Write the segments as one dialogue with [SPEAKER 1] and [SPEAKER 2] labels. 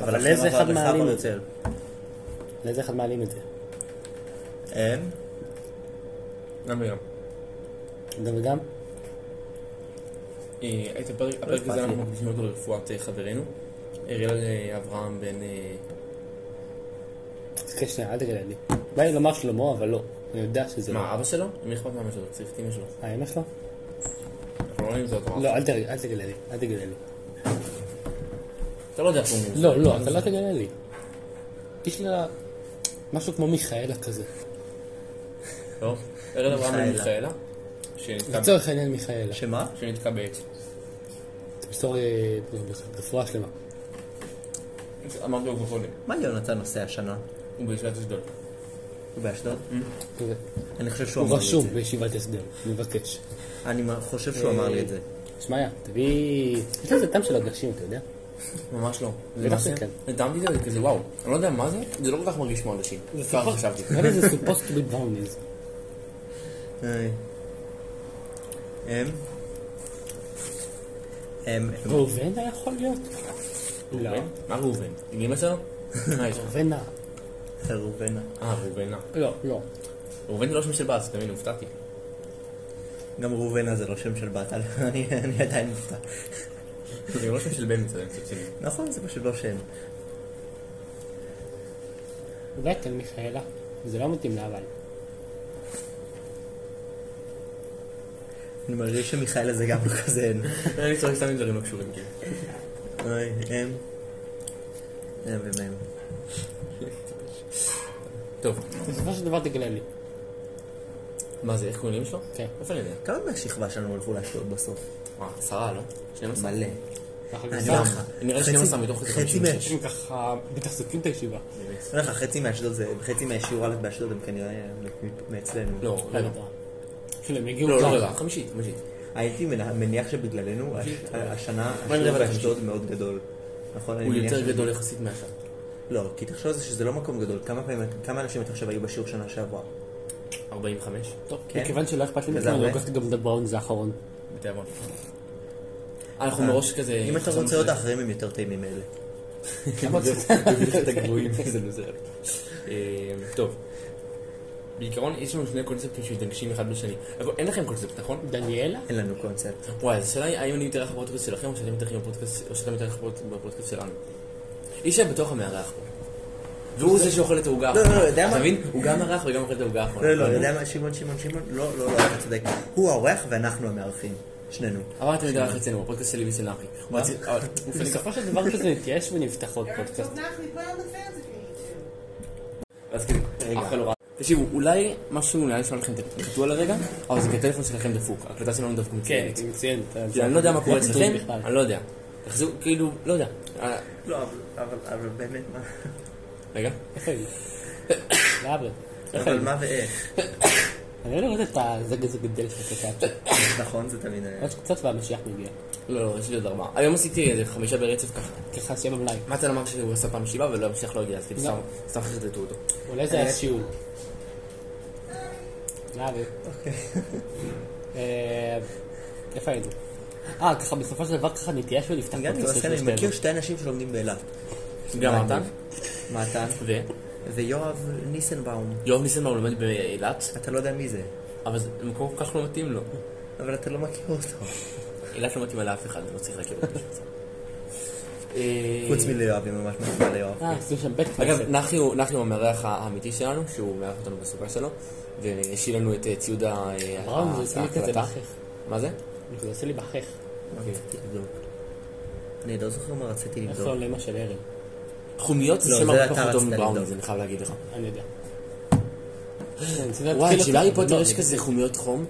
[SPEAKER 1] אבל על איזה אחד מעלים את זה?
[SPEAKER 2] לאיזה אחד מעלים את זה?
[SPEAKER 3] אין?
[SPEAKER 4] גם וגם.
[SPEAKER 2] גם וגם?
[SPEAKER 4] אה, את הפרק
[SPEAKER 2] לא
[SPEAKER 4] הפרק הזה אנחנו מקדישים אותו לרפואת אה, חברנו. אריאל אה, אברהם בן... אה,
[SPEAKER 2] חכה שנייה, אל תגלה לי. בא לי לומר שלמה, אבל לא. אני יודע שזה לא.
[SPEAKER 4] מה, אבא שלו? מי אכפת מאמא שלו? צריך את אמא שלו.
[SPEAKER 2] אה, אמא שלו?
[SPEAKER 4] אנחנו לא נמצא אותו.
[SPEAKER 2] לא, אל תגלה אל תגלה לי. אל תגלה לי.
[SPEAKER 4] אתה לא יודע איך אומרים.
[SPEAKER 2] לא, לא, אתה לא תגלה לי. יש לה משהו כמו מיכאלה כזה.
[SPEAKER 4] לא. אריאל אברהם בן
[SPEAKER 3] מיכאלה.
[SPEAKER 4] מיכאלה, שנתקע-
[SPEAKER 2] לצורך העניין מיכאלה.
[SPEAKER 3] שמה?
[SPEAKER 4] שנתקע בעץ.
[SPEAKER 2] תמסור אה, רפואה שלמה.
[SPEAKER 4] אמרתי לו כבר קודם.
[SPEAKER 3] מה יונתן עושה השנה?
[SPEAKER 4] הוא בישיבת אשדוד.
[SPEAKER 3] הוא באשדוד?
[SPEAKER 2] כזה.
[SPEAKER 3] אני חושב שהוא אמר
[SPEAKER 2] הוא
[SPEAKER 3] לי את
[SPEAKER 2] רשום
[SPEAKER 3] זה.
[SPEAKER 2] בישיבת הסדר, מבקש.
[SPEAKER 3] אני מ- חושב שהוא אמר לי את זה.
[SPEAKER 2] שמעיה, תביא... יש לזה טעם של עדשים, אתה יודע?
[SPEAKER 4] ממש לא.
[SPEAKER 2] בטח
[SPEAKER 4] מה זה?
[SPEAKER 2] שכן.
[SPEAKER 4] נדמתי את זה כזה וואו. אני לא יודע מה זה, זה לא כל כך מרגיש כמו אנשים. ככה חשבתי.
[SPEAKER 2] נראה נכון. לי זה supposed to be brownies.
[SPEAKER 3] היי. הם? הם? הם-
[SPEAKER 2] ראובן היה יכול להיות? לא.
[SPEAKER 4] ראובן? מה ראובן? עם אמא שלו? אה, יש לך.
[SPEAKER 2] ראובן ה...
[SPEAKER 3] ראובנה.
[SPEAKER 4] אה, ראובן. אה.
[SPEAKER 2] לא, לא.
[SPEAKER 4] ראובן זה לא שם של באז, תמיד הופתעתי.
[SPEAKER 3] גם ראובנה זה לא שם של בת, אני אני עדיין מופתע.
[SPEAKER 4] זה גם לא שם של בן מצד המצוצים.
[SPEAKER 3] נכון, זה פשוט לא שם.
[SPEAKER 2] אולי תן מיכאלה. זה לא מתאים לה אבל.
[SPEAKER 3] אני מרגיש שמיכאל הזה גם לא כזה אין.
[SPEAKER 4] אני צוחק סתם עם דברים לא קשורים, כאילו.
[SPEAKER 3] היי, הם? הם ומהם.
[SPEAKER 4] טוב,
[SPEAKER 2] בסופו של דבר תגלה לי.
[SPEAKER 4] מה זה, איך קוראים שלו?
[SPEAKER 2] כן.
[SPEAKER 4] איפה אני יודע?
[SPEAKER 3] כמה מהשכבה שלנו הלכו לאשדוד בסוף?
[SPEAKER 4] אה, עשרה, לא? 12?
[SPEAKER 3] מלא.
[SPEAKER 2] ואחר
[SPEAKER 3] אני
[SPEAKER 2] כך
[SPEAKER 3] אומר לך.
[SPEAKER 4] נראה לי
[SPEAKER 3] חצי-
[SPEAKER 4] 12 מתוך איזה
[SPEAKER 3] חצי
[SPEAKER 4] 56.
[SPEAKER 2] הם ככה מתחזקים את הישיבה.
[SPEAKER 3] אומר לך, חצי מאשדוד זה, חצי מהשיעור א' באשדוד הם כנראה אה, מאצלנו.
[SPEAKER 4] לא,
[SPEAKER 2] לא,
[SPEAKER 4] רגע.
[SPEAKER 2] לא. כאילו, הם הגיעו...
[SPEAKER 4] לא, לא,
[SPEAKER 2] כבר.
[SPEAKER 4] רגע, חמישית, חמישית.
[SPEAKER 3] הייתי מנ- מניח שבגללנו, הש- השנה,
[SPEAKER 4] מה עם
[SPEAKER 3] השיעור
[SPEAKER 4] רבע
[SPEAKER 3] באשדוד מאוד גדול. נכון? אני
[SPEAKER 4] הוא
[SPEAKER 3] מניח
[SPEAKER 4] יותר
[SPEAKER 3] ש-
[SPEAKER 4] גדול יחסית מהשאר.
[SPEAKER 3] לא, כי תחשוב על זה שזה לא מקום גדול. כמה פעמים, כמה אנשים אתה חושב היו בשיעור שנה שעברה?
[SPEAKER 4] 45?
[SPEAKER 2] טוב,
[SPEAKER 3] כן.
[SPEAKER 2] מכיוון שלא אכפת לי
[SPEAKER 3] וזה
[SPEAKER 2] מכלום, אני
[SPEAKER 3] הרבה.
[SPEAKER 2] לוקחת גם את הבראון, זה האחרון.
[SPEAKER 4] בתיאבון. אנחנו מראש כזה...
[SPEAKER 3] אם אתה רוצה עוד האחרים הם יותר טעימים אלה.
[SPEAKER 4] את הגבוהים, זה נוזר. אה, טוב. בעיקרון יש לנו שני קונספטים שמתנגשים אחד בשני. אבל אין לכם קונספט, נכון?
[SPEAKER 2] דניאלה?
[SPEAKER 3] אין לנו קונספט.
[SPEAKER 4] וואי, אז השאלה היא האם אני מתארח בפודקאסט שלכם או שאתם מתארחים בפודקאסט, או שאתם מתארח בפודקאסט שלנו. איש בתוך המארח פה. והוא זה שאוכל את העוגה
[SPEAKER 3] לא,
[SPEAKER 4] האחרונה.
[SPEAKER 3] לא, יודע
[SPEAKER 4] אתה
[SPEAKER 3] מה?
[SPEAKER 4] מבין? הוא גם מארח וגם אוכל את העוגה האחרונה.
[SPEAKER 3] לא, לא, יודע מה, שמעון, שמעון, שמעון, לא, לא, לא, אתה צודק. הוא האורח ואנחנו המארחים. שנינו.
[SPEAKER 4] אבל אתה מתארח אצלנו, בפודקאסט שלי ושל נחי. הוא רצי- אבל- הוא פניקה.
[SPEAKER 2] בסופו של דבר כזה נתייאש ונפתח עוד
[SPEAKER 5] Eric
[SPEAKER 2] פודקאסט. כן,
[SPEAKER 5] Kilnacki, put on the fans if you need to.
[SPEAKER 4] ואז
[SPEAKER 3] כן,
[SPEAKER 4] כאילו, אף אחד לא ראה. תקשיבו, אולי משהו נראה לי שלא לכם תקטעו על הרגע, אבל זה כי הטלפון שלכם דפוק, ההקלטה שלנו דווקא
[SPEAKER 2] כן,
[SPEAKER 4] מצוינת.
[SPEAKER 2] היא מצוינת.
[SPEAKER 4] כאילו, אני לא יודע מה קורה
[SPEAKER 2] טוב
[SPEAKER 4] אצלכם,
[SPEAKER 2] בכלל.
[SPEAKER 4] אני לא יודע. תחזירו, כאילו, לא יודע. אה,
[SPEAKER 3] לא, אבל באמת, מה?
[SPEAKER 4] רגע.
[SPEAKER 2] איפה היא? לאבא. איפה
[SPEAKER 3] אבל
[SPEAKER 2] היא?
[SPEAKER 3] מה ואיך?
[SPEAKER 2] אני לא לראות את הזג הזה גדל שלך ככה.
[SPEAKER 3] נכון, זה תמיד היה.
[SPEAKER 2] עוד קצת והמשיח מגיע.
[SPEAKER 4] לא, לא, יש לי עוד ארבעה. היום עשיתי איזה חמישה ברצף ככה.
[SPEAKER 2] ככה שיהיה במלאי.
[SPEAKER 4] מתן אמר שהוא עשה פעם שבעה, ולא המשיח לא הגיע, אז כאילו
[SPEAKER 2] לא.
[SPEAKER 4] סתם- סתם חרטטו אותו.
[SPEAKER 2] אולי זה
[SPEAKER 4] אה.
[SPEAKER 2] היה שיעול. לאבא.
[SPEAKER 4] אוקיי.
[SPEAKER 2] אה, איפה היינו? אה, ככה בסופו של דבר ככה נתייאש ונפתח
[SPEAKER 3] גם
[SPEAKER 2] פודקאסט של
[SPEAKER 3] לכן אני מכיר
[SPEAKER 2] שלושתנו.
[SPEAKER 3] שתי אנשים שלומדים באילת.
[SPEAKER 4] גם מתן,
[SPEAKER 3] מתן ויואב ניסנבאום.
[SPEAKER 4] ויואב ניסנבאום לומד באילת,
[SPEAKER 3] אתה לא יודע מי זה,
[SPEAKER 4] אבל זה מקום כל כך לא מתאים לו.
[SPEAKER 3] אבל אתה לא מכיר אותו.
[SPEAKER 4] אילת לא מתאימה לאף אחד, אני לא צריך להכיר אותו. בשביל זה. אה,
[SPEAKER 3] חוץ מליואב, היא ממש לא מתאימה ליואב.
[SPEAKER 2] אה, עשו שם בית
[SPEAKER 4] אגב,
[SPEAKER 2] כנסת.
[SPEAKER 4] נחי הוא נחי הוא המארח האמיתי שלנו, שהוא מארח אותנו בסוכה שלו, והשאיר לנו את אה, ציוד ה- אה,
[SPEAKER 2] אברהם, זה
[SPEAKER 4] ה-
[SPEAKER 2] עושה לי כזה
[SPEAKER 4] ההקלטה.
[SPEAKER 2] בחך.
[SPEAKER 4] מה זה?
[SPEAKER 2] זה עושה לי בחך.
[SPEAKER 4] אוקיי,
[SPEAKER 3] אני לא זוכר מה רציתי
[SPEAKER 4] אה,
[SPEAKER 2] איך לא
[SPEAKER 3] לבדוק.
[SPEAKER 2] לאמא של ארל?
[SPEAKER 4] חומיות זה
[SPEAKER 3] לא,
[SPEAKER 4] שם
[SPEAKER 3] זה
[SPEAKER 4] הרבה
[SPEAKER 3] אתה
[SPEAKER 4] פחות טוב
[SPEAKER 3] רצית
[SPEAKER 4] מבראוני,
[SPEAKER 3] לבדוק.
[SPEAKER 4] אני חייב להגיד לך.
[SPEAKER 2] אני יודע. אני רוצה להתחיל
[SPEAKER 4] אה, וואי,
[SPEAKER 2] אותו,
[SPEAKER 4] כשלהארי
[SPEAKER 2] אבל
[SPEAKER 4] פוטר
[SPEAKER 2] לא,
[SPEAKER 4] יש
[SPEAKER 2] אני-
[SPEAKER 4] כזה חומיות חום,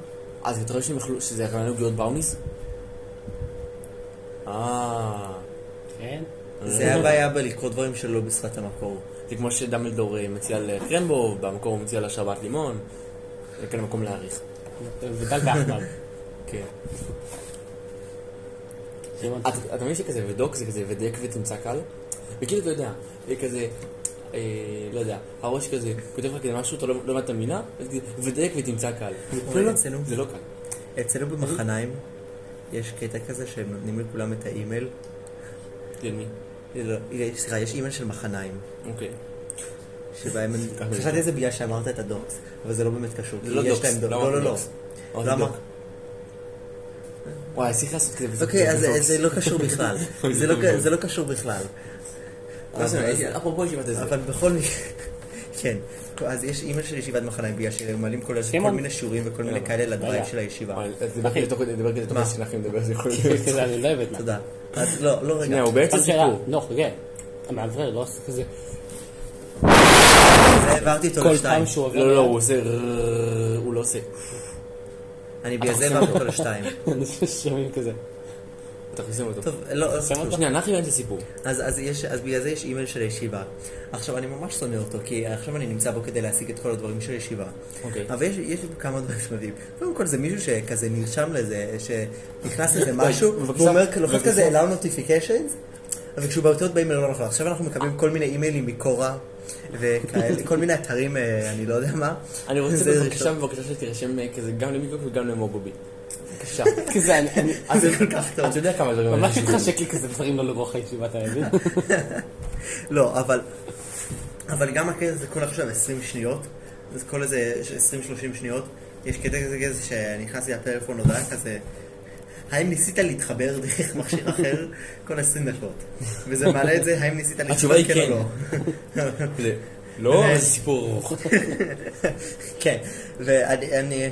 [SPEAKER 4] אז אתה רואה שהם אכלו, שזה הכוונה להיות בראוניס? אה,
[SPEAKER 2] כן.
[SPEAKER 3] זה הבעיה בלקרוא דברים שלא בשפת המקור.
[SPEAKER 4] זה כמו שדמבלדור אה, מציע לקרמבו, במקור הוא מציע לשבת לימון, זה כאן מקום להעריך.
[SPEAKER 2] ודל ואחמד.
[SPEAKER 4] כן.
[SPEAKER 2] שמעון,
[SPEAKER 4] אתה אתה מבין שכזה ודוק זה כזה ודק ותמצא קל? וכאילו אתה יודע, זה כזה, אה, לא יודע, הראש כזה, כותב לך כזה משהו, אתה לא לא למד את המילה, וזה כזה, ודק ותמצא קל.
[SPEAKER 3] אוי,
[SPEAKER 4] לא, לא,
[SPEAKER 3] אצלנו.
[SPEAKER 4] זה לא קל.
[SPEAKER 3] אצלנו במחניים יש קטע כזה שהם נותנים לכולם את האימייל,
[SPEAKER 4] של מי?
[SPEAKER 3] לא, היא- סליחה, יש אימייל של מחניים.
[SPEAKER 4] אוקיי.
[SPEAKER 3] שבהם הם...
[SPEAKER 4] סליחה,
[SPEAKER 3] חשבתי על זה בגלל שאמרת את הדוקס, אבל זה לא באמת קשור.
[SPEAKER 4] זה
[SPEAKER 3] כי
[SPEAKER 4] לא
[SPEAKER 3] יש
[SPEAKER 4] דוקס,
[SPEAKER 3] להם דוק-
[SPEAKER 4] לא
[SPEAKER 3] לא,
[SPEAKER 4] אמרתי
[SPEAKER 3] לא, לא.
[SPEAKER 4] דוקס.
[SPEAKER 3] לא אמר-
[SPEAKER 4] וואי, צריך לעשות כזה.
[SPEAKER 3] אוקיי, אז אז זה לא קשור בכלל. זה לא ק- זה לא קשור בכלל.
[SPEAKER 4] לא משנה,
[SPEAKER 3] אבל-
[SPEAKER 4] אז אפרופו ישיבת הזה.
[SPEAKER 3] אבל בכל מקרה... כן. אז יש אימייל של ישיבת מחניים בגלל שהם מעלים כל כל
[SPEAKER 2] סימון.
[SPEAKER 3] מיני שיעורים וכל מיני
[SPEAKER 4] רגע.
[SPEAKER 3] כאלה לדרייב
[SPEAKER 2] רגע.
[SPEAKER 3] של הישיבה.
[SPEAKER 4] וואי, אז דיברתי לתוך דיבר כזה תוך
[SPEAKER 3] מה?
[SPEAKER 4] כדי שאנחנו נדבר על זה יכול להיות.
[SPEAKER 2] כזה אני לא אוהבת מה.
[SPEAKER 3] תודה. אז לא, לא רגע.
[SPEAKER 4] שנייה, הוא בעצם
[SPEAKER 2] סתם שאלה,
[SPEAKER 4] סיפור.
[SPEAKER 2] לא, חכה. המאוורר לא עושה כזה
[SPEAKER 3] זה העברתי אותו
[SPEAKER 2] כל פעם
[SPEAKER 3] לשתיים.
[SPEAKER 2] שהוא עובר.
[SPEAKER 4] לא, לא,
[SPEAKER 2] ליד.
[SPEAKER 4] הוא עושה... רררר, הוא לא עושה.
[SPEAKER 3] אני בגלל זה העברתי אותו לשתיים.
[SPEAKER 2] אנשים שומעים כזה.
[SPEAKER 4] אתה חוסם אותו.
[SPEAKER 3] טוב, לא, אז-
[SPEAKER 2] שם אותו.
[SPEAKER 4] שנייה, אנחנו נראה את הסיפור.
[SPEAKER 3] אז, אז, יש, אז בגלל זה יש אימייל של הישיבה. עכשיו, אני ממש שונא אותו, כי עכשיו אני נמצא בו כדי להשיג את כל הדברים של הישיבה.
[SPEAKER 4] אוקיי.
[SPEAKER 3] אבל יש, יש כמה דברים שמביאים. קודם כל, זה מישהו שכזה נרשם לזה, שנכנס לזה משהו,
[SPEAKER 4] אוי, לא, בבקשה,
[SPEAKER 3] והוא אומר, כאילו, לוחץ
[SPEAKER 4] בבקשה.
[SPEAKER 3] כזה allow notifications, וכשהוא באותיות באים אליו לא נכון. עכשיו אנחנו מקבלים כל מיני אימיילים מקורה, וכאלה, כל מיני אתרים, אה, אני לא יודע מה.
[SPEAKER 4] אני רוצה
[SPEAKER 3] זה
[SPEAKER 4] בבקשה, בבקשה שתירשם אה, כזה גם למיקרוק וגם למובובי. בבקשה.
[SPEAKER 2] כזה, אני- אני
[SPEAKER 4] אז
[SPEAKER 3] זה כל כך טוב.
[SPEAKER 4] אתה יודע כמה דברים.
[SPEAKER 2] ממש
[SPEAKER 4] אני
[SPEAKER 2] מתחשק לי כזה דברים לא לרוח הישיבה, אתה מבין?
[SPEAKER 3] לא, אבל... אבל גם הקטע הזה, כל עכשיו 20 שניות, אז כל איזה 20-30 שניות, יש קטע כזה כזה שנכנסתי לפלאפון הודעה כזה, האם ניסית להתחבר דרך מכשיר אחר כל 20 דקות? וזה מעלה את זה, האם ניסית
[SPEAKER 4] התשובה
[SPEAKER 3] להתחבר
[SPEAKER 4] היא
[SPEAKER 3] כן או לא?
[SPEAKER 4] זה- לא, אבל זה סיפור ארוך.
[SPEAKER 3] כן, ואני... אני-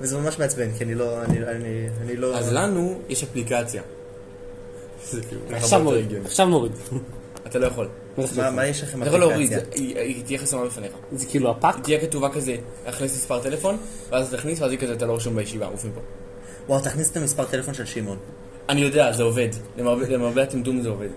[SPEAKER 3] וזה ממש מעצבן, כי אני לא... אני- אני- אני לא...
[SPEAKER 4] אז לנו יש אפליקציה. זה כאילו, הרבה
[SPEAKER 2] עכשיו
[SPEAKER 4] יותר
[SPEAKER 2] מוריד,
[SPEAKER 4] הגיוני.
[SPEAKER 2] עכשיו מוריד.
[SPEAKER 4] אתה לא יכול.
[SPEAKER 2] מה זה
[SPEAKER 3] מה-
[SPEAKER 2] חשוב?
[SPEAKER 3] מה יש לכם?
[SPEAKER 4] אתה יכול להוריד,
[SPEAKER 3] אפליקציה?
[SPEAKER 4] היא היא תהיה חסומה בפניך.
[SPEAKER 2] זה כאילו הפאק?
[SPEAKER 4] היא תהיה כתובה כזה, הכניס מספר טלפון, ואז תכניס, ואז היא כזה, אתה לא רשום בישיבה, עופים פה.
[SPEAKER 3] וואו, תכניס את המספר טלפון של שמעון.
[SPEAKER 4] אני יודע, זה עובד. למרבה למרבה הטמטום זה עובד.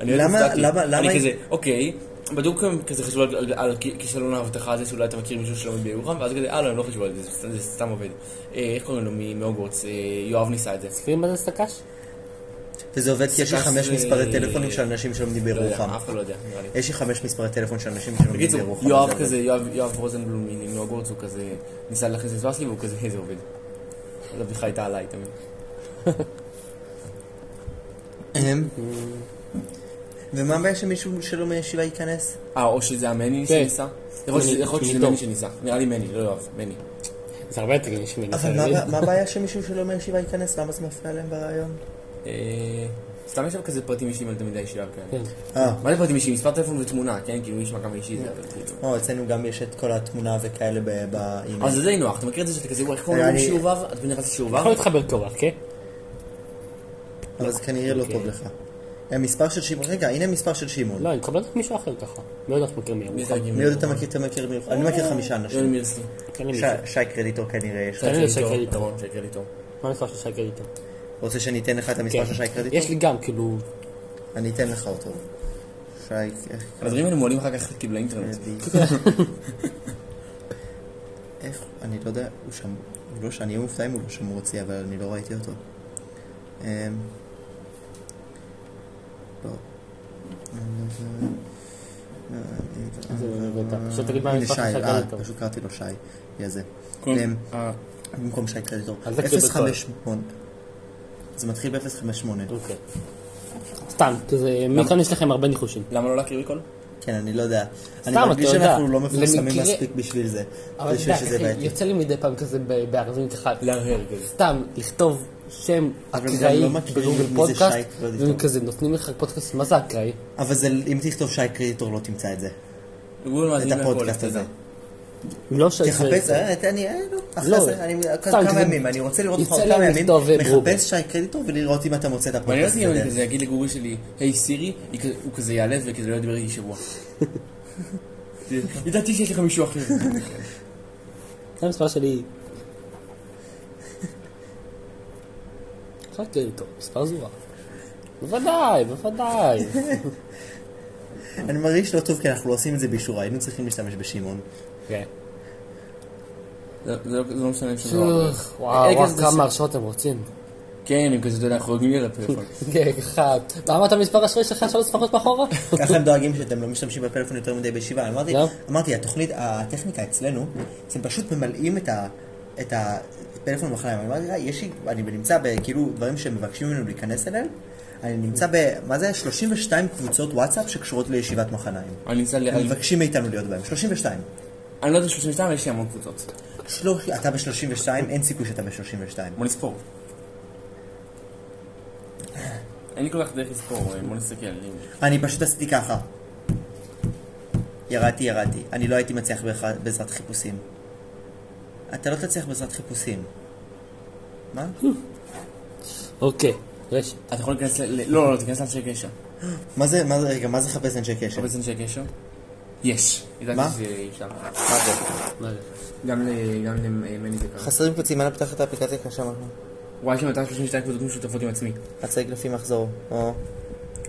[SPEAKER 4] אני יודע,
[SPEAKER 3] למה-
[SPEAKER 4] הצדקתי.
[SPEAKER 3] למה- למה
[SPEAKER 4] אני
[SPEAKER 3] היא-
[SPEAKER 4] כזה, אוקיי, בדיוק הם כזה חשבו על- על- על כ- כישלון ההבטחה הזה שאולי אתה מכיר מישהו שלומד בירוחם, ואז כזה, אה לא, הם לא חשבו על זה, זה, סתם- זה סתם עובד. אה, איך קוראים לו מ- מהוגוורטס? אה, יואב ניסה את זה.
[SPEAKER 2] תראי מה זה סטקש?
[SPEAKER 3] וזה עובד כי יש לי
[SPEAKER 4] סטס
[SPEAKER 3] חמש
[SPEAKER 4] ו-
[SPEAKER 3] מספרי טלפונים של אנשים שלומדים
[SPEAKER 4] לא יודע,
[SPEAKER 3] בירוחם.
[SPEAKER 4] אף אחד לא יודע, נראה לי.
[SPEAKER 3] יש לי חמש מספרי טלפון של אנשים שלומדים
[SPEAKER 4] בקיצור,
[SPEAKER 3] בירוחם.
[SPEAKER 4] יואב
[SPEAKER 3] זה
[SPEAKER 4] כזה, יואב יואב רוזנבלום מנוגורץ, הוא כזה ניסה להכניס את סבסקי והוא כזה, זה עובד. אז הבדיחה הייתה עליי תמיד.
[SPEAKER 3] עובד. ומה הבעיה שמישהו שלא מישיבה ייכנס?
[SPEAKER 4] אה, או שזה המני
[SPEAKER 2] כן.
[SPEAKER 4] שניסה? יכול להיות שזה- יכול להיות שזה
[SPEAKER 2] מניטור.
[SPEAKER 4] מני שניסה. נראה לי מני, לא יואב, מני.
[SPEAKER 2] זה הרבה יותר גמיש ממני.
[SPEAKER 3] אבל
[SPEAKER 2] אתה
[SPEAKER 3] מה
[SPEAKER 2] מבין?
[SPEAKER 3] הבע- מה הבעיה שמישהו שלא מישיבה ייכנס? למה זה מפריע להם ברעיון?
[SPEAKER 4] אה, סתם יש שם כזה פרטים אישיים על תלמידי הישיבה
[SPEAKER 2] כן.
[SPEAKER 4] כאלה.
[SPEAKER 3] אה,
[SPEAKER 4] מה זה פרטים אישיים? מספר טלפון ותמונה, כן? כאילו, נשמע כמה אישי זה, אבל כאילו.
[SPEAKER 3] או, אצלנו גם יש את כל התמונה וכאלה ב-
[SPEAKER 4] אז
[SPEAKER 3] באימייל.
[SPEAKER 4] זה די נוח, אתה מכיר את זה שאתה כזה, וואי, איך קוראים
[SPEAKER 3] אה, אני-
[SPEAKER 4] לנו שיעור ו'? את מבינה מה זה שיעור
[SPEAKER 2] יכול
[SPEAKER 4] ו'?
[SPEAKER 2] להתחבר טוב, כן?
[SPEAKER 3] אבל זה כנראה לא
[SPEAKER 2] אוקיי.
[SPEAKER 3] טוב לך. המספר של שמעון, רגע, הנה המספר של שמעון.
[SPEAKER 2] לא, אני מקבל את מישהו אחר ככה. לא יודעת מכיר מי
[SPEAKER 4] מי
[SPEAKER 2] אמור.
[SPEAKER 4] אתה מכיר?
[SPEAKER 3] מי עוד אתה מכיר? אתה מכיר מי? אני מכיר חמישה
[SPEAKER 4] יוני
[SPEAKER 3] אנשים.
[SPEAKER 4] מירסקי.
[SPEAKER 2] תן לי
[SPEAKER 3] שי-
[SPEAKER 2] מישהו.
[SPEAKER 3] שי קרדיטור כנראה יש לך.
[SPEAKER 2] תן לי לשקר
[SPEAKER 4] נכון,
[SPEAKER 2] איתו.
[SPEAKER 4] נכון, שקר איתו.
[SPEAKER 2] מה המספר של שי קרדיטור?
[SPEAKER 3] רוצה שאני אתן לך את המספר של שי קרדיטור?
[SPEAKER 2] יש לי גם, כאילו...
[SPEAKER 3] אני אתן לך אותו. שי
[SPEAKER 4] הדברים האלה מועלים אחר כך כאילו לאינטרנט.
[SPEAKER 3] כן. קרדיטור. איך, אני לא יודע, הוא שם, הוא לא שם, אני אהיה מופתע אם הוא לא שמור אצלי, אבל אני לא ראיתי אותו. אמ, לא.
[SPEAKER 2] פשוט תגיד מה המספר של
[SPEAKER 3] הנה,
[SPEAKER 2] שי
[SPEAKER 3] אה,
[SPEAKER 2] קרדיטור.
[SPEAKER 3] פשוט קראתי לו שי, יהיה זה.
[SPEAKER 4] קוראים-
[SPEAKER 3] אמ,
[SPEAKER 4] אה,
[SPEAKER 3] במקום שי קרדיטור.
[SPEAKER 2] אז זה
[SPEAKER 3] 058. זה מתחיל ב-058.
[SPEAKER 2] אוקיי. סתם, כזה... מכאן יש לכם הרבה ניחושים.
[SPEAKER 4] למה לא להכיר בכל?
[SPEAKER 3] כן, אני לא יודע. אני
[SPEAKER 2] סתם,
[SPEAKER 3] מרגיש
[SPEAKER 2] אתה יודע.
[SPEAKER 3] שאנחנו לא מפורסמים
[SPEAKER 2] למקרה-
[SPEAKER 3] מספיק בשביל זה.
[SPEAKER 2] אבל אתה
[SPEAKER 3] בשביל
[SPEAKER 2] יודע,
[SPEAKER 3] שזה
[SPEAKER 2] אחי,
[SPEAKER 3] בעייתי.
[SPEAKER 2] יוצא לי מדי פעם כזה ב- בערבים ככה,
[SPEAKER 4] להרהר כזה.
[SPEAKER 2] סתם לכתוב שם
[SPEAKER 3] אבל גם
[SPEAKER 2] אקראי
[SPEAKER 3] לא מכירים
[SPEAKER 2] בגוגל
[SPEAKER 3] מי זה
[SPEAKER 2] פודקאסט,
[SPEAKER 3] שי קרדיטור.
[SPEAKER 2] והם כזה נותנים לך פודקאסט, מה זה אקראי?
[SPEAKER 3] אבל זה, אם תכתוב שי קרדיטור לא תמצא את זה.
[SPEAKER 4] גוגל
[SPEAKER 3] את
[SPEAKER 4] מאזינים לכל,
[SPEAKER 3] הפודקאסט
[SPEAKER 4] אתה יודע.
[SPEAKER 3] הזה.
[SPEAKER 2] לא שי
[SPEAKER 3] תחפש,
[SPEAKER 2] קרדיטור.
[SPEAKER 3] אה, אני, אה, לא, אחרי
[SPEAKER 2] לא.
[SPEAKER 3] זה, אני,
[SPEAKER 2] סתם,
[SPEAKER 3] כמה
[SPEAKER 2] כזה-
[SPEAKER 3] ימים, אני רוצה לראות אותך
[SPEAKER 2] יצא
[SPEAKER 3] עוד כמה
[SPEAKER 2] להם
[SPEAKER 3] ימים,
[SPEAKER 2] לכתוב, אה, ברוגל.
[SPEAKER 3] מחפש שי קרדיטור ולראות אם אתה מוצא את
[SPEAKER 4] מעניין
[SPEAKER 3] הפודקאסט
[SPEAKER 4] אותי אם אני
[SPEAKER 3] הזה.
[SPEAKER 4] כזה אגיד לגוגל שלי, היי סירי, היא כזה- הוא כזה ייעלב וכזה לא ידבר איתי שבוע. ידעתי שיש לך מישהו אחר.
[SPEAKER 2] זה המספר שלי. שי קרדיטור, מספר זורה. בוודאי, בוודאי.
[SPEAKER 3] אני מרגיש לא טוב כי אנחנו לא עושים את זה באישורה, היינו צריכים להשתמש בשמעון.
[SPEAKER 2] כן.
[SPEAKER 4] זה זה לא זה לא משנה שום דבר.
[SPEAKER 2] שוח, וואו,
[SPEAKER 4] אה,
[SPEAKER 2] וואו,
[SPEAKER 4] כזה-
[SPEAKER 2] כמה הרשאות אתם רוצים.
[SPEAKER 4] כן, הם כזה, אתה יודע, חורגים לי על הפלאפון.
[SPEAKER 2] כן, אחד. מה אמרת המספר אשראי שלך שלוש ספרות מאחורה?
[SPEAKER 3] ככה הם דואגים שאתם לא משתמשים בפלאפון יותר מדי בישיבה. אמרתי,
[SPEAKER 2] לא.
[SPEAKER 3] אמרתי, התוכנית, הטכניקה אצלנו, זה פשוט ממלאים את ה... את "אה, כאילו, הפלאפון בחיים, אני אמרתי לה, יש לי, אני נמצא בכאילו דברים שמבקשים ממנו להיכנס אליהם, אני נמצא ב... מה זה? 32 קבוצות וואטסאפ שקשורות לישיבת מחניים.
[SPEAKER 4] אני נמצא ל...
[SPEAKER 3] הם מבקשים מאיתנו להיות בהם. 32.
[SPEAKER 4] אני לא יודע 32, אבל יש לי המון קבוצות.
[SPEAKER 3] שלוש... אתה ב-32, אין סיכוי שאתה ב-32.
[SPEAKER 4] בוא נספור. אין לי כל כך דרך לספור, אה, בוא נסתכל. אם-
[SPEAKER 3] אני פשוט עשיתי ככה. ירדתי, ירדתי. אני לא הייתי מצליח בעזרת- בעזרת חיפושים. אתה לא תצליח בעזרת חיפושים. מה?
[SPEAKER 2] אוקיי, רשת.
[SPEAKER 4] אתה יכול להיכנס ל... ל- לא, לא, תיכנס לאנשי קשר.
[SPEAKER 3] מה זה, מה זה, רגע, מה זה חפש אנשי קשר?
[SPEAKER 4] חפש אנשי קשר? יש. ידעתי
[SPEAKER 3] מה?
[SPEAKER 4] שזה אפשר.
[SPEAKER 3] מה זה?
[SPEAKER 2] מה זה?
[SPEAKER 4] גם ל- גם למני זה ככה.
[SPEAKER 3] חסרים קבוצים, אנא פתח את האפליקציה קשה משהו.
[SPEAKER 4] וואי, יש לי 232 קבוצות משותפות עם עצמי.
[SPEAKER 3] הצג לפי מחזור. או...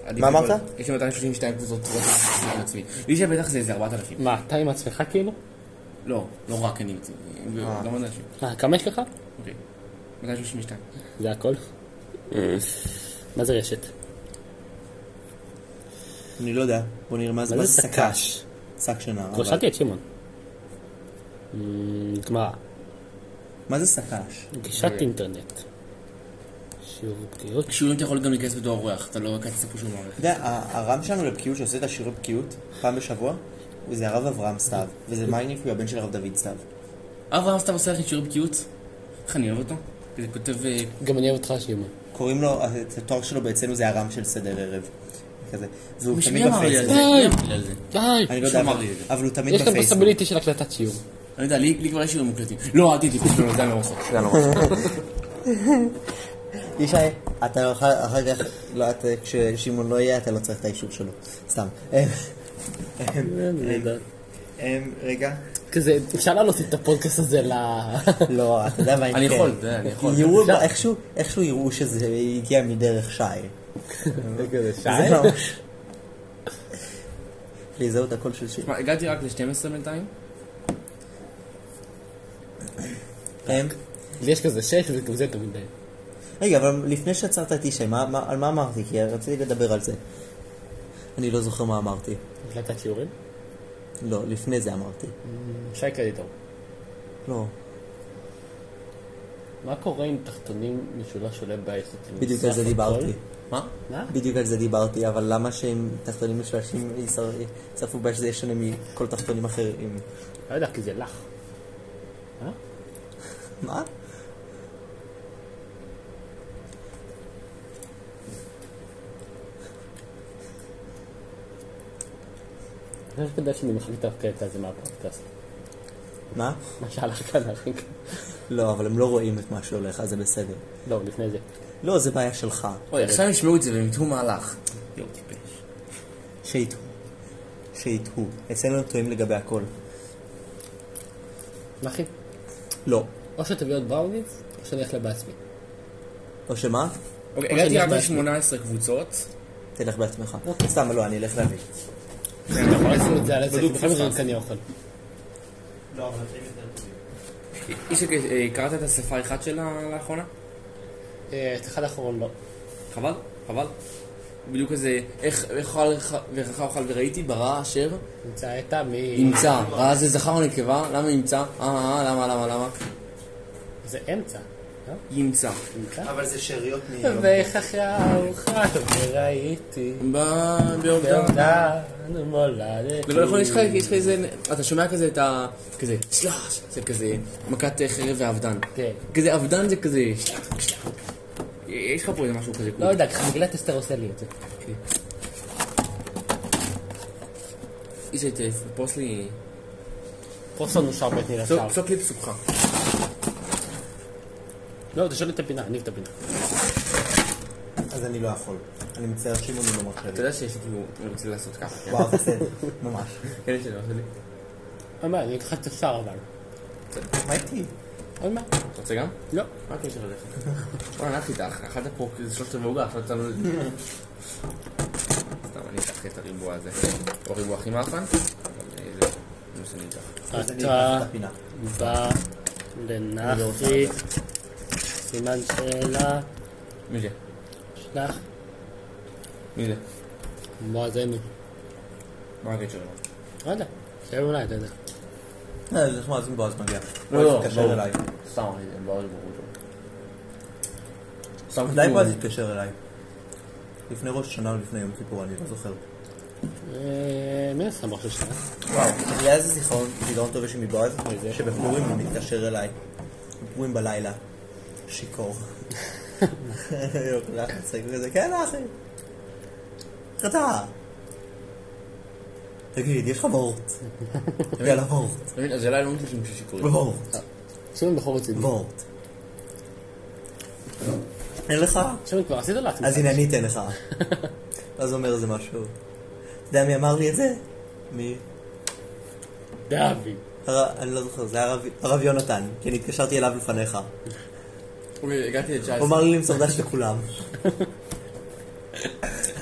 [SPEAKER 4] עדיף
[SPEAKER 3] מה
[SPEAKER 4] לכל-
[SPEAKER 3] אמרת?
[SPEAKER 4] יש לי 232 קבוצות משותפות עם עצמי. לי שבטח זה איזה 4,000.
[SPEAKER 2] מה, אתה עם עצמך כאילו?
[SPEAKER 4] לא, לא רק אני. זה- לא מודע ש...
[SPEAKER 2] אה, כמה יש לך?
[SPEAKER 4] אוקיי. 232.
[SPEAKER 2] זה הכל? אה, מה זה רשת?
[SPEAKER 3] אני לא יודע. בוא נראה מה זה.
[SPEAKER 2] מה
[SPEAKER 3] מה
[SPEAKER 2] זה
[SPEAKER 3] זה סק"ש? שק שינה.
[SPEAKER 2] כבר
[SPEAKER 3] אבל-
[SPEAKER 2] שאלתי את שמעון. אמ, גמרא,
[SPEAKER 3] מה זה סק"ש?
[SPEAKER 2] גישת אינטרנט. שיעור בקיאות.
[SPEAKER 4] שיעורים אתה יכול גם להיכנס בתור אורח, אתה לא רק הסיפור של מערכת.
[SPEAKER 3] אתה יודע, ה- הרב שלנו לבקיאות שעושה את השיעורי בקיאות פעם בשבוע, זה הרב אברהם סתיו. וזה מייניק, הוא הבן של הרב דוד סתיו.
[SPEAKER 4] אברהם סתיו עושה לכם שיעורי בקיאות? איך אני אוהב אותו? זה כותב... אה,
[SPEAKER 2] גם אני אוהב אותך שמעון.
[SPEAKER 3] קוראים לו, את התואר שלו בעצם זה הרם של סדר ערב. כזה. והוא
[SPEAKER 4] מישהו
[SPEAKER 3] תמיד
[SPEAKER 4] מי אמר לי על זה?
[SPEAKER 3] בפייסבוק.
[SPEAKER 4] מי אמר לי על זה?
[SPEAKER 2] די!
[SPEAKER 3] אני לא יודע,
[SPEAKER 4] מישהו
[SPEAKER 3] אבל-
[SPEAKER 4] אמר לי את זה.
[SPEAKER 3] אבל הוא תמיד
[SPEAKER 2] יש גם
[SPEAKER 3] בפייסבוק.
[SPEAKER 2] פוסביליטי של הקלטת שיעור.
[SPEAKER 4] אני יודע, לי לי כבר יש שיעורים מוקלטים. לא, אל תדעי, לא, זה לא רחוק. זה לא רחוק.
[SPEAKER 3] ישי, אתה יכול אחר כך, לא, אתה- כששמעון לא יהיה, אתה לא צריך את האישור שלו. סתם. כן, אמ, רגע.
[SPEAKER 2] כזה, אפשר להעלות את הפודקאסט הזה ל...
[SPEAKER 3] לא, אתה יודע מה יקרה.
[SPEAKER 4] אני יכול, אתה יודע, אני יכול.
[SPEAKER 3] יראו, איכשהו, איכשהו יראו שזה הגיע מדרך שי. זה ממש... לזהות הקול של שיר.
[SPEAKER 4] תשמע, הגעתי רק ל-12 בינתיים.
[SPEAKER 3] אמ,
[SPEAKER 2] יש כזה שייח וגם זה תמיד אה, די.
[SPEAKER 3] רגע, אבל לפני שעצרת את ישי, מה- מה- על מה אמרתי? כי רציתי לדבר על זה. אני לא זוכר מה אמרתי.
[SPEAKER 2] הקלטת שיעורים?
[SPEAKER 3] לא, לפני זה אמרתי.
[SPEAKER 2] אה, שי קליטור.
[SPEAKER 3] לא,
[SPEAKER 2] מה קורה עם תחתונים משולש עולה ביסטים?
[SPEAKER 3] בדיוק על זה דיברתי.
[SPEAKER 4] מה?
[SPEAKER 2] מה?
[SPEAKER 3] בדיוק על זה דיברתי, אבל למה שאם תחתונים משולשים יצר- יצרפו בעיה שזה יהיה שונה מכל תחתונים אחרים?
[SPEAKER 2] לא יודע, כי זה לך. אה?
[SPEAKER 3] מה?
[SPEAKER 2] אני רק יודע שאני מחליט את הקטע הזה מהפודקאסט.
[SPEAKER 3] מה?
[SPEAKER 2] מה שהלך כאן הכי...
[SPEAKER 3] לא, אבל הם לא רואים את מה שהולך, אז זה בסדר.
[SPEAKER 2] לא, לפני זה.
[SPEAKER 3] לא, זה בעיה שלך.
[SPEAKER 4] אוי, עכשיו ישמעו את זה והם יתהו מהלך. יואו, טיפש.
[SPEAKER 3] שיתהו. שיתהו. אצלנו הם טועים לגבי הכל.
[SPEAKER 2] אחי,
[SPEAKER 3] לא.
[SPEAKER 2] או שתביא עוד בראוניז, או שאני אלך לבעצמי.
[SPEAKER 3] או שמה?
[SPEAKER 4] אוקיי,
[SPEAKER 2] או שאני
[SPEAKER 4] הגעתי רק
[SPEAKER 2] בעצמי.
[SPEAKER 4] ל-18 קבוצות.
[SPEAKER 3] תלך בעצמך. סתם, לא, אני אלך להביא.
[SPEAKER 2] אתה יכול לשים נכון. את זה על
[SPEAKER 4] בדוק
[SPEAKER 2] עצמי, בכל מקרה
[SPEAKER 4] פספסתי.
[SPEAKER 2] רק אני אוכל.
[SPEAKER 4] איש, אה, קראת את השפה האחת שלה לאחרונה?
[SPEAKER 2] אה, את אחד האחרון לא.
[SPEAKER 4] חבל, חבל. בדיוק איזה, איך איך אוכל ואיך אוכל וראיתי, ברא אשר
[SPEAKER 2] נמצא את מ...
[SPEAKER 4] ימצא, ראה זה זכר או נקבה, למה ימצא? אה, אה, אה, למה, למה, למה?
[SPEAKER 2] זה אמצע. לא?
[SPEAKER 4] ימצא. אה,
[SPEAKER 2] נמצא?
[SPEAKER 3] אבל זה שאריות מ...
[SPEAKER 4] לא.
[SPEAKER 2] ואיך אחרי הארוחה וראיתי
[SPEAKER 4] ב- בעובדה.
[SPEAKER 2] בעובדן מולדתי.
[SPEAKER 4] ולא יכול, לא. יש לך- יש לך איזה, אתה שומע כזה את ה... כזה, שלש, זה כזה, מכת חרב ואבדן.
[SPEAKER 2] כן.
[SPEAKER 4] כזה, אבדן זה כזה, שלח, שלח. יש לך פה איזה משהו כזה.
[SPEAKER 2] לא יודע, ככה מגילת אסתר עושה לי את זה.
[SPEAKER 4] איש, אה, תפוס לי...
[SPEAKER 2] פרוסון הוא שר בית מן השאר.
[SPEAKER 4] פסוק לי פסוקך.
[SPEAKER 2] לא, תשאל את הפינה, אני את הפינה.
[SPEAKER 3] אז אני לא יכול. אני מצטער שמעון הוא לא מרשה
[SPEAKER 4] אתה
[SPEAKER 3] לי.
[SPEAKER 4] יודע שיש לי כאילו, אני רוצה לעשות ככה. כן?
[SPEAKER 3] וואו, בסדר. ממש.
[SPEAKER 4] כן, יש לי, לא עושה לי.
[SPEAKER 2] אין בעיה, אני אקח את השאר אבל.
[SPEAKER 3] מה איתי?
[SPEAKER 2] אין בעיה.
[SPEAKER 4] אתה רוצה גם?
[SPEAKER 2] לא.
[SPEAKER 4] מה הקשר אליך? וואלה, הלך איתך, אכלת פה כאילו שלושת רבעי עוגה, עכשיו יצאנו לזה. סתם, אני אקח את הריבוע הזה. הוא הריבוע הכי מאפן, אבל אה, זה זה מה שאני אקח.
[SPEAKER 3] אז אני אקח את
[SPEAKER 2] אתה
[SPEAKER 3] הפינה. לא
[SPEAKER 2] בא לנחי, סימן שאלה,
[SPEAKER 4] מי זה?
[SPEAKER 2] שלח
[SPEAKER 4] מי זה?
[SPEAKER 2] מועזנו.
[SPEAKER 4] מה הקשר אליו?
[SPEAKER 2] לא יודע, שאלה אולי, אתה יודע.
[SPEAKER 3] אה, זה נחמד, אז אם בועז מגיע.
[SPEAKER 4] לא, לא,
[SPEAKER 3] בועז יתקשר
[SPEAKER 4] ברור.
[SPEAKER 3] אליי.
[SPEAKER 4] סתם, אני זה, לא הריבוע הוא טוב. סתם
[SPEAKER 3] די
[SPEAKER 4] כאילו-
[SPEAKER 3] בועז יתקשר אליי. לפני ראש השנה או לפני יום כיפור, אני לא זוכר.
[SPEAKER 2] אה, מי עשה משהו שנה?
[SPEAKER 3] וואו, היה איזה זיכרון, זיכרון טוב יש לי מבועז,
[SPEAKER 2] איזה?
[SPEAKER 3] שבפורים הוא מתקשר אליי. בפורים בלילה. שיכור. יוק, לך צחק כזה, כן אחי. חטא. תגיד, יש לך בורט. יאללה בורט.
[SPEAKER 4] אתה מבין? אז אליי לא מתקשרים ששיכורים.
[SPEAKER 3] בורט.
[SPEAKER 2] שמן בחור רציני.
[SPEAKER 3] בורט. אין לך?
[SPEAKER 2] שמן כבר עשית לעצמך.
[SPEAKER 3] אז הנה אני אתן לך. אז הוא אומר איזה משהו. אתה יודע מי אמר לי את זה? מי?
[SPEAKER 2] דאבי.
[SPEAKER 3] הר- אני לא זוכר, זה היה הרב- הרב יונתן, כי אני התקשרתי אליו לפניך.
[SPEAKER 4] אוקיי, הגעתי ל-19.
[SPEAKER 3] הוא אמר לי למסור דש לכולם.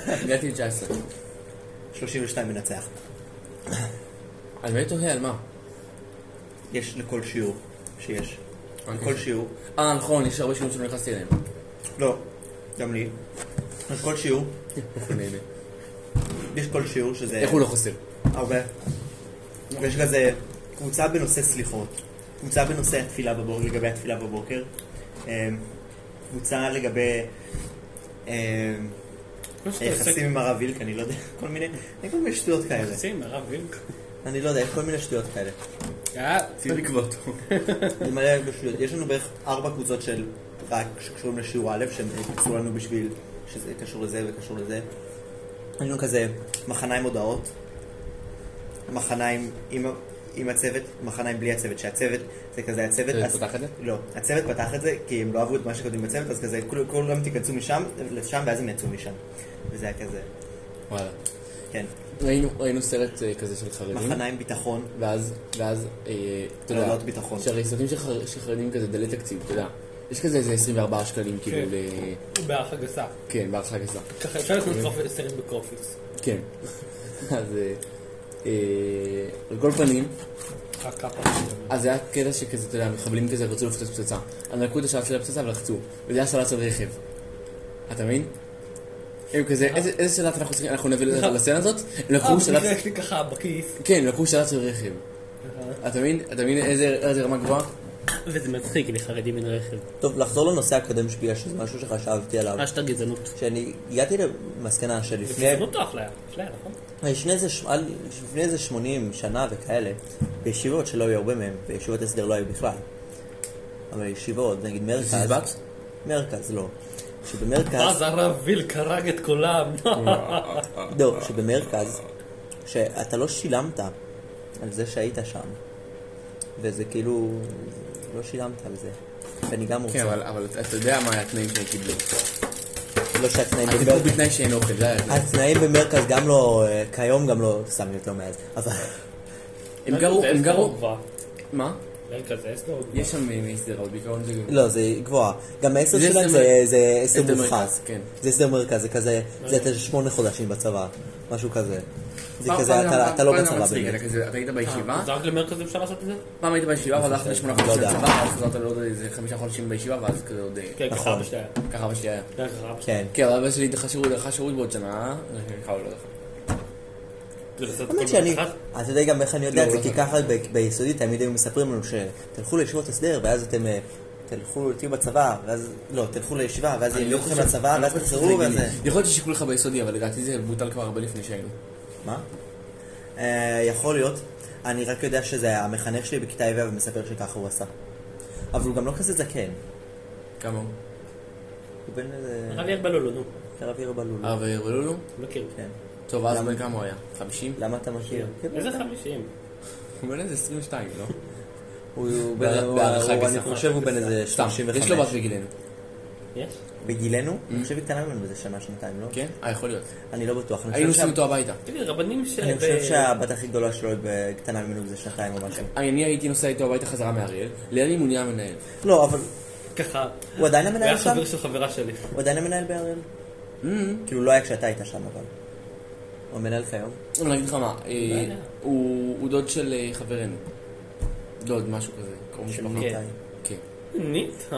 [SPEAKER 4] הגעתי ל-19.
[SPEAKER 3] 32 מנצח.
[SPEAKER 4] אני באמת תוהה על מה.
[SPEAKER 3] יש לכל שיעור שיש.
[SPEAKER 4] אוקיי.
[SPEAKER 3] לכל שיעור.
[SPEAKER 4] אה, נכון, יש הרבה שיעורים שלא נכנסתי אליהם.
[SPEAKER 3] לא, גם לי. לכל שיעור.
[SPEAKER 4] הוא נהנה.
[SPEAKER 3] יש כל שיעור שזה...
[SPEAKER 4] איך הוא לא חסר?
[SPEAKER 3] הרבה. יש כזה קבוצה בנושא סליחות, קבוצה בנושא התפילה בבוקר, לגבי התפילה בבוקר, אמ, קבוצה לגבי אמ, היחסים עם הרב וילק, אני לא יודע, כל מיני, אין כל מיני שטויות כאלה.
[SPEAKER 2] יחסים, הרב וילק.
[SPEAKER 3] אני לא יודע, יש כל מיני שטויות כאלה.
[SPEAKER 2] אה,
[SPEAKER 4] צריך לקבוע אותו.
[SPEAKER 3] זה מלא בשטויות. יש לנו בערך ארבע קבוצות של רק שקשורים לשיעור א', שהם יקצרו לנו בשביל שזה קשור לזה וקשור לזה. יש לנו כזה מחנה עם הודעות, מחנה עם, עם, עם הצוות, מחנה עם בלי הצוות, שהצוות זה כזה הצוות...
[SPEAKER 4] הצוות
[SPEAKER 3] אז-
[SPEAKER 4] פתח את זה?
[SPEAKER 3] לא, הצוות פתח את זה כי הם לא אהבו את מה שכותבים בצוות, אז כזה כול- כולם תיכנסו משם לשם ואז הם יצאו משם. וזה היה כזה,
[SPEAKER 4] וואלה.
[SPEAKER 3] כן.
[SPEAKER 4] ראינו ראינו סרט אה, כזה של חרדים.
[SPEAKER 3] מחנה עם ביטחון,
[SPEAKER 4] ואז, ואז, אה, אתה יודע,
[SPEAKER 3] תעודות ביטחון.
[SPEAKER 4] שהרי סרטים של חר- של חרדים כזה דלי תקציב, אתה יודע. יש כזה איזה 24 שקלים, כאילו, ל...
[SPEAKER 2] בהערכה גסה.
[SPEAKER 4] כן, בהרחק גסה.
[SPEAKER 2] ככה אפשר לקנות סרט בקרופיס.
[SPEAKER 4] כן. אז, אה, אה, על כל פנים,
[SPEAKER 2] רק ככה.
[SPEAKER 4] אז זה היה קטע שכזה, אתה יודע, מחבלים כזה רצו לפוצץ פצצה. אז לקחו את השלט של הפצצה ולחצו. וזה היה שלט של רכב. אתה מבין? הם כזה, איזה איזה שלט אנחנו צריכים, אנחנו נביא לזה לסצנה הזאת? הם
[SPEAKER 1] אה,
[SPEAKER 4] לקחו שלט...
[SPEAKER 1] כן.
[SPEAKER 2] יש לי ככה בכיס.
[SPEAKER 4] כן, הם לקחו שלט של רכב. אתה מבין? אתה מבין איזה איזה רמה גבוהה?
[SPEAKER 2] וזה מצחיק, אני חרדי מן רכב.
[SPEAKER 3] טוב, לחזור לנושא הקודם שלי, יש איזה משהו שחשבתי עליו.
[SPEAKER 2] מה שאתה גזענות.
[SPEAKER 3] שאני הגעתי למסקנה שלפני
[SPEAKER 2] גזענות או אפליה? אפליה, נכון?
[SPEAKER 3] אה, לפני איזה ש- על- לפני איזה 80 שנה וכאלה, בישיבות שלא היו הרבה מהם, בישיבות הסדר לא היו בכלל. אבל ישיבות, נגיד מרכז,
[SPEAKER 4] סיסבט?
[SPEAKER 3] מרכז לא. שבמרכז,
[SPEAKER 2] אז הרב וילק הרג את כולם.
[SPEAKER 3] לא, שבמרכז, שאתה לא שילמת על זה שהיית שם. וזה כאילו, לא שילמת על זה. ואני גם
[SPEAKER 4] כן,
[SPEAKER 3] רוצה,
[SPEAKER 4] אבל אבל אתה יודע מה היה התנאים שהם קיבלו.
[SPEAKER 3] לא שהתנאים
[SPEAKER 4] הם קיבלו
[SPEAKER 3] במרכז,
[SPEAKER 4] בתנאי שאין אוכל, זה היה... התנאי.
[SPEAKER 3] התנאים במרכז גם לא, אה, כיום גם לא, סתם יותר מאז, אבל...
[SPEAKER 4] הם גרו, הם גרו... מה?
[SPEAKER 2] מרכז אסדור.
[SPEAKER 4] יש שם אה, הסדר, אבל בעיקרון זה...
[SPEAKER 3] לא, זה גבוהה. גם העשר
[SPEAKER 4] זה
[SPEAKER 3] שלהם
[SPEAKER 4] הסדר
[SPEAKER 3] זה- זה
[SPEAKER 4] מרכז.
[SPEAKER 3] עשר
[SPEAKER 4] הסדר
[SPEAKER 3] מובחן.
[SPEAKER 4] מרכז, כן. אוקיי.
[SPEAKER 3] זה הסדר מרכז, זה כזה, זה אתה שמונה חודשים בצבא, משהו כזה. זה
[SPEAKER 4] פעם-
[SPEAKER 3] כזה,
[SPEAKER 4] פעם
[SPEAKER 3] אתה-
[SPEAKER 4] גם-
[SPEAKER 3] אתה לא
[SPEAKER 4] פעם גם
[SPEAKER 3] בצבא
[SPEAKER 4] מצחיק,
[SPEAKER 3] באמת.
[SPEAKER 4] אתה כזה- אתה היית בישיבה,
[SPEAKER 2] רק למרכז אפשר לעשות את זה?
[SPEAKER 4] פעם היית בישיבה, אבל הלכת
[SPEAKER 3] חושב,
[SPEAKER 4] לשמונה
[SPEAKER 3] לא
[SPEAKER 4] חודשים
[SPEAKER 3] יודע.
[SPEAKER 4] לצבא, ואז חזרת לעוד איזה חמישה חודשים בישיבה, ואז כזה עוד... אה,
[SPEAKER 2] כן,
[SPEAKER 3] נכון.
[SPEAKER 2] ככה אבא שלי היה.
[SPEAKER 4] ככה אבא שלי היה.
[SPEAKER 2] כן, ככה אבא שלי
[SPEAKER 3] כן.
[SPEAKER 4] כן, אבל אבא שלי דחה שירות, דחה שירות בעוד שנה, אה, חבל, לא דחה.
[SPEAKER 2] זה לעשות
[SPEAKER 3] האמת
[SPEAKER 2] כל
[SPEAKER 3] שאני,
[SPEAKER 2] דבר אחד.
[SPEAKER 3] אתה יודע גם איך אני יודע את
[SPEAKER 4] כן, לא,
[SPEAKER 3] זה,
[SPEAKER 4] לא
[SPEAKER 3] כי
[SPEAKER 4] אחד.
[SPEAKER 3] ככה ב- ביסודי תמיד היו מספרים לנו שתלכו לישיבות הסדר, ואז אתם אה, תלכו, תהיו בצבא, ואז, לא, תלכו לישיבה, ואז
[SPEAKER 4] אני
[SPEAKER 3] יהיו
[SPEAKER 4] לא
[SPEAKER 3] לכם
[SPEAKER 4] חושב-
[SPEAKER 3] לצבא,
[SPEAKER 4] אני לא
[SPEAKER 3] ואז
[SPEAKER 4] חושב שזה
[SPEAKER 3] תחזרו, ואז...
[SPEAKER 4] הגיוני. יכול להיות ששיקול לך ביסודי, אבל לדעתי זה בוטל כבר הרבה לפני שהיינו.
[SPEAKER 3] מה? אה, יכול להיות. אני רק יודע שזה המחנך שלי בכיתה ה' ומספר שככה הוא עשה. אבל הוא גם לא כזה זקן.
[SPEAKER 4] כמה הוא?
[SPEAKER 3] הוא בן איזה...
[SPEAKER 2] הרב ירבלולו, נו.
[SPEAKER 3] הרב עיר בלול.
[SPEAKER 4] הרב ירבלולו?
[SPEAKER 2] מכיר.
[SPEAKER 3] כן.
[SPEAKER 4] טוב, אז
[SPEAKER 3] למה?
[SPEAKER 4] בן כמה הוא היה? 50?
[SPEAKER 3] למה אתה מכיר? כאילו,
[SPEAKER 2] איזה חמישים?
[SPEAKER 4] הוא בן איזה 22, לא?
[SPEAKER 3] הוא- הוא בן-
[SPEAKER 4] בהערכה
[SPEAKER 3] הוא-
[SPEAKER 4] גסה.
[SPEAKER 3] הוא- אני חושב הוא בן איזה
[SPEAKER 4] סתם, יש
[SPEAKER 3] 35.
[SPEAKER 4] לו בת בגילנו.
[SPEAKER 2] יש?
[SPEAKER 3] בגילנו? אני חושב היא קטנה ממנו איזה שנה, שנתיים, לא?
[SPEAKER 4] כן? אה, יכול להיות.
[SPEAKER 3] אני לא בטוח. אני
[SPEAKER 4] היינו
[SPEAKER 3] חושב
[SPEAKER 4] עושים
[SPEAKER 3] שה-
[SPEAKER 4] אותו הביתה.
[SPEAKER 2] תגיד, רבנים ש...
[SPEAKER 3] אני
[SPEAKER 2] ב-
[SPEAKER 3] חושב שהבת הכי גדולה שלו היא ב- קטנה ממנו איזה שנתיים או משהו.
[SPEAKER 4] אני הייתי נוסע איתו הביתה חזרה מאריאל, ליד לי מוניה המנהל.
[SPEAKER 3] לא, אבל
[SPEAKER 2] ככה.
[SPEAKER 3] הוא עדיין
[SPEAKER 2] הוא היה
[SPEAKER 3] המנהל שם?
[SPEAKER 2] חבר של חברה שלי.
[SPEAKER 3] הוא עדיין המנהל באריאל? כאילו לא היה כשאתה היית שם, אבל. הוא המנהל כיום?
[SPEAKER 4] אבל אני אגיד לך מה, אה,
[SPEAKER 2] יודע.
[SPEAKER 4] הוא הוא דוד של אה, חברנו. דוד, משהו כזה. קרוב
[SPEAKER 3] של
[SPEAKER 4] משפחה.
[SPEAKER 3] ניתאי.
[SPEAKER 4] כן.
[SPEAKER 2] ניתן.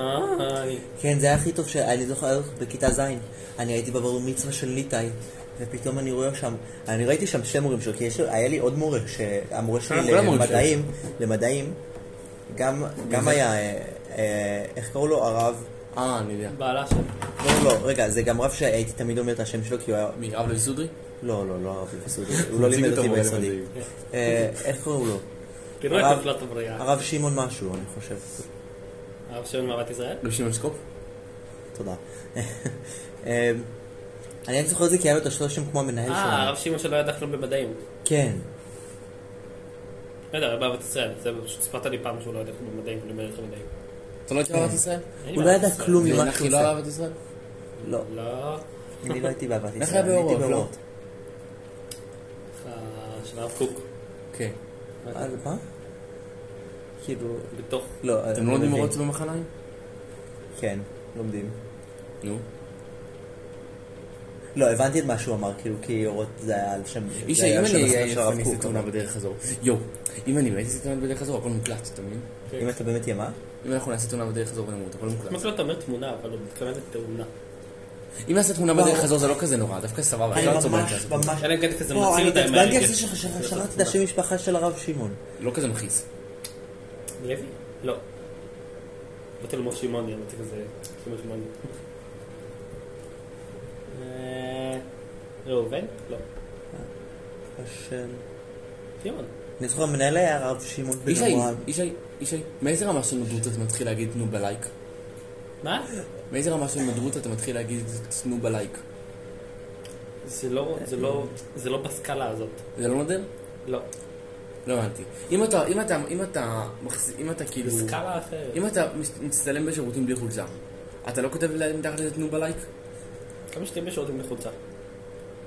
[SPEAKER 3] כן, זה היה הכי טוב, ש- אני זוכר בכיתה ז', אני הייתי בבר מצווה של ליטאי, ופתאום אני רואה שם, אני ראיתי שם שני מורים שלו, כי יש, היה לי עוד מורה, שהמורה שלי
[SPEAKER 4] אה, כל המורים
[SPEAKER 3] למדעים, למדעים, גם, גם היה, אה, אה, איך קראו לו? הרב,
[SPEAKER 4] אה, אני יודע.
[SPEAKER 2] בעלה שלי.
[SPEAKER 3] לא, לא, לא, רגע, זה גם רב שהייתי תמיד אומר את השם שלו כי הוא היה...
[SPEAKER 4] מי, הרב לוי סודרי?
[SPEAKER 3] לא, לא, לא הרב יסודי, הוא לא
[SPEAKER 4] מציג
[SPEAKER 3] לימד
[SPEAKER 4] אותו
[SPEAKER 3] אותי
[SPEAKER 4] מורה
[SPEAKER 3] ביסודי.
[SPEAKER 4] למדעים.
[SPEAKER 3] אה, איך קראו לו?
[SPEAKER 1] תראו
[SPEAKER 3] הרב-
[SPEAKER 1] את נפלת הבריאה.
[SPEAKER 3] הרב שמעון משהו, אני חושב.
[SPEAKER 1] הרב של מערת ישראל?
[SPEAKER 4] רב שמעון סקופ?
[SPEAKER 3] תודה. אה, אני רק זוכר את זה כי היה לו את השלוש שם כמו המנהל
[SPEAKER 1] אה,
[SPEAKER 3] שלנו.
[SPEAKER 1] הרב שמעון שלא ידע כלום במדעים.
[SPEAKER 3] כן.
[SPEAKER 1] לא יודע, הרב אהבת ישראל, זה פשוט סיפרת לי פעם שהוא לא יודע כלום במדעים, אני אומר לך מדעים.
[SPEAKER 4] אתה לא הייתי באהבת ישראל?
[SPEAKER 1] אין לי
[SPEAKER 3] הוא לא
[SPEAKER 1] בעיה
[SPEAKER 3] ידע
[SPEAKER 1] בזה.
[SPEAKER 3] כלום ממה
[SPEAKER 4] נחי
[SPEAKER 3] שהוא
[SPEAKER 4] לא
[SPEAKER 3] עושה.
[SPEAKER 4] אהבת ישראל?
[SPEAKER 3] לא,
[SPEAKER 1] לא,
[SPEAKER 3] אני לא הייתי באהבת
[SPEAKER 4] נחי
[SPEAKER 3] ישראל,
[SPEAKER 4] היה
[SPEAKER 3] אני הייתי
[SPEAKER 4] באורות, לא?
[SPEAKER 3] באורות.
[SPEAKER 1] אה, של הרב קוק.
[SPEAKER 4] כן.
[SPEAKER 1] לא.
[SPEAKER 3] אה, מה? כאילו...
[SPEAKER 1] בתוך...
[SPEAKER 3] לא,
[SPEAKER 4] אתם
[SPEAKER 3] אני
[SPEAKER 4] לא לומדים
[SPEAKER 3] מבין.
[SPEAKER 4] אורות במחניים?
[SPEAKER 3] כן, לומדים.
[SPEAKER 4] נו.
[SPEAKER 3] לא, הבנתי את מה שהוא אמר, כאילו, כי אורות זה היה על שם...
[SPEAKER 4] איש,
[SPEAKER 3] זה היה
[SPEAKER 4] אם
[SPEAKER 3] על שם
[SPEAKER 4] אני אה,
[SPEAKER 3] הסרט של הרב
[SPEAKER 4] אני אעשה
[SPEAKER 3] קוק,
[SPEAKER 4] תאונה
[SPEAKER 3] אבל-
[SPEAKER 4] בדרך חזור. יואו, אם אני הייתי עושה תאונה בדרך חזור, הכל מוקלט, אתה מבין?
[SPEAKER 3] אם אתה באמת יהיה מה?
[SPEAKER 4] אם אנחנו נעשה תאונה בדרך חזור ונמות, הכל
[SPEAKER 1] מה
[SPEAKER 4] מוקלט.
[SPEAKER 1] זה לא אתה אומר תמונה, אבל הוא מתכוון לתאונה.
[SPEAKER 4] אם נעשה תאונה בדרך חזור זה לא כזה נורא, דווקא סבבה, לא
[SPEAKER 3] אני
[SPEAKER 4] אפשר לעצור
[SPEAKER 3] ממש,
[SPEAKER 4] באמצע לעשות.
[SPEAKER 3] ממש...
[SPEAKER 1] אלא אם כן אתה כזה
[SPEAKER 3] לא,
[SPEAKER 1] מציל
[SPEAKER 3] אני
[SPEAKER 1] אותה עם
[SPEAKER 3] התעצבנתי על
[SPEAKER 1] ההגה.
[SPEAKER 3] זה ששכחתי את השם משפחה של הרב שמעון.
[SPEAKER 4] לא כזה מכעיס.
[SPEAKER 1] לוי? לא. באתי לומר שמעוני, אמרתי כזה, שמעון שמעוני. אה, ראובן? לא.
[SPEAKER 3] השם...
[SPEAKER 1] שמעון.
[SPEAKER 3] אני זוכר המנהל היה הרב שמעון בן
[SPEAKER 4] ישי,
[SPEAKER 3] אברהם.
[SPEAKER 4] ישי, ישי, מאיזה רמה של נודרות אתה מתחיל להגיד תנו בלייק?
[SPEAKER 1] מה?
[SPEAKER 4] מאיזה רמה של נודרות אתה מתחיל להגיד תנו בלייק?
[SPEAKER 1] זה לא, זה לא, זה לא בסקאלה הזאת.
[SPEAKER 4] זה לא נודר?
[SPEAKER 1] לא.
[SPEAKER 4] לא הבנתי. אם אתה, אם אתה, אם אתה, מחז- אם אתה כאילו...
[SPEAKER 1] זה סקאלה אחרת.
[SPEAKER 4] אם אתה מש- מצטלם בשירותים בלי חולצה, אתה לא כותב להם מתחת לזה תנו בלייק?
[SPEAKER 1] כמה שתהיה בשירותים בחולצה.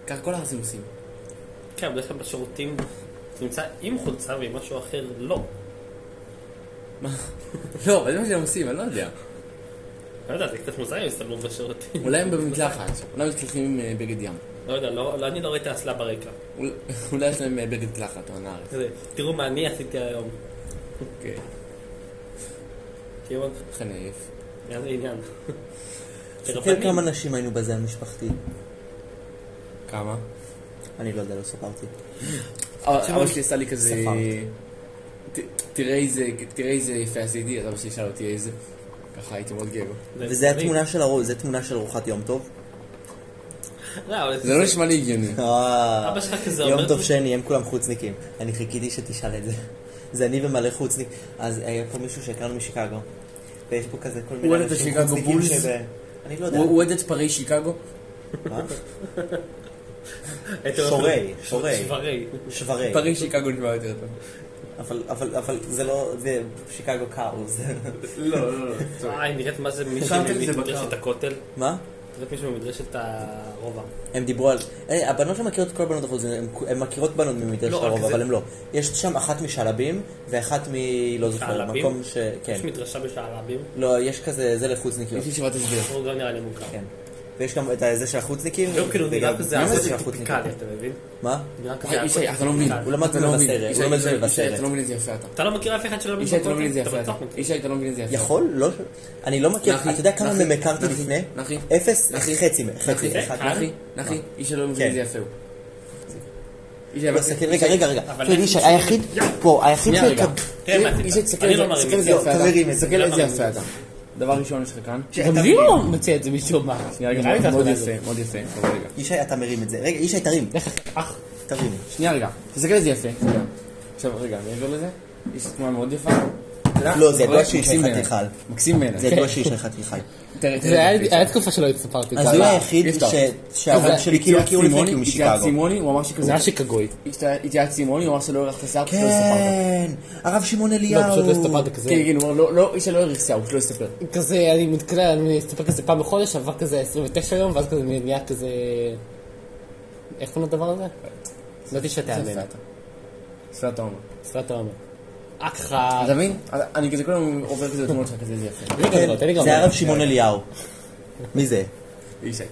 [SPEAKER 4] ככה כל הארצים עושים.
[SPEAKER 1] כן, בדרך כלל בשירותים זה נמצא עם חולצה ועם משהו אחר לא.
[SPEAKER 4] לא, אבל זה מה שהם עושים, אני לא יודע.
[SPEAKER 1] לא יודע, זה קצת מוזר אם הסתברות בשירותים.
[SPEAKER 4] אולי הם במקלחת, אולי הם מתקלחים עם אה, בגד ים.
[SPEAKER 1] לא יודע, לא, לא, אני לא ראיתי אסלה ברקע.
[SPEAKER 4] אול- אולי יש להם אה, בגד קלחת או הנער.
[SPEAKER 1] כזה, תראו מה אני עשיתי היום.
[SPEAKER 4] אוקיי,
[SPEAKER 1] שמעון,
[SPEAKER 4] לכן עייף.
[SPEAKER 1] מה זה עניין?
[SPEAKER 3] תסתכל כמה נשים היינו בזה המשפחתי.
[SPEAKER 4] כמה?
[SPEAKER 3] אני לא יודע, לא ספרתי.
[SPEAKER 4] אבא שלי עשה אה, לי כזה...
[SPEAKER 3] ספרת.
[SPEAKER 4] ת- תראה איזה- תראה איזה יפה עשיתי, אז אבא שלי שאל אותי איזה... ככה הייתי מאוד גאה בו.
[SPEAKER 3] וזה התמונה של הרוב, זה תמונה של ארוחת יום טוב.
[SPEAKER 1] לא, אבל
[SPEAKER 4] זה לא נשמע לי הגיוני.
[SPEAKER 3] אה,
[SPEAKER 1] אבא שלך כזה
[SPEAKER 3] יום
[SPEAKER 1] אומר-
[SPEAKER 3] טוב שני, הם כולם חוצניקים. אני חיכיתי שתשאל את זה. זה אני ומלא חוצניק. אז אה, היה פה מישהו שהכרנו משיקגו. ויש פה כזה כל מיני
[SPEAKER 4] אוהד את
[SPEAKER 3] אנשים
[SPEAKER 4] השיקגו
[SPEAKER 3] חוצניקים
[SPEAKER 4] בולס?
[SPEAKER 3] שב... אני לא יודע.
[SPEAKER 4] הוא הוא אוהד את פרי שיקגו?
[SPEAKER 3] כן. מה?
[SPEAKER 1] הייתי אומר-
[SPEAKER 3] שורי, שורי.
[SPEAKER 1] שברי.
[SPEAKER 3] שברי.
[SPEAKER 4] פרי שיקגו נשמע יותר טוב.
[SPEAKER 3] אבל, אבל, אבל זה לא, זה שיקגו קאוז.
[SPEAKER 4] לא, לא, לא.
[SPEAKER 1] אה, היא נראית מה זה מישהו
[SPEAKER 4] שמתי לזה
[SPEAKER 1] ממדרשת
[SPEAKER 4] בקר.
[SPEAKER 1] הכותל?
[SPEAKER 3] מה?
[SPEAKER 1] נראית מישהו ממדרשת הרובע.
[SPEAKER 3] הם דיברו על... היי, הבנות לא מכירות את כל הבנות החוצות, הן מכירות בנות ממדרשת
[SPEAKER 1] לא, רק
[SPEAKER 3] הרוב,
[SPEAKER 1] זה-
[SPEAKER 3] אבל הן לא. יש שם אחת משעלבים, ואחת מ... לא זוכר,
[SPEAKER 1] שעלבים?
[SPEAKER 3] מקום ש... כן.
[SPEAKER 1] יש מדרשה בשעלבים?
[SPEAKER 3] לא, יש כזה, זה לחוצניקיות.
[SPEAKER 4] יש לי ישיבת הסדר.
[SPEAKER 1] הוא גם נראה לי מוכר.
[SPEAKER 3] כן. ויש גם את הזה של החוצניקים.
[SPEAKER 1] לא, כאילו נראה
[SPEAKER 3] וגם-
[SPEAKER 1] כזה
[SPEAKER 3] מה זה
[SPEAKER 1] עזרי
[SPEAKER 3] של החוצניקים?
[SPEAKER 1] טיפיקלי, אתה מבין?
[SPEAKER 3] מה?
[SPEAKER 1] נראה כזה
[SPEAKER 4] אחי, ישי, אתה לא מבין.
[SPEAKER 1] טיפיקלי.
[SPEAKER 3] הוא למד
[SPEAKER 4] אתה לא מבין.
[SPEAKER 3] בסרט,
[SPEAKER 4] ישי,
[SPEAKER 3] הוא למד
[SPEAKER 4] ישי,
[SPEAKER 3] את זה
[SPEAKER 4] ישי,
[SPEAKER 3] בסרט.
[SPEAKER 4] אתה לא מבין את זה יפה אתה.
[SPEAKER 1] אתה לא מכיר אף אחד שלא מבין
[SPEAKER 4] ישי, אתה לא מבין את זה
[SPEAKER 1] אתה
[SPEAKER 4] יפה אתה.
[SPEAKER 1] בטוח מכיר.
[SPEAKER 4] ישי, אתה לא מבין את זה יפה.
[SPEAKER 3] יכול? לא... אני לא מכיר,
[SPEAKER 4] נחי,
[SPEAKER 3] אתה יודע כמה
[SPEAKER 4] נחי,
[SPEAKER 3] מהם הכרתי
[SPEAKER 4] נחי,
[SPEAKER 3] לפני?
[SPEAKER 4] נחי,
[SPEAKER 3] אפס,
[SPEAKER 4] נחי,
[SPEAKER 3] חצי, מהם, חצי,
[SPEAKER 4] נחי,
[SPEAKER 3] אחד. לא?
[SPEAKER 4] נחי, נחי, איש שלא מבין
[SPEAKER 3] כן.
[SPEAKER 4] את זה יפה הוא. איש,
[SPEAKER 3] לא,
[SPEAKER 4] אבל-
[SPEAKER 3] תסתכל, רגע, רגע, רגע.
[SPEAKER 1] אבל-
[SPEAKER 3] תראי, איש, היחיד פה, היחיד
[SPEAKER 4] שנייה רגע.
[SPEAKER 3] שהכרתי...
[SPEAKER 1] תראה מה זה.
[SPEAKER 4] איש, תסתכל
[SPEAKER 1] אני
[SPEAKER 4] על זה-
[SPEAKER 1] לא מרים
[SPEAKER 4] תסתכל על זה
[SPEAKER 3] לא,
[SPEAKER 4] יפה אתה.
[SPEAKER 3] תמרים, זה
[SPEAKER 4] תסתכל על זה
[SPEAKER 1] מרים.
[SPEAKER 4] יפה אתה. דבר ראשון יש לך כאן.
[SPEAKER 2] גם לי הוא מציע את זה מישהו אמר.
[SPEAKER 4] שנייה
[SPEAKER 2] כן, נראה לי
[SPEAKER 4] רגע,
[SPEAKER 2] זה
[SPEAKER 4] מאוד
[SPEAKER 2] התמונה
[SPEAKER 4] יפה, מאוד יפה. אבל רגע.
[SPEAKER 3] ישי, אתה מרים את זה. רגע, ישי, תרים.
[SPEAKER 2] אח,
[SPEAKER 3] תרים.
[SPEAKER 4] שנייה רגע, תסתכל על זה יפה.
[SPEAKER 3] כן.
[SPEAKER 4] שנייה. עכשיו רגע, מעבר לזה, יש תמונה מאוד יפה. אתה יודע,
[SPEAKER 3] לא, זה ידוע
[SPEAKER 4] אבל
[SPEAKER 3] שהיא
[SPEAKER 4] מקסים
[SPEAKER 3] שלך
[SPEAKER 4] בעיניי.
[SPEAKER 3] תיכל.
[SPEAKER 4] מקסים בעיניי.
[SPEAKER 3] זה
[SPEAKER 4] כן.
[SPEAKER 3] לא ידוע שיש לך תמיכה.
[SPEAKER 4] תראה,
[SPEAKER 2] זה
[SPEAKER 4] תראה,
[SPEAKER 2] היה- היה תקופה שלא הספרתי את
[SPEAKER 3] אז
[SPEAKER 2] זה.
[SPEAKER 3] הוא
[SPEAKER 2] אבל-
[SPEAKER 3] היחיד
[SPEAKER 4] יש לך.
[SPEAKER 3] ש- שההורים
[SPEAKER 4] אז
[SPEAKER 3] שלי כאילו הכירו לפני כי הוא
[SPEAKER 4] התייעץ עם
[SPEAKER 3] משיקגו.
[SPEAKER 4] רוני, הוא אמר
[SPEAKER 2] זה
[SPEAKER 4] שכזה...
[SPEAKER 2] היה לא, שיקגוי.
[SPEAKER 4] התייעץ עם רוני, הוא אמר שלא ירח את השיער, פשוט לא הסתפרת.
[SPEAKER 3] כן, הרב שמעון
[SPEAKER 2] לא,
[SPEAKER 3] אליהו.
[SPEAKER 2] פשוט לא הסתפרתי כזה.
[SPEAKER 3] כאילו,
[SPEAKER 4] כן, כן, הוא אמר, "לא- לא, איש שלא ירח שיער, הוא לא הסתפר.
[SPEAKER 2] כזה, אני מתקרא, אני אסתפר כזה פעם בחודש, עבר כזה 29 יום, ואז כזה נהיה כזה... איך קוראים לדבר הזה? לא תשתה
[SPEAKER 4] יפה
[SPEAKER 2] עלינו.
[SPEAKER 4] אתה. יפה אתה אומר.
[SPEAKER 2] שפת העומר. אה, ככה...
[SPEAKER 4] אתה מבין? אני כזה כל היום עובר כזה תמונות שלך, כזה זה יפה.
[SPEAKER 2] תן לי גם לראות, תן לי גם
[SPEAKER 3] כן. זה הרב
[SPEAKER 2] לראות.
[SPEAKER 3] שמעון אליהו. מי זה?
[SPEAKER 4] ישי.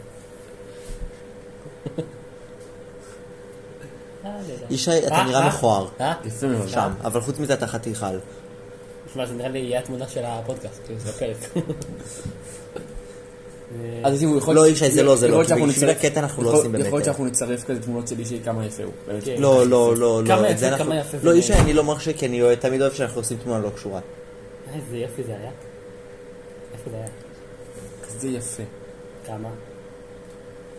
[SPEAKER 3] ישי, אתה
[SPEAKER 2] אה,
[SPEAKER 3] נראה
[SPEAKER 2] אה.
[SPEAKER 3] מכוער.
[SPEAKER 2] אה?
[SPEAKER 4] יפה מאוד.
[SPEAKER 3] שם, אבל חוץ מזה אתה לא, חתיכל.
[SPEAKER 2] תשמע, זה נראה לי יהיה התמונה של הפודקאסט, כאילו, זה הפרק. אה,
[SPEAKER 4] אז אם הוא יכול...
[SPEAKER 3] לא, ישי, זה לא, זה לא,
[SPEAKER 4] יכול להיות
[SPEAKER 3] כי
[SPEAKER 4] שאנחנו
[SPEAKER 3] בשביל
[SPEAKER 4] נצרף-
[SPEAKER 3] הקטע אנחנו לא
[SPEAKER 4] יכול-
[SPEAKER 3] עושים באמת.
[SPEAKER 4] יכול להיות שאנחנו נצרף כזה תמונות של אישי כמה יפה הוא. באמת.
[SPEAKER 2] כן.
[SPEAKER 3] לא, לא, לא,
[SPEAKER 2] כמה
[SPEAKER 3] לא, את זה
[SPEAKER 2] יפה,
[SPEAKER 3] אנחנו...
[SPEAKER 2] כמה יפה זה
[SPEAKER 3] לא,
[SPEAKER 2] נראה.
[SPEAKER 3] ישי, אני לא מרשה כי אני אוהב- תמיד אוהב שאנחנו עושים תמונה לא קשורה.
[SPEAKER 2] איזה יופי זה היה. איפה זה היה?
[SPEAKER 4] זה יפה.
[SPEAKER 2] כמה?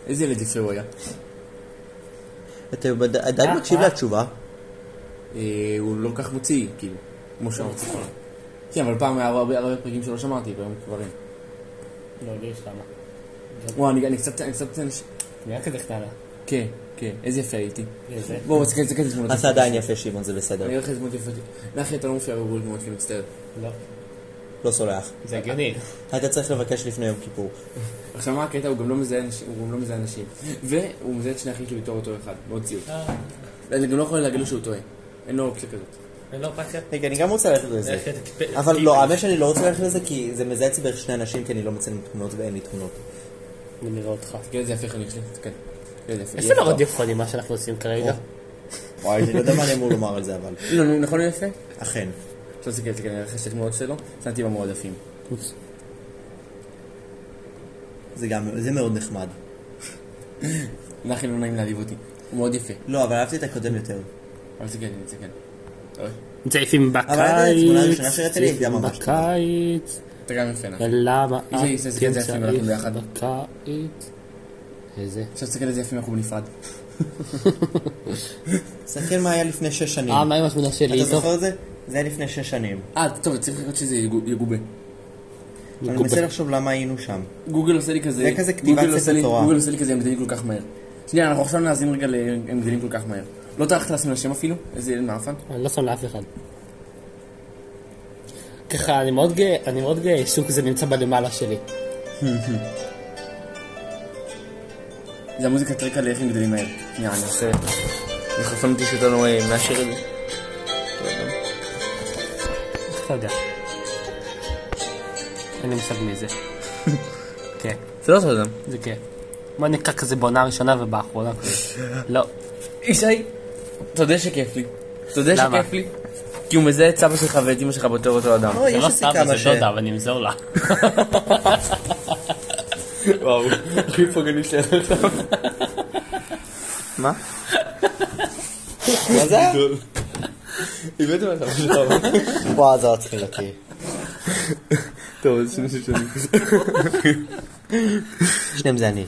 [SPEAKER 4] איזה ילד יפה הוא היה.
[SPEAKER 3] אתה בד- עדיין
[SPEAKER 2] אה,
[SPEAKER 3] מקשיב
[SPEAKER 2] אה.
[SPEAKER 3] לתשובה?
[SPEAKER 4] אה, הוא לא כל כך מוציא, כאילו, כמו שאמרתי לך. כן, אבל פעם היה הרבה הרבה פרקים שלא שמעתי, והיום דברים.
[SPEAKER 2] לא, לי יש כמה.
[SPEAKER 4] וואו, אני אני קצת, אני קצת, אנש-
[SPEAKER 2] נהיה כזה קטנה.
[SPEAKER 4] כן, כן, איזה יפה הייתי.
[SPEAKER 2] איזה?
[SPEAKER 4] בואו, אז כן, זה כן תמונות.
[SPEAKER 3] אז אתה עדיין יפה, שמעון, זה בסדר.
[SPEAKER 4] אני הולך לדמות יפה. לאחי, אתה לא מופיע בגול מאוד שלי מצטער.
[SPEAKER 2] לא.
[SPEAKER 3] לא סולח.
[SPEAKER 2] זה הגיוני.
[SPEAKER 3] היית צריך לבקש לפני יום כיפור.
[SPEAKER 4] עכשיו, מה הקטע? הוא גם לא מזהה אנשים, הוא גם לא מזהה אנשים. והוא מזהה את שני אחים שלו בתור אותו אחד, מאוד ציוט. אני גם לא יכול להגיד לו שהוא טועה. אין לו אופציה כזאת.
[SPEAKER 1] אני לא אכפת לי.
[SPEAKER 3] רגע, אני גם רוצה ללכת לזה.
[SPEAKER 1] ללכת לטיפ-
[SPEAKER 3] אבל
[SPEAKER 1] טיפ-
[SPEAKER 3] לא, האמת שאני לא רוצה ללכת לזה, כי זה מזהה אצלי בערך שני אנשים, כי אני לא מציין תמונות ואין לי תמונות.
[SPEAKER 2] אני נראה אותך.
[SPEAKER 4] תקרא את זה יפה, חניך שלי, תקרא. תקרא את זה יפה.
[SPEAKER 2] איפה לא רדיופוני מה שאנחנו עושים כרגע?
[SPEAKER 3] וואי, אני לא יודע מה אני אמור לומר על זה, אבל...
[SPEAKER 4] לא, נו, נכון הוא יפה?
[SPEAKER 3] אכן.
[SPEAKER 4] עכשיו תסתכל, תקרא, אני אראה שתי תמונות שלו, שמתי במועדפים.
[SPEAKER 3] זה גם, זה מאוד נחמד.
[SPEAKER 4] לאחי לא נעים להעליב אותי. הוא מאוד יפה.
[SPEAKER 3] לא, אבל אהבתי את הקודם יותר.
[SPEAKER 4] אבל כן, תסתכל, תסתכל. אתה רואה?
[SPEAKER 2] צעיפים
[SPEAKER 3] אבל התמונה הראשונה
[SPEAKER 2] בקיץ.
[SPEAKER 3] שהראיתי לי היא גם ממש טובה.
[SPEAKER 2] בקיץ.
[SPEAKER 4] אתה גם יפה, נכון.
[SPEAKER 2] ולמה כן
[SPEAKER 4] איזה- איזה- איזה- איזה יפים אנחנו ביחד.
[SPEAKER 2] בקיץ? איזה?
[SPEAKER 4] עכשיו תסתכל איזה יפה אנחנו בנפרד.
[SPEAKER 3] תסתכל מה היה לפני שש שנים.
[SPEAKER 2] אה, מה עם התמונה שלי
[SPEAKER 3] אתה
[SPEAKER 2] איתו?
[SPEAKER 3] זוכר את זה? זה היה לפני שש שנים.
[SPEAKER 4] אה, טוב, צריך לחכות שזה יגו- יגובה.
[SPEAKER 3] אני מנסה לחשוב למה היינו שם.
[SPEAKER 4] גוגל עושה לי כזה...
[SPEAKER 3] זה כזה כתיבת
[SPEAKER 4] גוגל עושה לי-
[SPEAKER 3] ספר תורה.
[SPEAKER 4] גוגל עושה לי כזה, הם גדלים כל כך מהר. שנייה, אנחנו עכשיו נאזין רגע ל... הם גדלים כל כך מהר. לא טרחת לעשות לשם אפילו? איזה ילד מעפן.
[SPEAKER 2] אני לא שם לאף אחד. ככה, אני מאוד גאה, אני מאוד גאה שוק זה נמצא בלמעלה שלי.
[SPEAKER 4] זה המוזיקת רקע לאיך הם גדלים מהר. שנייה, אני עושה... מכוון אותי שאתה לא אה, מאשר את זה.
[SPEAKER 2] איך אתה יודע? אין לי מושג מי זה. כן,
[SPEAKER 4] זה לא סודם.
[SPEAKER 2] זה כן. בוא נקרא כזה בעונה הראשונה ובאחרונה כזה. לא.
[SPEAKER 4] ישי, תודה שכיף לי. תודה
[SPEAKER 2] למה?
[SPEAKER 4] שכיף לי. כי הוא מזהה את סבא שלך ואת אמא שלך בתור אותו אדם.
[SPEAKER 3] לא,
[SPEAKER 2] זה
[SPEAKER 3] יש
[SPEAKER 2] לא
[SPEAKER 3] אצלי
[SPEAKER 2] סבא,
[SPEAKER 3] כמה
[SPEAKER 2] זה
[SPEAKER 3] ש...
[SPEAKER 2] דודה, אבל אני אמזור לה.
[SPEAKER 4] וואו, הכי פוגעני שהיה לך. מה?
[SPEAKER 3] מה זה?
[SPEAKER 4] הבאתם את סבא שלך.
[SPEAKER 3] וואו, זה מצחיק אותי.
[SPEAKER 4] טוב, זה שני שנים.
[SPEAKER 3] שניהם זה אני.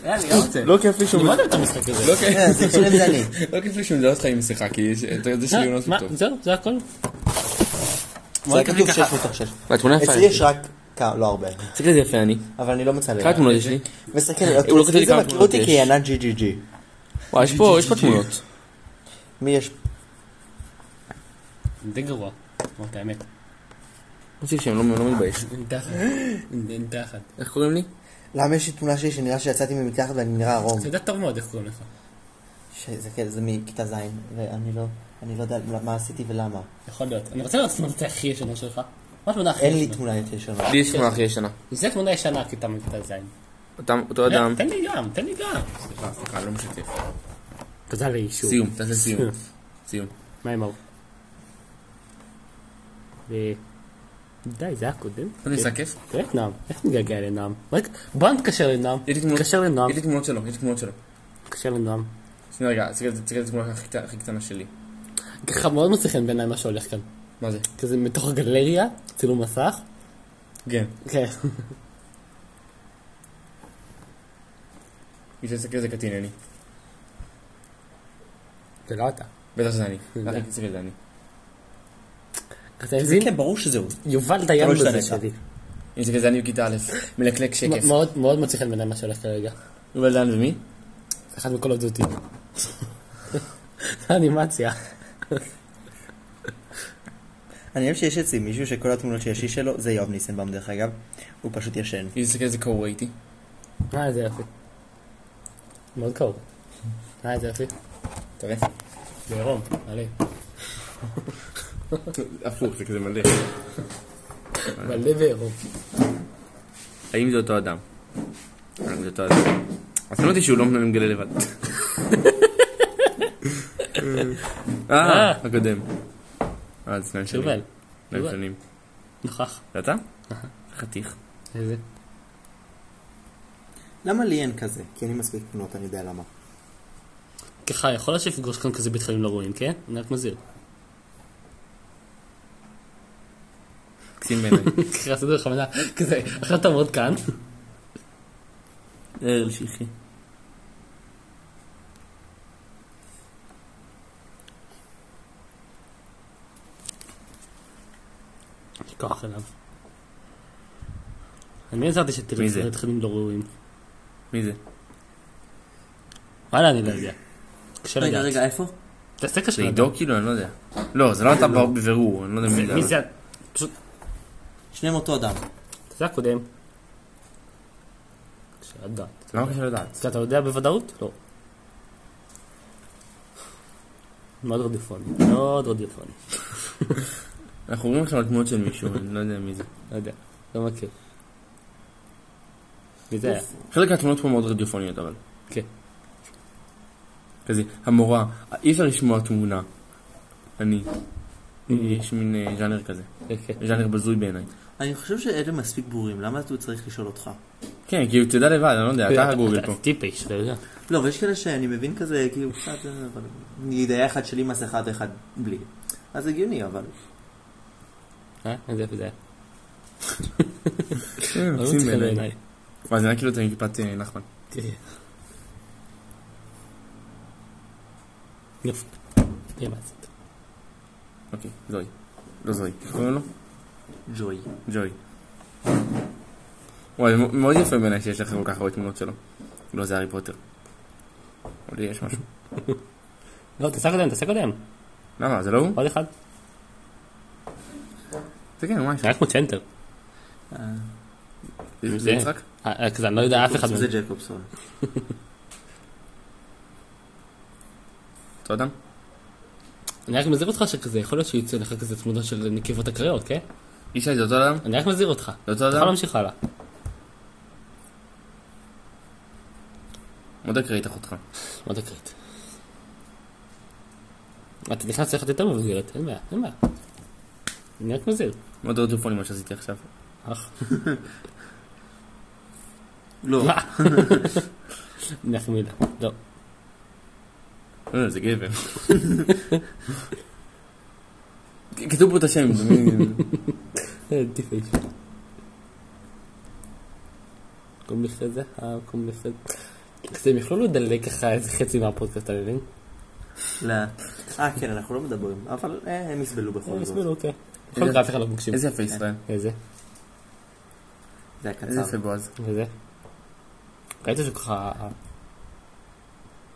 [SPEAKER 4] לא כיף לי שהוא...
[SPEAKER 2] מה זה אתה משחק הזה?
[SPEAKER 4] לא כיף-
[SPEAKER 3] כן, אה, זה שניהם זה אני.
[SPEAKER 4] לא כיף לי שהוא מזהה אותך עם שיחה, כי יש- אתה יודע שלי הוא לא
[SPEAKER 2] מה?
[SPEAKER 4] טוב.
[SPEAKER 2] זהו, זה הכל?
[SPEAKER 3] זה היה כתוב 6 מתוך 6.
[SPEAKER 4] התמונה יפה.
[SPEAKER 3] אצלי יש רק... כמה, לא הרבה.
[SPEAKER 4] תסתכל איזה יפה אני.
[SPEAKER 3] אבל אני לא מצא לב.
[SPEAKER 4] כמה תמונות יש לי?
[SPEAKER 3] מסתכל,
[SPEAKER 4] הוא לא כותב לי
[SPEAKER 3] אצלי זה
[SPEAKER 4] כמה
[SPEAKER 3] מכיר
[SPEAKER 4] תמונות
[SPEAKER 3] אותי
[SPEAKER 4] יש.
[SPEAKER 3] כי היא ענת ג'י ג'י ג'י.
[SPEAKER 4] וואי, יש פה יש פה תמונות.
[SPEAKER 3] מי יש?
[SPEAKER 2] די גרוע. אמרת את האמת.
[SPEAKER 4] אני חושב שהם לא לא מתבייש.
[SPEAKER 2] אין תחת. אין תחת.
[SPEAKER 4] איך קוראים לי?
[SPEAKER 3] למה יש לי תמונה שלי שנראה שיצאתי ממקלחת ואני נראה ערום?
[SPEAKER 2] אתה יודע טוב מאוד איך קוראים לך.
[SPEAKER 3] שזה כן, זה מכיתה ז', ואני לא... אני לא יודע מה עשיתי ולמה.
[SPEAKER 2] יכול להיות. אני רוצה לראות את התמונה הכי ישנה שלך. מה התמונה הכי
[SPEAKER 3] אין לי
[SPEAKER 2] ישנה?
[SPEAKER 3] תמונה יותר שונה.
[SPEAKER 4] לי יש תמונה הכי ישנה.
[SPEAKER 2] זה תמונה ישנה, כי אתה מכיתה ז'.
[SPEAKER 4] אותם- אותו אדם.
[SPEAKER 2] תן לי גם, תן לי גם.
[SPEAKER 4] אה, סליחה, סליחה, לא משתף. כן.
[SPEAKER 2] תודה לאישור.
[SPEAKER 4] סיום, תעשה סיום. סיום.
[SPEAKER 2] מה עם ההוא? ו- די, זה היה קודם.
[SPEAKER 4] אתה נעשה כיף?
[SPEAKER 2] תראה את נועם, איך נגעגע לנועם? רק- בוא נתקשר לנועם.
[SPEAKER 4] יש לי תמונות-
[SPEAKER 2] תתקשר לנועם.
[SPEAKER 4] יש לי תמונות שלו, יש לי תמונות שלו.
[SPEAKER 2] תתקשר לנועם.
[SPEAKER 4] שנייה רגע, תסתכל תסתכל על התמונה הכי קטנה- הכי קטנה שלי.
[SPEAKER 2] ככה מאוד מצא חן בעיניי מה שהולך כאן.
[SPEAKER 4] מה זה?
[SPEAKER 2] כזה מתוך הגלריה, צילום מסך.
[SPEAKER 4] כן.
[SPEAKER 2] כן.
[SPEAKER 4] מי שתסתכל על זה קטין, אני.
[SPEAKER 2] זה לא אתה.
[SPEAKER 4] בטח שזה אני.
[SPEAKER 2] יודע.
[SPEAKER 4] רק תסתכל על זה אני.
[SPEAKER 2] אתה מבין? כן.
[SPEAKER 3] כן, ברור שזהו.
[SPEAKER 2] יובל דיין
[SPEAKER 3] לא
[SPEAKER 2] בזה
[SPEAKER 3] השתנית.
[SPEAKER 2] שלי.
[SPEAKER 4] אני מסתכל על זה אני בכיתה א', מלקלק שקף.
[SPEAKER 2] מ- מאוד מאוד מצא חן בעיניי מה שהולך כרגע.
[SPEAKER 4] יובל דן ומי?
[SPEAKER 2] אחד מכל הדותי. אנימציה.
[SPEAKER 3] אני אוהב שיש אצלי מישהו שכל התמונות שיש לי שלו, זה יואב ניסנבאום דרך אגב, הוא פשוט ישן.
[SPEAKER 4] אני מסתכל על זה קרוב ראיתי.
[SPEAKER 2] אה, איזה יופי. מאוד קרוב. אה, איזה יופי.
[SPEAKER 4] תראה.
[SPEAKER 2] זה עירום, עלי.
[SPEAKER 4] הפוך, זה כזה מלא.
[SPEAKER 2] מלא ועירום.
[SPEAKER 4] האם זה אותו אדם? האם זה אותו אדם? אז אמרתי שהוא לא מגלה לבד. אה, הקודם. אה, זה שניים שנים.
[SPEAKER 2] יובל.
[SPEAKER 4] שניים
[SPEAKER 2] יובל.
[SPEAKER 4] שנים.
[SPEAKER 2] נוכח.
[SPEAKER 4] זה אתה? חתיך.
[SPEAKER 2] איזה?
[SPEAKER 3] למה לי אין כזה? כי אין לי מספיק תמונות, אני יודע למה.
[SPEAKER 2] ככה, יכול להיות שיפגוש כאן כזה בית חולים לא רואים, כן? אני רק מזהיר.
[SPEAKER 4] קסים בעיניי.
[SPEAKER 2] ככה, עשיתי בכוונה, כזה, עכשיו אתה מאוד כאן.
[SPEAKER 4] ארל שיחי.
[SPEAKER 2] כוח אליו. אני עזרתי שתראה
[SPEAKER 4] מי זה?
[SPEAKER 2] תכנים לא ראויים.
[SPEAKER 4] מי זה?
[SPEAKER 2] וואלה, אני לא יודע. קשה
[SPEAKER 4] רגע,
[SPEAKER 2] לדעת.
[SPEAKER 4] רגע, איפה?
[SPEAKER 2] תעשה קשה
[SPEAKER 4] זה
[SPEAKER 2] לדעת.
[SPEAKER 4] עידו כאילו? אני לא יודע. לא, זה לא אתה בר- בבירור, אני לא יודע מי
[SPEAKER 2] זה-
[SPEAKER 4] זה.
[SPEAKER 2] מי זה?
[SPEAKER 4] שניהם אותו אדם.
[SPEAKER 2] זה הקודם. קשה לדעת.
[SPEAKER 4] למה קשה לדעת?
[SPEAKER 2] אז אתה יודע בוודאות? לא. מאוד רדיופוני. מאוד רדיופוני.
[SPEAKER 4] אנחנו אומרים עכשיו על תמונות של מישהו, אני לא יודע מי זה.
[SPEAKER 2] לא יודע. לא מכיר. מי זה היה?
[SPEAKER 4] חלק מהתמונות פה מאוד רדיופוניות אבל.
[SPEAKER 2] כן.
[SPEAKER 4] כזה, המורה, אי אפשר לשמוע תמונה. אני. יש מין אה, ז'אנר כזה.
[SPEAKER 2] כן, כן.
[SPEAKER 4] ז'אנר בזוי בעיניי.
[SPEAKER 3] אני חושב שאלה מספיק ברורים, למה הוא צריך לשאול אותך?
[SPEAKER 4] כן, כאילו, תדע לבד, אני לא יודע, אתה הגוגל פה.
[SPEAKER 2] אתה טיפש, אתה יודע.
[SPEAKER 3] לא, ויש כאלה שאני מבין כזה, כאילו, קצת, אה, אבל... נגיד, היה אחד שלי מסכה ואחד בלי. אז הגיוני, אבל...
[SPEAKER 2] אה? איזה יפה זה היה.
[SPEAKER 4] אה,
[SPEAKER 2] לא
[SPEAKER 4] מקסים
[SPEAKER 2] מצליח
[SPEAKER 4] בעיניי.
[SPEAKER 2] בעיניי.
[SPEAKER 4] וואי, זה היה כאילו את המשפט אה, נחמן.
[SPEAKER 2] כן. יופי. תראה מה זה.
[SPEAKER 4] אוקיי, זוהי. לא זוהי. איך קוראים לו?
[SPEAKER 3] ג'וי.
[SPEAKER 4] ג'וי. וואי, זה מאוד יפה בעיניי שיש לך כל כך הרבה תמונות שלו. לא, זה הארי פוטר. או לי יש משהו.
[SPEAKER 2] לא, תעשה קודם, תעשה קודם.
[SPEAKER 4] למה, זה לא הוא?
[SPEAKER 2] עוד אחד.
[SPEAKER 4] זה כן, מה יש?
[SPEAKER 2] זה היה כמו צ'נטר.
[SPEAKER 4] זה- זה
[SPEAKER 2] זה.
[SPEAKER 4] יצחק?
[SPEAKER 2] אה, אה, כזה, אני לא יודע אף אחד. מהם.
[SPEAKER 3] זה ג'קובסון.
[SPEAKER 4] אותו אדם?
[SPEAKER 2] אני רק מזהיר אותך שכזה, יכול להיות שיצא לך כזה תמונה של נקיבות הקריות, כן?
[SPEAKER 4] ישי, זה אותו אדם?
[SPEAKER 2] אני רק מזהיר אותך.
[SPEAKER 4] זה אותו
[SPEAKER 2] אתה יכול
[SPEAKER 4] אדם?
[SPEAKER 2] להמשיך הלאה.
[SPEAKER 4] עוד אקריא את אחותך.
[SPEAKER 2] עוד הקרית. אתה נכנס ללכת יותר מבוגרת, אין בעיה, אין בעיה. אני רק מזהיר.
[SPEAKER 4] מאוד רדיופוני מה שעשיתי עכשיו.
[SPEAKER 2] אח,
[SPEAKER 3] לא,
[SPEAKER 2] מה? אנחנו מילה. לא.
[SPEAKER 4] אה, זה גבר. כתוב פה את השם. זה מין-
[SPEAKER 2] אה, טיפש. קום בכלל זה, אה, קום בכלל. כזה, הם יכלו לדלג לא ככה איזה חצי מהפודקאסט, אתה מבין?
[SPEAKER 4] אה,
[SPEAKER 3] לא. אה, כן, אנחנו לא מדברים, אבל אה, הם יסבלו
[SPEAKER 2] הם
[SPEAKER 3] בכל זאת.
[SPEAKER 2] יסבלו, אוקיי. בכל מקרה, אף אחד לא מקשיב.
[SPEAKER 4] לא. איזה יפה ישראל.
[SPEAKER 2] איזה?
[SPEAKER 3] זה
[SPEAKER 4] איזה
[SPEAKER 3] הקצר.
[SPEAKER 4] יפה בועז.
[SPEAKER 2] וזה. ראית שככה...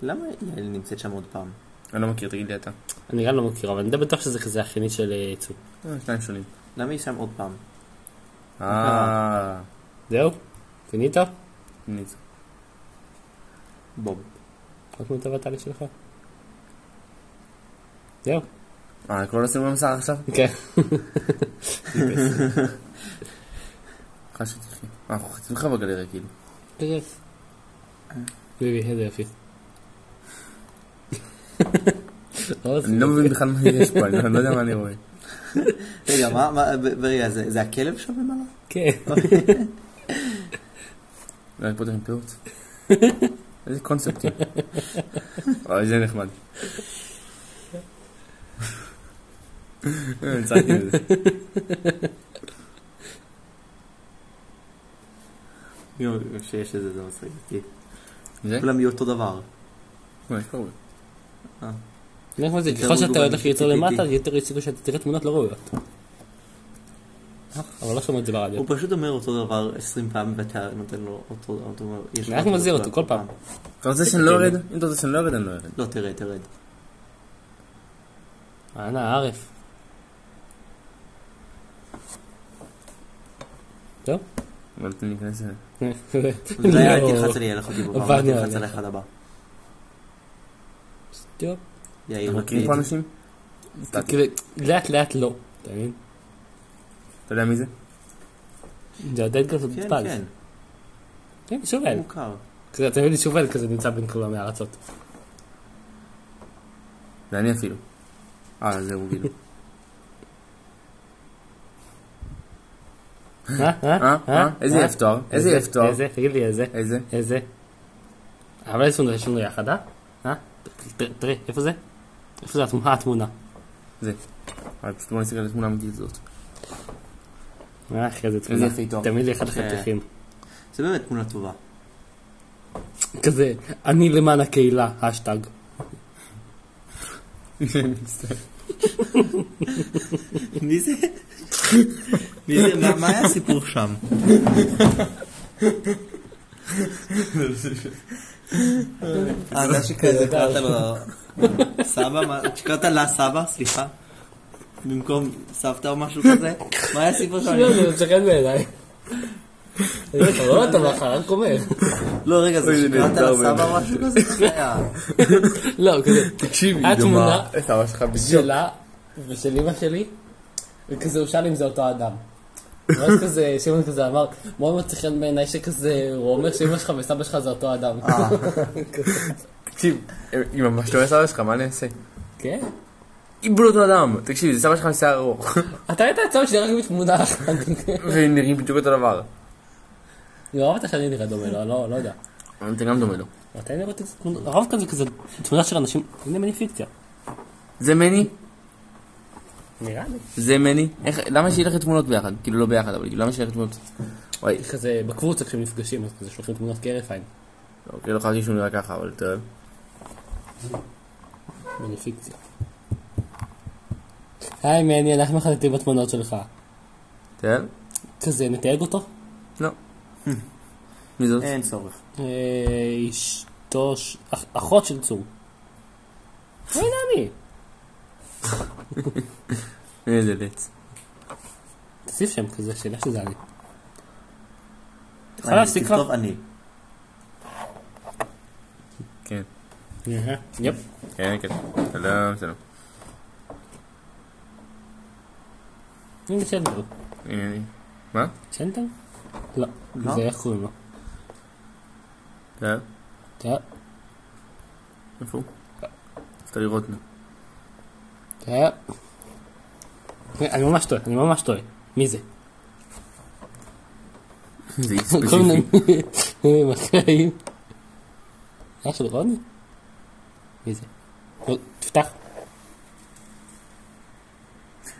[SPEAKER 3] למה יעל נמצאת שם עוד פעם?
[SPEAKER 4] אני לא מכיר, תגיד לי אתה.
[SPEAKER 2] אני גם לא מכיר, אבל אני די בטוח שזה כזה החיני של אה, צור.
[SPEAKER 4] אה, שניים שונים.
[SPEAKER 3] למה היא שם עוד פעם?
[SPEAKER 4] אה,
[SPEAKER 2] זהו? פיניטו?
[SPEAKER 4] ניצ.
[SPEAKER 3] בוב.
[SPEAKER 2] רק מותר בתהליך שלך? זהו?
[SPEAKER 4] אה, כל עשינו במסך עכשיו?
[SPEAKER 2] כן.
[SPEAKER 4] חש שתחי. אה, אנחנו חצי לך בגלריה כאילו.
[SPEAKER 2] תכף. ביבי, איזה יפי.
[SPEAKER 4] אני לא מבין בכלל מה יש פה, אני לא- אני לא יודע מה אני רואה.
[SPEAKER 3] רגע, מה, מה, ב- רגע, זה זה הכלב שם למעלה?
[SPEAKER 2] כן.
[SPEAKER 4] אה, זה היה פוטר עם פיוט. איזה קונספטים. אוי, זה נחמד. אה, צחקתי על זה.
[SPEAKER 3] שיש איזה, זה מצחיק אותי.
[SPEAKER 4] זה?
[SPEAKER 3] כולם יהיו אותו דבר.
[SPEAKER 4] אה, יש פה הרבה.
[SPEAKER 2] אני יודע מה זה,
[SPEAKER 3] יותר
[SPEAKER 2] לא ככל שאתה
[SPEAKER 3] מגוון,
[SPEAKER 2] הולך יותר
[SPEAKER 3] טיפ,
[SPEAKER 2] למטה,
[SPEAKER 3] טיפ.
[SPEAKER 2] יותר יש סיכוי שאתה תראה תמונות לא ראויות. אבל לא שומע את זה ברדיו.
[SPEAKER 3] הוא פשוט אומר אותו דבר 20 פעם ואתה נותן לו אותו, אתה אומר, יש לו
[SPEAKER 2] אנחנו
[SPEAKER 3] אותו
[SPEAKER 2] מזהיר
[SPEAKER 3] דבר
[SPEAKER 2] אותו כל פעם.
[SPEAKER 4] אתה רוצה שאני לא ארד? אם אתה רוצה שאני לא ארד, אני לא ארד.
[SPEAKER 3] לא, תרד, תרד.
[SPEAKER 2] אנא, ערף. טוב?
[SPEAKER 4] אבל תן לי להיכנס לזה.
[SPEAKER 3] אולי אל
[SPEAKER 2] לא.
[SPEAKER 3] תלחץ על יעל החוגי בבא,
[SPEAKER 2] עבדנו
[SPEAKER 3] אל תלחץ
[SPEAKER 2] עליה.
[SPEAKER 3] על האחד הבא.
[SPEAKER 2] טוב.
[SPEAKER 3] יאיר
[SPEAKER 4] אנחנו מכירים
[SPEAKER 3] לפיד.
[SPEAKER 4] פה אנשים? הפתעתי.
[SPEAKER 2] כאילו, לאט לאט לא. אתה מבין?
[SPEAKER 4] אתה יודע מי זה?
[SPEAKER 2] זה עודד כזה
[SPEAKER 3] כן,
[SPEAKER 2] מטופל.
[SPEAKER 3] כן,
[SPEAKER 2] כן, שובל.
[SPEAKER 3] הוא מוכר.
[SPEAKER 2] כזה, אתה מבין, שובל כזה נמצא בין כל המארצות.
[SPEAKER 4] זה אני אפילו. אה, זה הוא גילו.
[SPEAKER 2] אה? אה?
[SPEAKER 4] אה? אה? איזה יף תואר? איזה יף תואר?
[SPEAKER 2] איזה? תגיד לי איזה.
[SPEAKER 4] איזה?
[SPEAKER 2] איזה? אבל איזה תמונה יש לנו יחד, אה? אה? ת- ת- תראה, איפה זה? איפה זה התמונה? התמונה.
[SPEAKER 4] אבל אה, פשוט בוא נסתכל על התמונה המגילית הזאת.
[SPEAKER 2] אה, אחי, איזה
[SPEAKER 4] איזה
[SPEAKER 2] תמונה.
[SPEAKER 4] יפי תואר.
[SPEAKER 2] תמיד לי אחד
[SPEAKER 3] כן.
[SPEAKER 2] החתיכים.
[SPEAKER 3] זה באמת תמונה טובה.
[SPEAKER 6] כזה, אני למען הקהילה, השטג.
[SPEAKER 3] מי זה? מי זה? מה- מה היה הסיפור שם? אה, זה שכזה קראת לו סבא? מה- שקראת לה סבא? סליחה. במקום סבתא או משהו כזה? מה היה הסיפור שם?
[SPEAKER 2] לא, זה מצא חן בעיניי. אני כבר לא אתה מאחר, רק אומר.
[SPEAKER 3] לא, רגע, זה
[SPEAKER 4] אוי, זה
[SPEAKER 3] שקראת
[SPEAKER 4] נהדר
[SPEAKER 3] לה סבא או משהו כזה? איך היה?
[SPEAKER 2] לא, כזה.
[SPEAKER 4] תקשיב,
[SPEAKER 2] היה
[SPEAKER 4] היא דומה.
[SPEAKER 2] תמונה
[SPEAKER 4] סבא שלך בדיוק.
[SPEAKER 2] שלה ושל אמא שלי, וכזה הוא שאל אם זה אותו אדם. ואז כזה, שמעון כזה אמר, מאוד מצא חן בעיניי שכזה, הוא אומר שאמא שלך וסבא שלך זה אותו אדם.
[SPEAKER 4] תקשיב, היא ממש לא אוהבת סבא שלך, מה אני אעשה?
[SPEAKER 2] כן?
[SPEAKER 4] היא בלוטו אדם. תקשיב, זה סבא שלך עם שיער ארוך.
[SPEAKER 2] אתה ראית את סבא שלי רק בתמונה אחת.
[SPEAKER 4] והם נראים בדיוק אותו דבר.
[SPEAKER 2] אני אוהב אותה לא, שאני נראה דומה לו, אני לא- לא יודע.
[SPEAKER 4] אבל אתה גם דומה לו.
[SPEAKER 2] מתי נראית את זה?
[SPEAKER 6] תמונות- הרוב כאן זה כזה תמונה של אנשים, הנה מני פיקציה.
[SPEAKER 4] זה מני?
[SPEAKER 2] נראה לי.
[SPEAKER 4] זה מני? איך- למה שילך תמונות ביחד? כאילו לא ביחד, אבל כאילו למה שילך תמונות? וואי,
[SPEAKER 2] כזה בקבוצה כשהם נפגשים, אז כזה שולחים תמונות כהרף עין.
[SPEAKER 4] לא, כאילו חשבתי שהוא נראה ככה, אבל אתה אוהב.
[SPEAKER 2] מני פיקציה. היי מני, אנחנו מחליטים בתמונות שלך.
[SPEAKER 4] אתה אוהב?
[SPEAKER 2] כזה, נתייג אותו?
[SPEAKER 4] לא.
[SPEAKER 3] אה.
[SPEAKER 4] מי זאת?
[SPEAKER 3] אין צורך.
[SPEAKER 2] אה, אשתו, ש- אח- אחות של צור. לא יודע מי.
[SPEAKER 4] מי זה לץ?
[SPEAKER 2] תוסיף שם כזה, שאלה שזה אני. יכול
[SPEAKER 3] אני-
[SPEAKER 2] להפסיק כבר?
[SPEAKER 3] תכתוב אני.
[SPEAKER 4] כן.
[SPEAKER 2] אהה, יפ.
[SPEAKER 4] כן, כן. שלום, שלום.
[SPEAKER 2] הנה שנדל.
[SPEAKER 4] הנה אני. מה?
[SPEAKER 2] שנדל? לא.
[SPEAKER 3] לא?
[SPEAKER 2] זה איך קוראים לו.
[SPEAKER 4] אתה אוהב?
[SPEAKER 2] אתה יודע?
[SPEAKER 4] איפה הוא? רצית לראות נו.
[SPEAKER 2] אתה יודע? אה,
[SPEAKER 6] אני ממש טועה, אני ממש טועה. מי זה?
[SPEAKER 4] זה אי
[SPEAKER 2] כל מיני
[SPEAKER 4] ספציפי.
[SPEAKER 2] מינים אחרים. אח אה, של רוני? מי זה? לא, תפתח.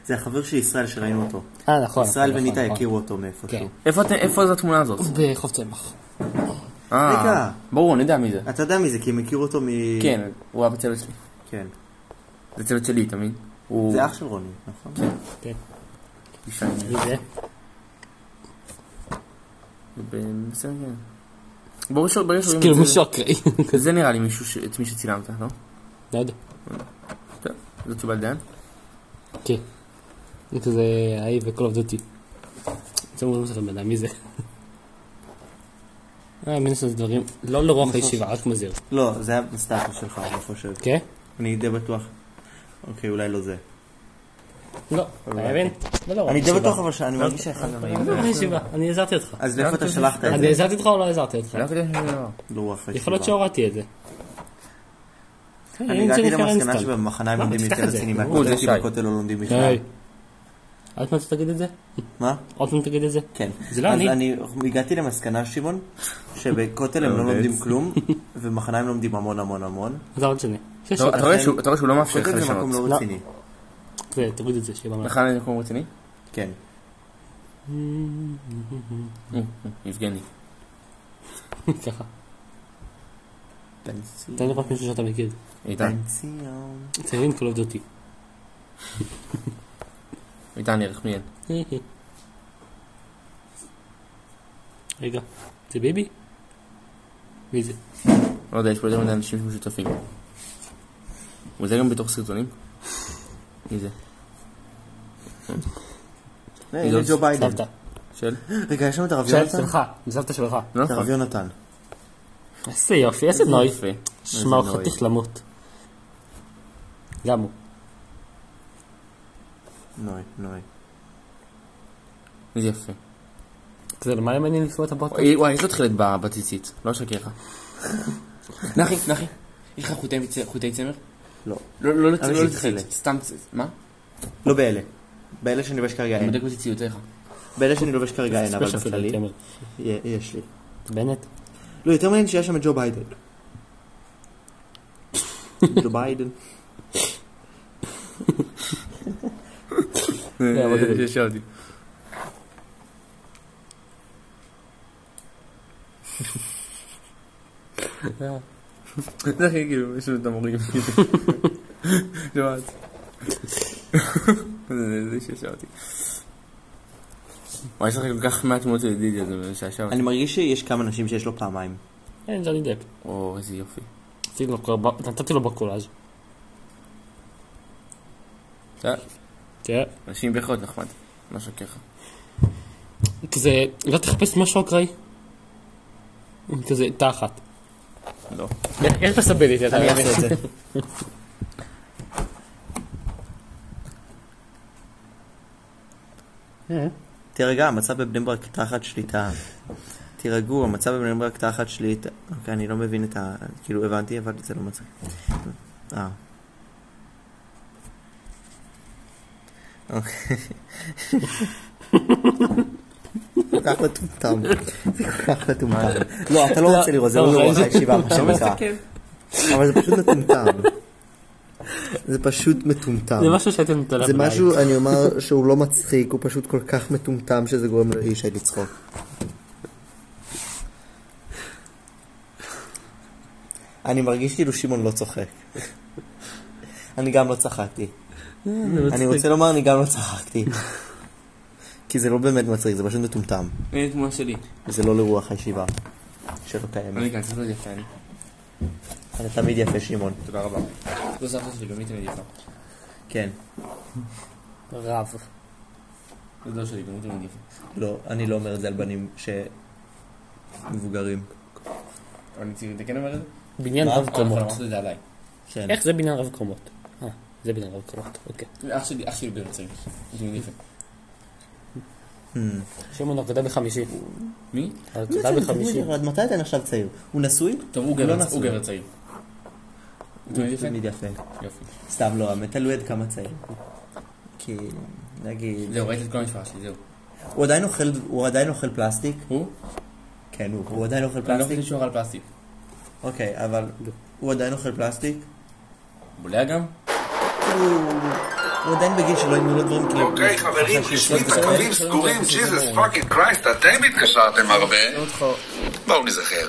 [SPEAKER 3] זה החבר של ישראל שראינו אותו.
[SPEAKER 2] אה, נכון.
[SPEAKER 3] ישראל
[SPEAKER 2] נכון,
[SPEAKER 3] וניטה
[SPEAKER 2] נכון.
[SPEAKER 3] הכירו אותו מאיפשהו.
[SPEAKER 2] כן.
[SPEAKER 4] איפה אתם- איפה זו התמונה הזאת?
[SPEAKER 2] בחוף צמח.
[SPEAKER 4] אה,
[SPEAKER 3] רגע.
[SPEAKER 4] ברור, אני יודע מי זה.
[SPEAKER 3] אתה יודע מי זה, כי הם הכירו אותו מ...
[SPEAKER 4] כן, הוא היה בצוות שלי.
[SPEAKER 3] כן.
[SPEAKER 4] זה צוות שלי, אתה מבין? הוא...
[SPEAKER 3] זה אח של רוני, נכון?
[SPEAKER 2] כן.
[SPEAKER 4] אישה.
[SPEAKER 2] מי זה?
[SPEAKER 4] ב- בסדר, כן. ברור שברגע שרואים
[SPEAKER 2] כאילו
[SPEAKER 4] את זה...
[SPEAKER 2] מישהו אקראי.
[SPEAKER 4] זה נראה לי מישהו, ש- את מי שצילמת, לא?
[SPEAKER 2] לא יודע.
[SPEAKER 4] זאת יובל דיין?
[SPEAKER 2] כן. זה כזה ההיא ו-call of duty. זה אומרים לכם בן אדם, מי זה? אה, מי לעשות דברים, לא לרוח הישיבה, רק מזהיר.
[SPEAKER 3] לא, זה היה בסטטוס שלך, אני חושב.
[SPEAKER 2] כן?
[SPEAKER 3] אני די בטוח. אוקיי, אולי לא זה.
[SPEAKER 2] לא, אתה מבין? לא לרוח
[SPEAKER 3] אני די
[SPEAKER 2] הישיבה.
[SPEAKER 3] בטוח אבל שאני מרגיש שאחד מהם.
[SPEAKER 2] לא לרוח הישיבה, אני עזרתי אותך.
[SPEAKER 3] אז לאיפה אתה שלחת את
[SPEAKER 2] אני
[SPEAKER 3] אה, זה?
[SPEAKER 2] עזרתי אותך או לא עזרתי אותך?
[SPEAKER 4] אני לא יודע שזה לא.
[SPEAKER 3] לרוח הישיבה.
[SPEAKER 2] יכול להיות שהורדתי את זה.
[SPEAKER 3] אני הגעתי למסקנה שבמחנה הם
[SPEAKER 2] למה?
[SPEAKER 3] לומדים
[SPEAKER 2] תפתח
[SPEAKER 3] יותר
[SPEAKER 2] את זה.
[SPEAKER 3] רציני
[SPEAKER 4] או, זה
[SPEAKER 3] מהכותל, כי
[SPEAKER 4] שי.
[SPEAKER 3] בכותל לא לומדים בכלל.
[SPEAKER 2] היי. עוד פעם תגיד את זה?
[SPEAKER 3] מה?
[SPEAKER 2] עוד פעם תגיד את זה?
[SPEAKER 3] כן.
[SPEAKER 2] זה לא
[SPEAKER 3] אז
[SPEAKER 2] אני.
[SPEAKER 3] אני הגעתי למסקנה, שמעון, שבכותל הם לא
[SPEAKER 4] אוקיי.
[SPEAKER 3] לומדים כלום, ובמחנה הם לומדים המון המון המון.
[SPEAKER 2] אז עוד שני. שש
[SPEAKER 4] אתה
[SPEAKER 2] שעות.
[SPEAKER 4] רואה שהוא- אתה רואה שהוא לא מאפשר לך
[SPEAKER 3] כותל זה מקום
[SPEAKER 4] לשנות.
[SPEAKER 3] לא רציני.
[SPEAKER 2] זה, תוריד את זה, שיהיה במערכת.
[SPEAKER 4] נכון, זה מקום רציני?
[SPEAKER 3] כן.
[SPEAKER 4] אה, אה, יבגני.
[SPEAKER 2] ככה.
[SPEAKER 3] בן ציון.
[SPEAKER 2] תן לי רק מישהו שאתה מכיר.
[SPEAKER 4] איתן.
[SPEAKER 3] בן ציון.
[SPEAKER 2] צעירים כל עובד אותי.
[SPEAKER 4] איתן ירחמיאל.
[SPEAKER 2] רגע, זה ביבי? מי זה?
[SPEAKER 4] לא יודע, יש פה יותר מדי אנשים שמשותפים. הוא זה גם בתוך סרטונים? מי זה?
[SPEAKER 3] אה, הנה ג'ו ביידן.
[SPEAKER 2] לא, סבתא.
[SPEAKER 4] של?
[SPEAKER 3] רגע, יש לנו את הרב
[SPEAKER 2] של
[SPEAKER 3] יונתן?
[SPEAKER 2] שלך, מסבתא שלך.
[SPEAKER 4] לא
[SPEAKER 3] את הרב
[SPEAKER 4] נכון.
[SPEAKER 3] יונתן.
[SPEAKER 2] איזה יופי, איזה נוי.
[SPEAKER 4] יפה.
[SPEAKER 2] שמע
[SPEAKER 4] איזה
[SPEAKER 2] אותך
[SPEAKER 4] נוי.
[SPEAKER 2] תחלמות. גם הוא.
[SPEAKER 3] נוי, נוי.
[SPEAKER 4] איזה יפה.
[SPEAKER 2] כזה, למה אם אני לפעול את הפודקאסט?
[SPEAKER 4] וואי, וואי, יש לו תכלת ב- בציצית. לא אשקר לך. נחי, נחי. יש לך חוטי צ- חוטי צמר?
[SPEAKER 3] לא.
[SPEAKER 4] לא, לא
[SPEAKER 3] אבל יש לי
[SPEAKER 4] לא לתכלת.
[SPEAKER 3] תכלת.
[SPEAKER 4] סתם צ- מה?
[SPEAKER 3] לא באלה. באלה שאני לובש כרגע
[SPEAKER 4] אני
[SPEAKER 3] אין.
[SPEAKER 4] בודק בציציותיך.
[SPEAKER 3] באלה שאני לובש כרגע אין, אבל
[SPEAKER 2] ספיישל כן. פילד,
[SPEAKER 3] בכללי.
[SPEAKER 2] תאמר.
[SPEAKER 3] יה- יש לי.
[SPEAKER 2] בנט?
[SPEAKER 3] לא, יותר מעניין שיש שם את ג'ו ביידן. ג'ו ביידן.
[SPEAKER 2] אוקיי.
[SPEAKER 4] אה,
[SPEAKER 2] אבל גדול.
[SPEAKER 4] יש אותי.
[SPEAKER 2] למה?
[SPEAKER 4] זה הכי כאילו, יש לנו את המורים, כאילו. לא, אז. אה, זה זה שישע אותי. וואי, יש לך כל כך מעט תמונות של ידידיה, זה משעשע אותי.
[SPEAKER 3] אני מרגיש שיש כמה אנשים שיש לו פעמיים.
[SPEAKER 2] אה,
[SPEAKER 7] כן, ג'וני דפ.
[SPEAKER 4] או, איזה יופי.
[SPEAKER 7] עשיתי לו כבר- נתתי לו בקולאז'.
[SPEAKER 4] אה.
[SPEAKER 7] כן.
[SPEAKER 4] אנשים בהחלט נחמד. לא שקר לך.
[SPEAKER 7] כזה, לא תחפש משהו אקראי. כזה, תחת.
[SPEAKER 4] לא.
[SPEAKER 7] יש בסבלית, אתה
[SPEAKER 3] אני
[SPEAKER 7] יודע.
[SPEAKER 3] אעשה את זה. תירגע, המצב בבני ברק תחת שליטה. תירגעו, המצב בבני ברק תחת שליטה. אוקיי, אני לא מבין את ה... כאילו, הבנתי, אבל זה לא מצב. אה. אוקיי. כל כך מטומטם. זה כל כך מטומטם. לא, אתה לא רוצה לראות, זה לא לראות הישיבה, מה שנקרא. אבל זה פשוט מטומטם. זה פשוט מטומטם.
[SPEAKER 7] זה משהו שהייתם מתעלם
[SPEAKER 3] זה משהו, אני אומר, שהוא לא מצחיק, הוא פשוט כל כך מטומטם שזה גורם לאישי לצחוק. אני מרגיש כאילו שמעון לא צוחק. אני גם לא
[SPEAKER 4] אה,
[SPEAKER 3] צחקתי. אני רוצה לומר, אני גם לא צחקתי. כי זה לא באמת מצחיק, זה פשוט מטומטם.
[SPEAKER 4] הנה תמונה שלי.
[SPEAKER 3] וזה לא לרוח הישיבה. שלא קיימת.
[SPEAKER 4] רגע, אני צריך לדעת אני.
[SPEAKER 3] אתה תמיד יפה, שמעון.
[SPEAKER 4] תודה רבה. זו לא סבתא שלי, גם היא תמיד יפה.
[SPEAKER 3] כן.
[SPEAKER 2] רב.
[SPEAKER 4] זו דודה לא שלי, גם היא תמיד יפה.
[SPEAKER 3] לא, אני לא אומר את זה על בנים שמבוגרים.
[SPEAKER 4] אני צריך לתקן אומר את זה?
[SPEAKER 2] בניין
[SPEAKER 4] אה,
[SPEAKER 2] רב
[SPEAKER 4] אבל
[SPEAKER 2] קומות.
[SPEAKER 4] אמרת את זה עליי.
[SPEAKER 3] כן.
[SPEAKER 2] איך זה בניין רב קומות? אה, זה בניין רב קומות, אוקיי.
[SPEAKER 4] אח שלי, אח שלי בן מצרים. הוא תמיד יפה.
[SPEAKER 3] Hmm.
[SPEAKER 2] שמעון, הרקדה בחמישי.
[SPEAKER 4] מי?
[SPEAKER 3] לא,
[SPEAKER 2] הרקדה בחמישי.
[SPEAKER 3] עד מתי אתה נחשב צעיר? הוא נשוי?
[SPEAKER 4] טוב, הוא
[SPEAKER 3] הוא לא
[SPEAKER 4] גבר-
[SPEAKER 3] נשוי.
[SPEAKER 4] הוא גבר צעיר. הוא תמיד יפה?
[SPEAKER 3] תמיד יפה.
[SPEAKER 4] יופי.
[SPEAKER 3] סתם לא, האמת, תלוי עד כמה צעיר. כי, נגיד...
[SPEAKER 4] זהו, ראיתי את כל המשפחה שלי, זהו.
[SPEAKER 3] הוא עדיין אוכל, הוא עדיין אוכל פלסטיק?
[SPEAKER 4] הוא?
[SPEAKER 3] כן, הוא. הוא עדיין אוכל
[SPEAKER 4] אני לא
[SPEAKER 3] פלסטיק?
[SPEAKER 4] חושב לא. שהוא אכל פלסטיק.
[SPEAKER 3] אוקיי, אבל הוא עדיין אוכל פלסטיק?
[SPEAKER 4] בולע גם?
[SPEAKER 3] הוא- הוא עדיין בגיל שלא ימנו לו דברים כאילו...
[SPEAKER 8] אוקיי חברים, בשביל
[SPEAKER 3] שלא
[SPEAKER 8] תקלים
[SPEAKER 3] יצא-
[SPEAKER 8] סגורים, ג'יזוס פאקינג קרייסט, אתם התקשרתם הרבה. בואו נזכר.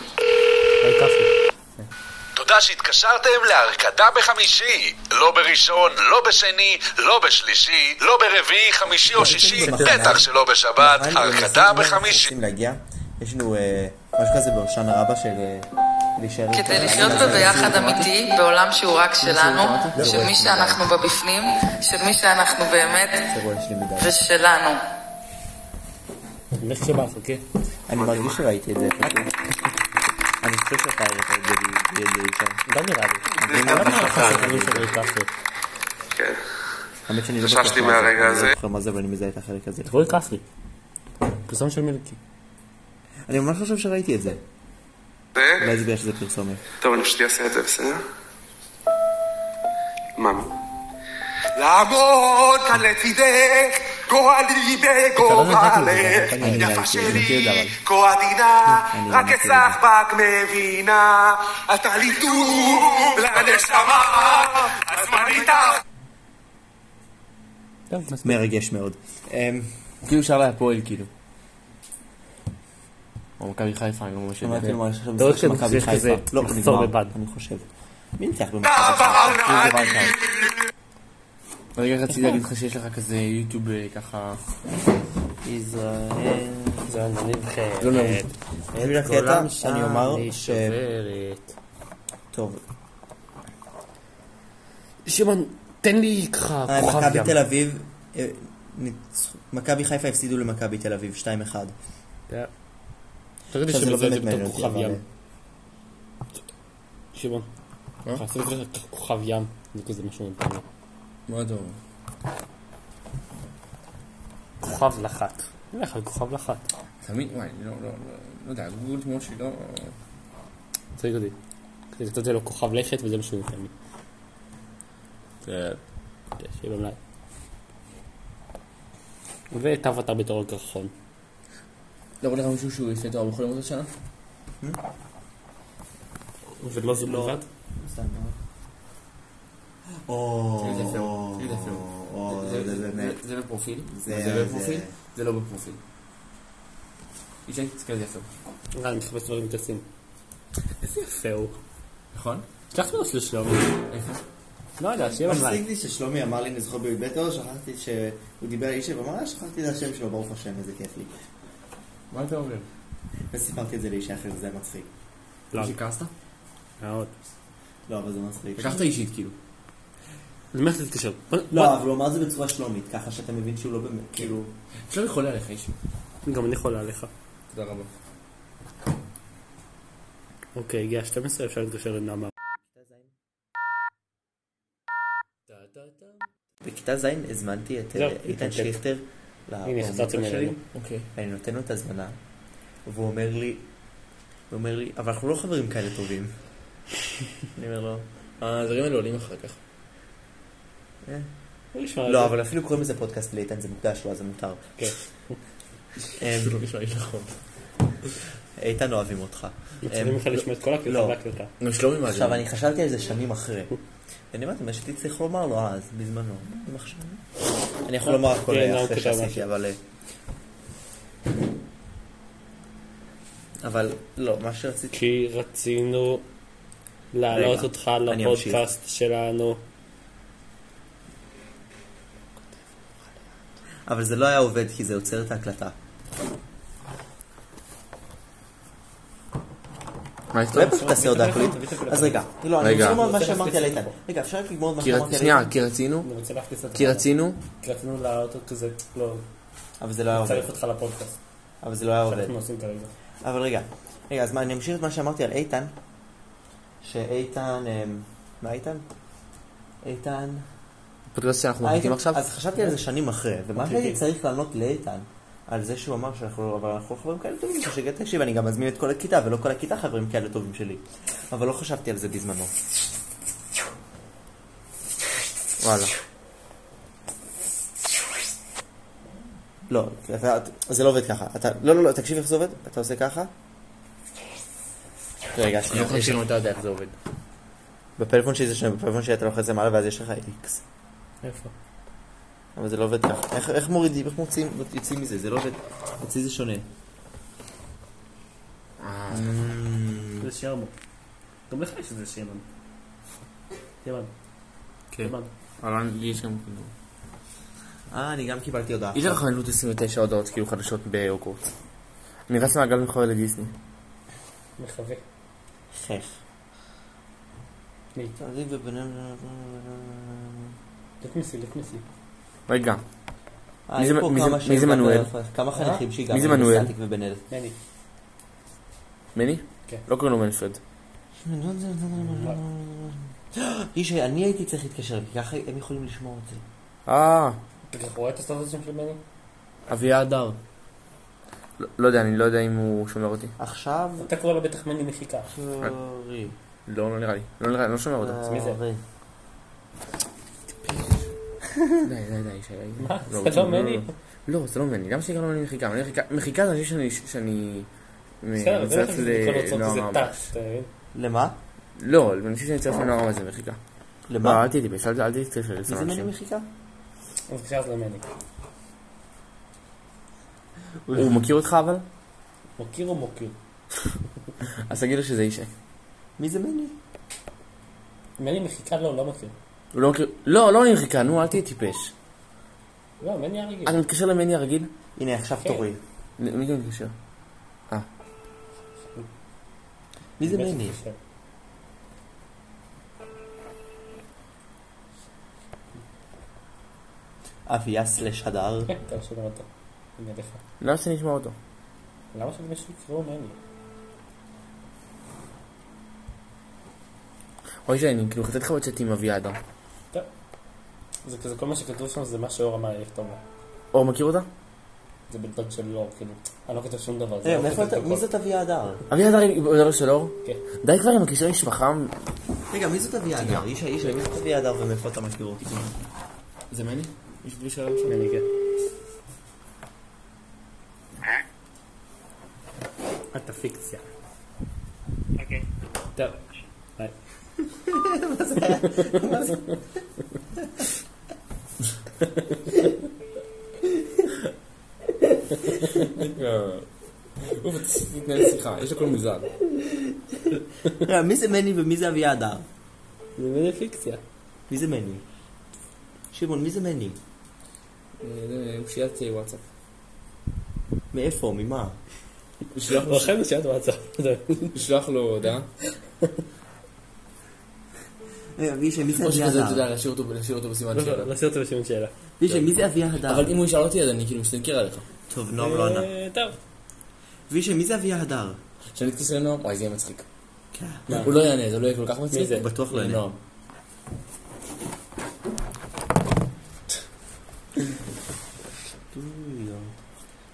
[SPEAKER 8] תודה שהתקשרתם להרקדה בחמישי. לא בראשון, לא בשני, לא בשלישי, לא ברביעי, חמישי או שישי, בטח שלא בשבת,
[SPEAKER 3] נכון,
[SPEAKER 8] הרקדה
[SPEAKER 3] אנחנו
[SPEAKER 8] בחמישי.
[SPEAKER 3] רוצים להגיע. יש לנו אה, משהו כזה בראשון הרבה של אה, להישאר... אה,
[SPEAKER 9] כדי לחיות בביחד אמיתי, בעולם שהוא רק שלנו, של מי שאנחנו בבפנים, של מי שאנחנו באמת,
[SPEAKER 3] זה רואה שלי מדי.
[SPEAKER 9] ושלנו.
[SPEAKER 2] לך שבא לך, אוקיי?
[SPEAKER 3] אני
[SPEAKER 8] נכון.
[SPEAKER 3] מרגיש שראיתי את זה. אני חושב שאתה ראית את זה בידי שם.
[SPEAKER 2] לא נראה לי.
[SPEAKER 3] אה, האמת שאני לא
[SPEAKER 8] נכון. חששתי
[SPEAKER 3] בטוח מה זה,
[SPEAKER 8] מהרגע
[SPEAKER 3] אני
[SPEAKER 8] הזה.
[SPEAKER 3] לא זוכר מה זה, אבל אני מזהה את החלק הזה. נכון?
[SPEAKER 2] רועי כפרי. פרסום של מילקי.
[SPEAKER 3] אני ממש חושב שראיתי את זה.
[SPEAKER 10] זה?
[SPEAKER 3] אולי זה בגלל שזה פרסומת.
[SPEAKER 10] טוב, אני פשוט אעשה את זה, בסדר? מאמי. לעמוד כאן לצידך, גורלי
[SPEAKER 3] לא
[SPEAKER 10] בגורלך,
[SPEAKER 3] אני
[SPEAKER 10] יפה
[SPEAKER 3] ראיתי, אני מכיר את זה,
[SPEAKER 10] שלי,
[SPEAKER 3] אבל.
[SPEAKER 10] כה עדינה,
[SPEAKER 3] אני לא
[SPEAKER 10] רק
[SPEAKER 3] מכיר את
[SPEAKER 10] אצלך רק מבינה, את הליטוב
[SPEAKER 3] לא
[SPEAKER 10] לנשמה, הזמן איתך.
[SPEAKER 3] מרגש מאוד. אמ,
[SPEAKER 4] כאילו שר לה הפועל, כאילו. או מכבי חיפה, אני לא ממש יודע.
[SPEAKER 3] אמרתי לו מה יש עכשיו
[SPEAKER 2] לא
[SPEAKER 3] משחק של
[SPEAKER 2] רק
[SPEAKER 3] מכבי
[SPEAKER 2] שזה כזה,
[SPEAKER 3] חיפה. לא, הוא
[SPEAKER 2] לחזור
[SPEAKER 3] נגמר,
[SPEAKER 2] לבד.
[SPEAKER 3] אני חושב. מי ניצח במכבי
[SPEAKER 10] דבר
[SPEAKER 3] חיפה? זה דבר
[SPEAKER 10] נדיר.
[SPEAKER 3] אחד.
[SPEAKER 4] רגע, רציתי להגיד לך שיש לך כזה יוטיוב אה, ככה...
[SPEAKER 3] ישראל.
[SPEAKER 2] זה הנבחרת.
[SPEAKER 4] לא נאום.
[SPEAKER 3] בשביל הקטע, אני אומר ש... טוב,
[SPEAKER 2] שמעון, תן לי ככה
[SPEAKER 3] אה,
[SPEAKER 2] כוכב
[SPEAKER 3] מכבי
[SPEAKER 2] ים.
[SPEAKER 3] תל אביב, אה, ניצחו- מכבי חיפה הפסידו למכבי תל אביב 2-1.
[SPEAKER 2] תגיד לי
[SPEAKER 3] עכשיו זה לא
[SPEAKER 2] שמזה זה
[SPEAKER 3] באמת מעניין אותי,
[SPEAKER 2] בתור כוכב
[SPEAKER 3] אבל...
[SPEAKER 2] ים. שמעון. ככה, עשו את זה כוכב ים. זה כזה משהו מפעמים.
[SPEAKER 4] מה אתה אומר?
[SPEAKER 2] כוכב לחת. לך על כוכב לחת.
[SPEAKER 4] תמיד, וואי, אני לא, לא, לא, לא יודע, גוגל תמונות שלי לא...
[SPEAKER 2] צריך אותי. כדי לתת לו לא כוכב לכת וזה משהו מפעמים. שיהיה במלאי. ואת אבטר בתור הקרחון.
[SPEAKER 4] לא רואה לך מישהו שהוא לפני תואר בכל יום השנה?
[SPEAKER 2] ולא זו בלבד?
[SPEAKER 3] או...
[SPEAKER 4] זה יפה,
[SPEAKER 3] או-
[SPEAKER 4] זה יפה.
[SPEAKER 3] או-
[SPEAKER 4] זה-
[SPEAKER 3] זה
[SPEAKER 4] זה-
[SPEAKER 3] באמת.
[SPEAKER 4] זה בפרופיל,
[SPEAKER 3] זה-
[SPEAKER 4] זה בפרופיל,
[SPEAKER 3] זה-
[SPEAKER 4] זה לא בפרופיל. אישי, תסתכל על זה יפה.
[SPEAKER 2] אה, אני מחפש דברים מתעסקים. איזה יפה הוא.
[SPEAKER 4] נכון?
[SPEAKER 2] שלח לי אותו לשלום.
[SPEAKER 4] איפה?
[SPEAKER 2] לא יודע, שיהיה במלאי.
[SPEAKER 3] מצחיק לי ששלומי אמר לי, אני זוכר בבית אור, שכחתי שהוא דיבר אישי, ואמר, אה, שכחתי את השם שלו, ברוך השם, איזה כיף לי.
[SPEAKER 4] מה אתה אומר?
[SPEAKER 3] וסיפרתי את זה לאישי אחר, זה היה מצחיק.
[SPEAKER 2] לא,
[SPEAKER 4] שכעסת?
[SPEAKER 2] מאוד.
[SPEAKER 3] לא, אבל זה מצחיק.
[SPEAKER 4] לקחת אישית כאילו.
[SPEAKER 2] למי אתה תתקשר? בוא-
[SPEAKER 3] לא, אבל הוא אמר את זה בצורה שלומית, ככה שאתה מבין שהוא לא באמת, כאילו...
[SPEAKER 4] יש לנו חולה עליך אישית.
[SPEAKER 2] בוא, גם אני חולה עליך.
[SPEAKER 4] תודה רבה.
[SPEAKER 2] אוקיי, הגיע 12, אפשר להתקשר לנעמה.
[SPEAKER 3] בכיתה ז' הזמנתי את
[SPEAKER 2] זהו,
[SPEAKER 3] אה, איתן
[SPEAKER 2] התנתק.
[SPEAKER 3] שכטר
[SPEAKER 2] הנה,
[SPEAKER 3] לאוניברסיטה
[SPEAKER 2] חזרתם
[SPEAKER 3] שלי,
[SPEAKER 2] אלינו.
[SPEAKER 4] אוקיי.
[SPEAKER 3] ואני נותן לו את הזמנה, והוא אומר לי, הוא אומר לי, אבל אנחנו לא חברים כאלה טובים. אני אומר לו,
[SPEAKER 11] הדברים האלה עולים אחר כך.
[SPEAKER 2] אה? הוא ישמע על
[SPEAKER 3] לא,
[SPEAKER 2] זה.
[SPEAKER 3] אבל אפילו קוראים לזה פודקאסט לאיתן, זה מוקדש לו, אז זה מותר.
[SPEAKER 2] כן.
[SPEAKER 3] אמ,
[SPEAKER 4] זה לא נשמע לי נכון.
[SPEAKER 3] איתן אוהבים אותך.
[SPEAKER 2] מצליחים
[SPEAKER 3] אמ,
[SPEAKER 2] לך לשמוע את כל הקלטה
[SPEAKER 3] לא.
[SPEAKER 2] והקלטה.
[SPEAKER 11] גם שלומי מה
[SPEAKER 3] עכשיו, אני חשבתי על זה שנים אחרי. ואני אמרתי, מה שהייתי צריך לומר לו אז, בזמנו. אם עכשיו- אני יכול לומר הכל
[SPEAKER 2] כן, לא,
[SPEAKER 3] אחרי
[SPEAKER 2] כתב
[SPEAKER 3] שעשיתי, אבל... אה, אבל לא, מה שרציתי...
[SPEAKER 2] כי רצינו להעלות
[SPEAKER 3] רגע,
[SPEAKER 2] אותך
[SPEAKER 3] אני
[SPEAKER 2] לפודקאסט שלנו.
[SPEAKER 3] אבל זה לא היה עובד, כי זה יוצר את ההקלטה.
[SPEAKER 4] מה יש
[SPEAKER 3] אולי פשוט תעשה הודעה קולית. אז רגע, לא, אני
[SPEAKER 4] רגע.
[SPEAKER 3] רוצה לומר מה שאמרתי על איתן. רגע, אפשר רק לגמור את מה
[SPEAKER 4] כי
[SPEAKER 3] שאמרתי
[SPEAKER 1] אוקיי.
[SPEAKER 4] רצ-
[SPEAKER 3] על
[SPEAKER 4] שנייה,
[SPEAKER 3] איתן?
[SPEAKER 4] כי רצינו,
[SPEAKER 1] אני רוצה להכניס אותך.
[SPEAKER 4] כי רצינו,
[SPEAKER 1] כי רצינו להעלות אותו כזה, לא,
[SPEAKER 3] אבל זה לא היה עובד.
[SPEAKER 1] לצרף אותך לפודקאסט.
[SPEAKER 3] אבל זה לא היה עובד.
[SPEAKER 1] שאנחנו עושים כרגע.
[SPEAKER 3] אבל רגע, רגע, אז מה, אני אמשיך את מה שאמרתי על איתן, שאיתן, אמ, מה איתן? איתן...
[SPEAKER 4] פודקאסט שאנחנו
[SPEAKER 3] אה,
[SPEAKER 4] לא מחכים
[SPEAKER 1] אוקיי.
[SPEAKER 3] איתן-
[SPEAKER 4] עכשיו,
[SPEAKER 3] אז חשבתי על זה שנים אחרי, ומה שהייתי צריך לענות לאיתן, על זה שהוא אמר שאנחנו לא- אבל אנחנו לא חברים כאלה טובים, שגע תקשיב, אני גם אזמין את כל הכיתה, ולא כל הכיתה חברים כאלה טובים שלי. אבל לא חשבתי על זה בזמנו.
[SPEAKER 4] וואלה.
[SPEAKER 3] לא, אתה, זה לא עובד ככה. אתה, לא, לא, לא, תקשיב איך זה עובד, אתה עושה ככה. רגע,
[SPEAKER 4] לא
[SPEAKER 3] שנייה.
[SPEAKER 11] יש לנו אתה יודע איך זה עובד.
[SPEAKER 3] בפלאפון שלי זה שונה, בפלאפון שלי אתה לוחץ למעלה ואז יש לך איקס.
[SPEAKER 2] איפה?
[SPEAKER 3] אבל זה לא עובד ככה. איך, איך מורידים, איך מוצאים, יוצאים מזה? זה לא עובד. אצלי זה שונה.
[SPEAKER 2] זה שרמו. גם לך יש איזה שמן. ימן.
[SPEAKER 4] כן.
[SPEAKER 2] ימן.
[SPEAKER 4] אבל לי יש גם כאילו.
[SPEAKER 3] אה, אני גם קיבלתי הודעה.
[SPEAKER 4] יש לך חנות 29 הודעות כאילו חדשות בהוגוורטס. אני רץ מהגל מחבר לדיסני.
[SPEAKER 1] מחווה.
[SPEAKER 3] חף.
[SPEAKER 1] מי?
[SPEAKER 3] תעזיב וביניהם-
[SPEAKER 1] תכניסי, תכניסי.
[SPEAKER 4] רגע,
[SPEAKER 3] אה,
[SPEAKER 4] מי זה-
[SPEAKER 3] היו פה
[SPEAKER 4] מי זה-
[SPEAKER 3] כמה
[SPEAKER 4] מי
[SPEAKER 3] שהיו
[SPEAKER 4] זה
[SPEAKER 3] גם
[SPEAKER 4] מנואל? אה?
[SPEAKER 3] באלפא. כמה חניכים שהגענו.
[SPEAKER 4] מי זה מנואל?
[SPEAKER 3] סטיק ובן אל.
[SPEAKER 1] יני.
[SPEAKER 4] מני?
[SPEAKER 1] כן.
[SPEAKER 4] לא קוראים לו מנפרד.
[SPEAKER 3] איש, אני הייתי צריך להתקשר, כי ככה הם יכולים לשמור את זה.
[SPEAKER 4] אה,
[SPEAKER 1] אתה רואה את הסטטוסים של בני?
[SPEAKER 4] אביה הדר. לא- לא יודע, אני לא יודע אם הוא שומר אותי.
[SPEAKER 3] עכשיו...
[SPEAKER 1] אתה קורא לו בטח מני מחיקה.
[SPEAKER 4] אה,
[SPEAKER 3] תורי.
[SPEAKER 4] לא, לא נראה לי. לא נראה לי, לא שומר אותה.
[SPEAKER 1] מי זה?
[SPEAKER 3] תורי.
[SPEAKER 4] די, די, די, שי.
[SPEAKER 1] מה? זה לא מני?
[SPEAKER 4] לא, זה לא מני. למה שיקרא לו מני מחיקה? מני מחיקה- מחיקה זה אנשים שאני- שאני...
[SPEAKER 1] בסדר, זה לא
[SPEAKER 4] מצרף
[SPEAKER 1] שזה כל הוצאות
[SPEAKER 4] לנוער
[SPEAKER 1] כזה
[SPEAKER 4] רמב"ם.
[SPEAKER 1] טס, אתה מבין?
[SPEAKER 3] למה?
[SPEAKER 4] לא, אנשים שאני מצרף לנוער רמב"ם זה מחיקה. לא,
[SPEAKER 3] למה?
[SPEAKER 4] אל תתייבש, אל אל תצטרף
[SPEAKER 3] מי
[SPEAKER 4] לרצון
[SPEAKER 3] זה מני
[SPEAKER 4] אנשים.
[SPEAKER 3] מחיקה?
[SPEAKER 1] אז כשאז לא מני.
[SPEAKER 4] הוא מכיר אותך אבל?
[SPEAKER 1] מוקיר או מוקיר?
[SPEAKER 4] אז תגיד לו שזה אישה.
[SPEAKER 3] מי זה מני?
[SPEAKER 1] מני מחיקה לא, לא מכיר.
[SPEAKER 4] הוא לא מכיר... לא, לא נמחקה, נו, אל תהיה טיפש.
[SPEAKER 1] לא, מני הרגיל.
[SPEAKER 4] אתה מתקשר למני הרגיל?
[SPEAKER 3] הנה, עכשיו
[SPEAKER 2] כן.
[SPEAKER 3] תורי.
[SPEAKER 4] מי גם מתקשר?
[SPEAKER 3] מי זה
[SPEAKER 1] באמת
[SPEAKER 3] מני?
[SPEAKER 1] מתקשר.
[SPEAKER 3] אביה סלש הדר.
[SPEAKER 1] כן, אתה שומע אותו. אני אליך.
[SPEAKER 4] למה לא שאני אשמע אותו?
[SPEAKER 1] למה שבאמת יקראו מני?
[SPEAKER 4] אוי שאני כאילו חצי לך בצ'אט עם אביה אדם.
[SPEAKER 1] זה כזה, כל מה שכתוב שם זה מה שאור אמר לי לכתוב לו.
[SPEAKER 4] אור מכיר אותה?
[SPEAKER 1] זה בדוד של ליאור, כאילו. אני לא כותב שום דבר. זה
[SPEAKER 2] אה,
[SPEAKER 3] רגע, אה,
[SPEAKER 1] לא
[SPEAKER 3] מאיפה
[SPEAKER 1] כותב
[SPEAKER 3] אתה-
[SPEAKER 1] הכל.
[SPEAKER 3] מי זאת אביה הדר?
[SPEAKER 4] אביה אדם היא בדבר של אור?
[SPEAKER 1] כן.
[SPEAKER 4] די כבר עם הקשרי משפחה.
[SPEAKER 3] רגע, מי זאת אביה הדר? איש האיש, מי זאת אביה הדר ומאיפה אתה מכיר אותי?
[SPEAKER 4] זה מני?
[SPEAKER 2] יש בלי שלום שם. אני כן.
[SPEAKER 4] אה?
[SPEAKER 2] אתה פיקציה. אוקיי. טוב. ביי.
[SPEAKER 4] אוף, תתנהל שיחה, יש הכל מוזר.
[SPEAKER 3] רגע, אה, מי זה מני ומי זה אביה הדר?
[SPEAKER 2] זה מין פיקציה.
[SPEAKER 3] מי זה מני? שמעון, מי זה מני?
[SPEAKER 2] אה, זה אושיית אה, וואטסאפ.
[SPEAKER 3] מאיפה? ממה?
[SPEAKER 4] לשלוח לו-
[SPEAKER 2] לכן אושיית וואטסאפ.
[SPEAKER 4] לשלוח לו הודעה.
[SPEAKER 3] רגע, אה, מי שמי זה
[SPEAKER 4] או
[SPEAKER 3] אביה
[SPEAKER 4] שכזה, אתה
[SPEAKER 3] הדר?
[SPEAKER 4] יודע, להשאיר אותו- להשאיר אותו בסימן שאלה.
[SPEAKER 2] נסיר אותו בשמן לא שאלה.
[SPEAKER 3] מי שמי זה אביה הדר?
[SPEAKER 4] אבל אם הוא ישאל אותי, אז אני כאילו מסתנקר עליך.
[SPEAKER 3] טוב, נועם לא ענה.
[SPEAKER 2] אה, טוב.
[SPEAKER 3] מי שמי זה אביה הדר?
[SPEAKER 4] כשאני אתקשר לנועם, וואי, זה יהיה מצחיק.
[SPEAKER 3] כן.
[SPEAKER 4] הוא לא יענה, זה לא יהיה כל כך מצחיק.
[SPEAKER 2] מי זה?
[SPEAKER 3] בטוח לא יענה.
[SPEAKER 4] נועם.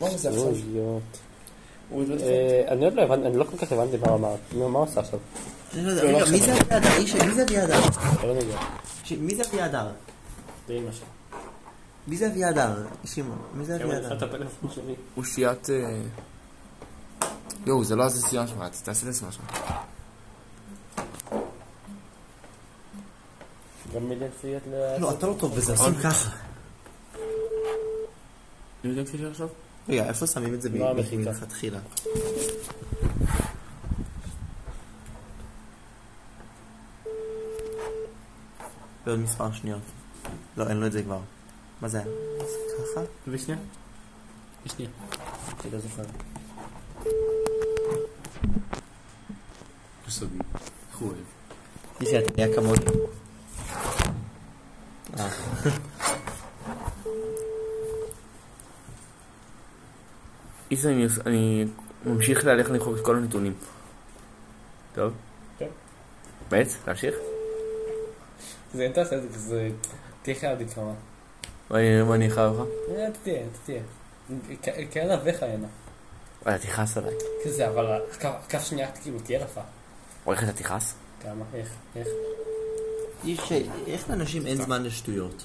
[SPEAKER 4] מה הוא עושה עכשיו?
[SPEAKER 3] לא,
[SPEAKER 4] הוא לא יודע.
[SPEAKER 2] אה, אני עוד לא הבנתי, אני לא כל כך הבנתי מה הוא אמר. נו, מה הוא עושה עכשיו?
[SPEAKER 3] אני לא יודע, רגע, מי זה אביה הדר? איש, מי זה אביה הדר?
[SPEAKER 2] לא יודע.
[SPEAKER 3] ש- מי זה אביה הדר?
[SPEAKER 2] זה אימא שלו.
[SPEAKER 3] מי זה אביה הדר? שמעון, מי זה
[SPEAKER 2] היום
[SPEAKER 3] אביה
[SPEAKER 2] אני אעשה את
[SPEAKER 3] הדר?
[SPEAKER 2] הפלאפון שלי.
[SPEAKER 12] אושיית... אה, יואו, זה לא הסימן שלך, אתה תעשה את הסימן שלך.
[SPEAKER 2] גם מילים פיוט ל...
[SPEAKER 3] לא, אתה לא טוב בזה, עושים ככה.
[SPEAKER 12] אני יודע כפי עכשיו?
[SPEAKER 3] רגע, איפה שמים את זה ב-
[SPEAKER 2] לא, המחיקה.
[SPEAKER 3] מלכתחילה? בעוד מספר שניות. לא, אין לו את זה כבר. מה זה היה? ככה?
[SPEAKER 1] ושנייה.
[SPEAKER 2] שנייה.
[SPEAKER 3] אני לא זוכר.
[SPEAKER 12] בסדר. איך הוא אוהב?
[SPEAKER 3] מישהי, אתה נהיה כמוני.
[SPEAKER 12] איזה אני עוש- אני ממשיך להלך למחוק את כל הנתונים. טוב?
[SPEAKER 2] כן.
[SPEAKER 12] באמת? להמשיך?
[SPEAKER 2] זה אין תעשה את זה כזה... תהיה חייב דקרמה.
[SPEAKER 12] וואי, מה אני אחר לך?
[SPEAKER 2] אה, אתה תהיה, אתה תהיה. כ- כאלה וכהנה.
[SPEAKER 12] וואי, אתה תכעס עליי.
[SPEAKER 2] כזה, אבל קח- קח שנייה, כאילו, תהיה רפה.
[SPEAKER 12] רואה איך אתה תכעס?
[SPEAKER 2] כמה, איך, איך.
[SPEAKER 3] איש, איך לאנשים אין זמן לשטויות?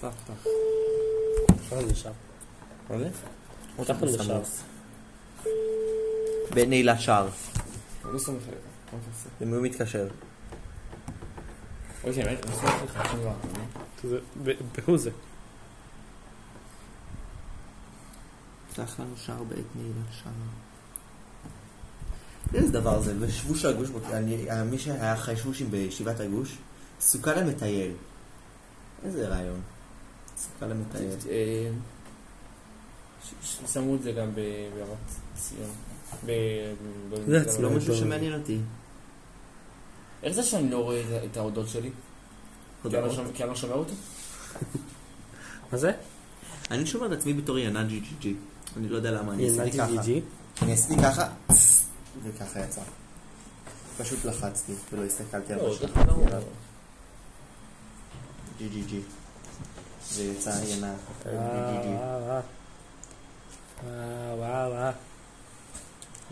[SPEAKER 3] סבתא.
[SPEAKER 2] כמה זה שם?
[SPEAKER 3] מה זה?
[SPEAKER 2] אותך זה שם.
[SPEAKER 3] בן נעילה שער.
[SPEAKER 4] אני לא סומך עליך. מה אתה עושה?
[SPEAKER 3] למי הוא מתקשר?
[SPEAKER 4] אוקיי, אני לא סומך עליך. שום דבר.
[SPEAKER 2] והוא זה.
[SPEAKER 3] פתח לנו שער בעת נעילה שער. איזה דבר זה, בשבוש הגוש, אני- מי שהיה אחרי שבושים בישיבת הגוש, סוכה למטייל. איזה רעיון. סוכה למטייל.
[SPEAKER 4] אה, ש- ש- שמו את זה גם ב- ברמת ציון. ב- ב-
[SPEAKER 3] זה לא
[SPEAKER 4] ב-
[SPEAKER 3] משהו שמעניין אותי.
[SPEAKER 4] איך זה שאני לא רואה את ה- את ההודות שלי? כי אני לא
[SPEAKER 3] הודעות.
[SPEAKER 4] שומע- כי אני לא שומע אותי?
[SPEAKER 2] מה זה?
[SPEAKER 3] אני שומע את עצמי בתור ינאי ג'י ג'י ג'י. אני לא יודע למה, אני עשיתי
[SPEAKER 2] ינאתי
[SPEAKER 3] ככה.
[SPEAKER 2] ג'י.
[SPEAKER 3] אני עשיתי ככה, וככה יצא. פשוט לחצתי, ולא הסתכלתי על
[SPEAKER 4] לא,
[SPEAKER 3] משהו.
[SPEAKER 4] זה לא אומר.
[SPEAKER 3] ג'י ג'י ג'י. זה יצא ינאי.
[SPEAKER 2] אה.
[SPEAKER 3] ג'י ג'י ג'י.
[SPEAKER 2] וואו, וואו, וואו,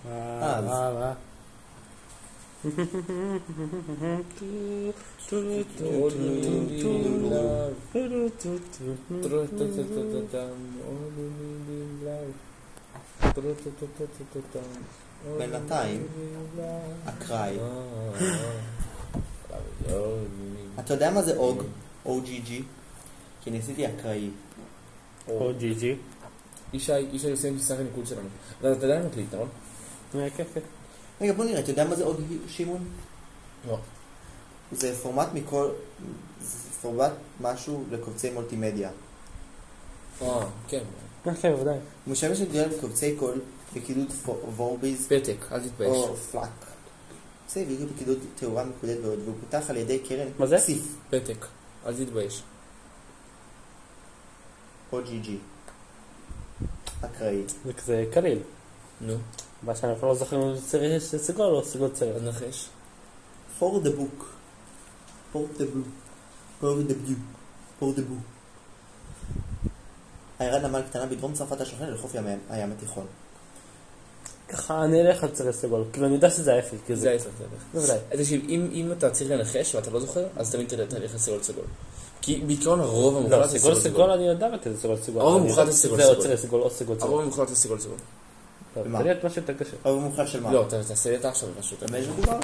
[SPEAKER 2] וואו.
[SPEAKER 3] אז.
[SPEAKER 2] וואו, וואו, וואו.
[SPEAKER 3] בינתיים, אקראי. אתה יודע מה זה אוג? OGG? כי ניסיתי אקראי.
[SPEAKER 2] או ג'י ג'י.
[SPEAKER 4] ישי, ישי עושה עם סך הניקוד שלנו. אבל אתה עדיין מקליט, נכון?
[SPEAKER 2] אה, כן, כן.
[SPEAKER 3] רגע, בוא נראה, אתה יודע מה זה אוג, שמעון?
[SPEAKER 4] לא.
[SPEAKER 3] זה פורמט מכל... זה פורמט משהו לקובצי מולטימדיה.
[SPEAKER 4] אה, כן.
[SPEAKER 2] אה, כן, בוודאי.
[SPEAKER 3] הוא משמש לדבר בקובצי קול בקידוד פו- וורביז
[SPEAKER 4] פתק, אל תתבייש.
[SPEAKER 3] או פלאק. קובצי וידאו בקידוד תאורה מקודד ועוד, והוא פותח על ידי קרן
[SPEAKER 2] מה זה?
[SPEAKER 3] סיף.
[SPEAKER 4] פתק, אל תתבייש.
[SPEAKER 3] OGG. אקראי.
[SPEAKER 2] זה כזה קליל.
[SPEAKER 4] נו,
[SPEAKER 2] מה שאני אפילו לא זוכר אם זה צריך סגול או לא, סגול
[SPEAKER 4] אז
[SPEAKER 2] צעיר.
[SPEAKER 4] נחש.
[SPEAKER 3] For the book. For the book. For the book. For the book. עיירת נמל קטנה בדרום צרפת השוכנת לחוף ים- הים התיכון.
[SPEAKER 2] ככה אני אלך על צריך סגול. כאילו אני יודע שזה ההפך, כי
[SPEAKER 4] זה
[SPEAKER 2] זה...
[SPEAKER 4] העצת הדרך.
[SPEAKER 2] בוודאי.
[SPEAKER 4] אז אה, תקשיב, אם, אם אתה צריך לנחש ואתה לא זוכר, אז תמיד תדע תהליך הסגול סגול. כי בעיקרון הרוב המוחלט
[SPEAKER 2] לא,
[SPEAKER 4] זה
[SPEAKER 2] סגול סגול אני יודע מה כזה סגול סגול.
[SPEAKER 4] הרוב
[SPEAKER 2] אני
[SPEAKER 4] המוחלט
[SPEAKER 2] יודע
[SPEAKER 4] זה סגול
[SPEAKER 2] שזה או
[SPEAKER 4] סגול. אה,
[SPEAKER 2] צריך סגול או סגול
[SPEAKER 4] הרוב
[SPEAKER 2] צעיר.
[SPEAKER 4] המוחלט זה סגול סגול.
[SPEAKER 2] טוב,
[SPEAKER 3] מה?
[SPEAKER 2] זה להיות משהו יותר קשה.
[SPEAKER 3] הרוב המוחלט של
[SPEAKER 2] אה.
[SPEAKER 3] מה?
[SPEAKER 4] לא, אתה תעשה לי אתה עכשיו משהו יותר.
[SPEAKER 3] במה יש מדובר?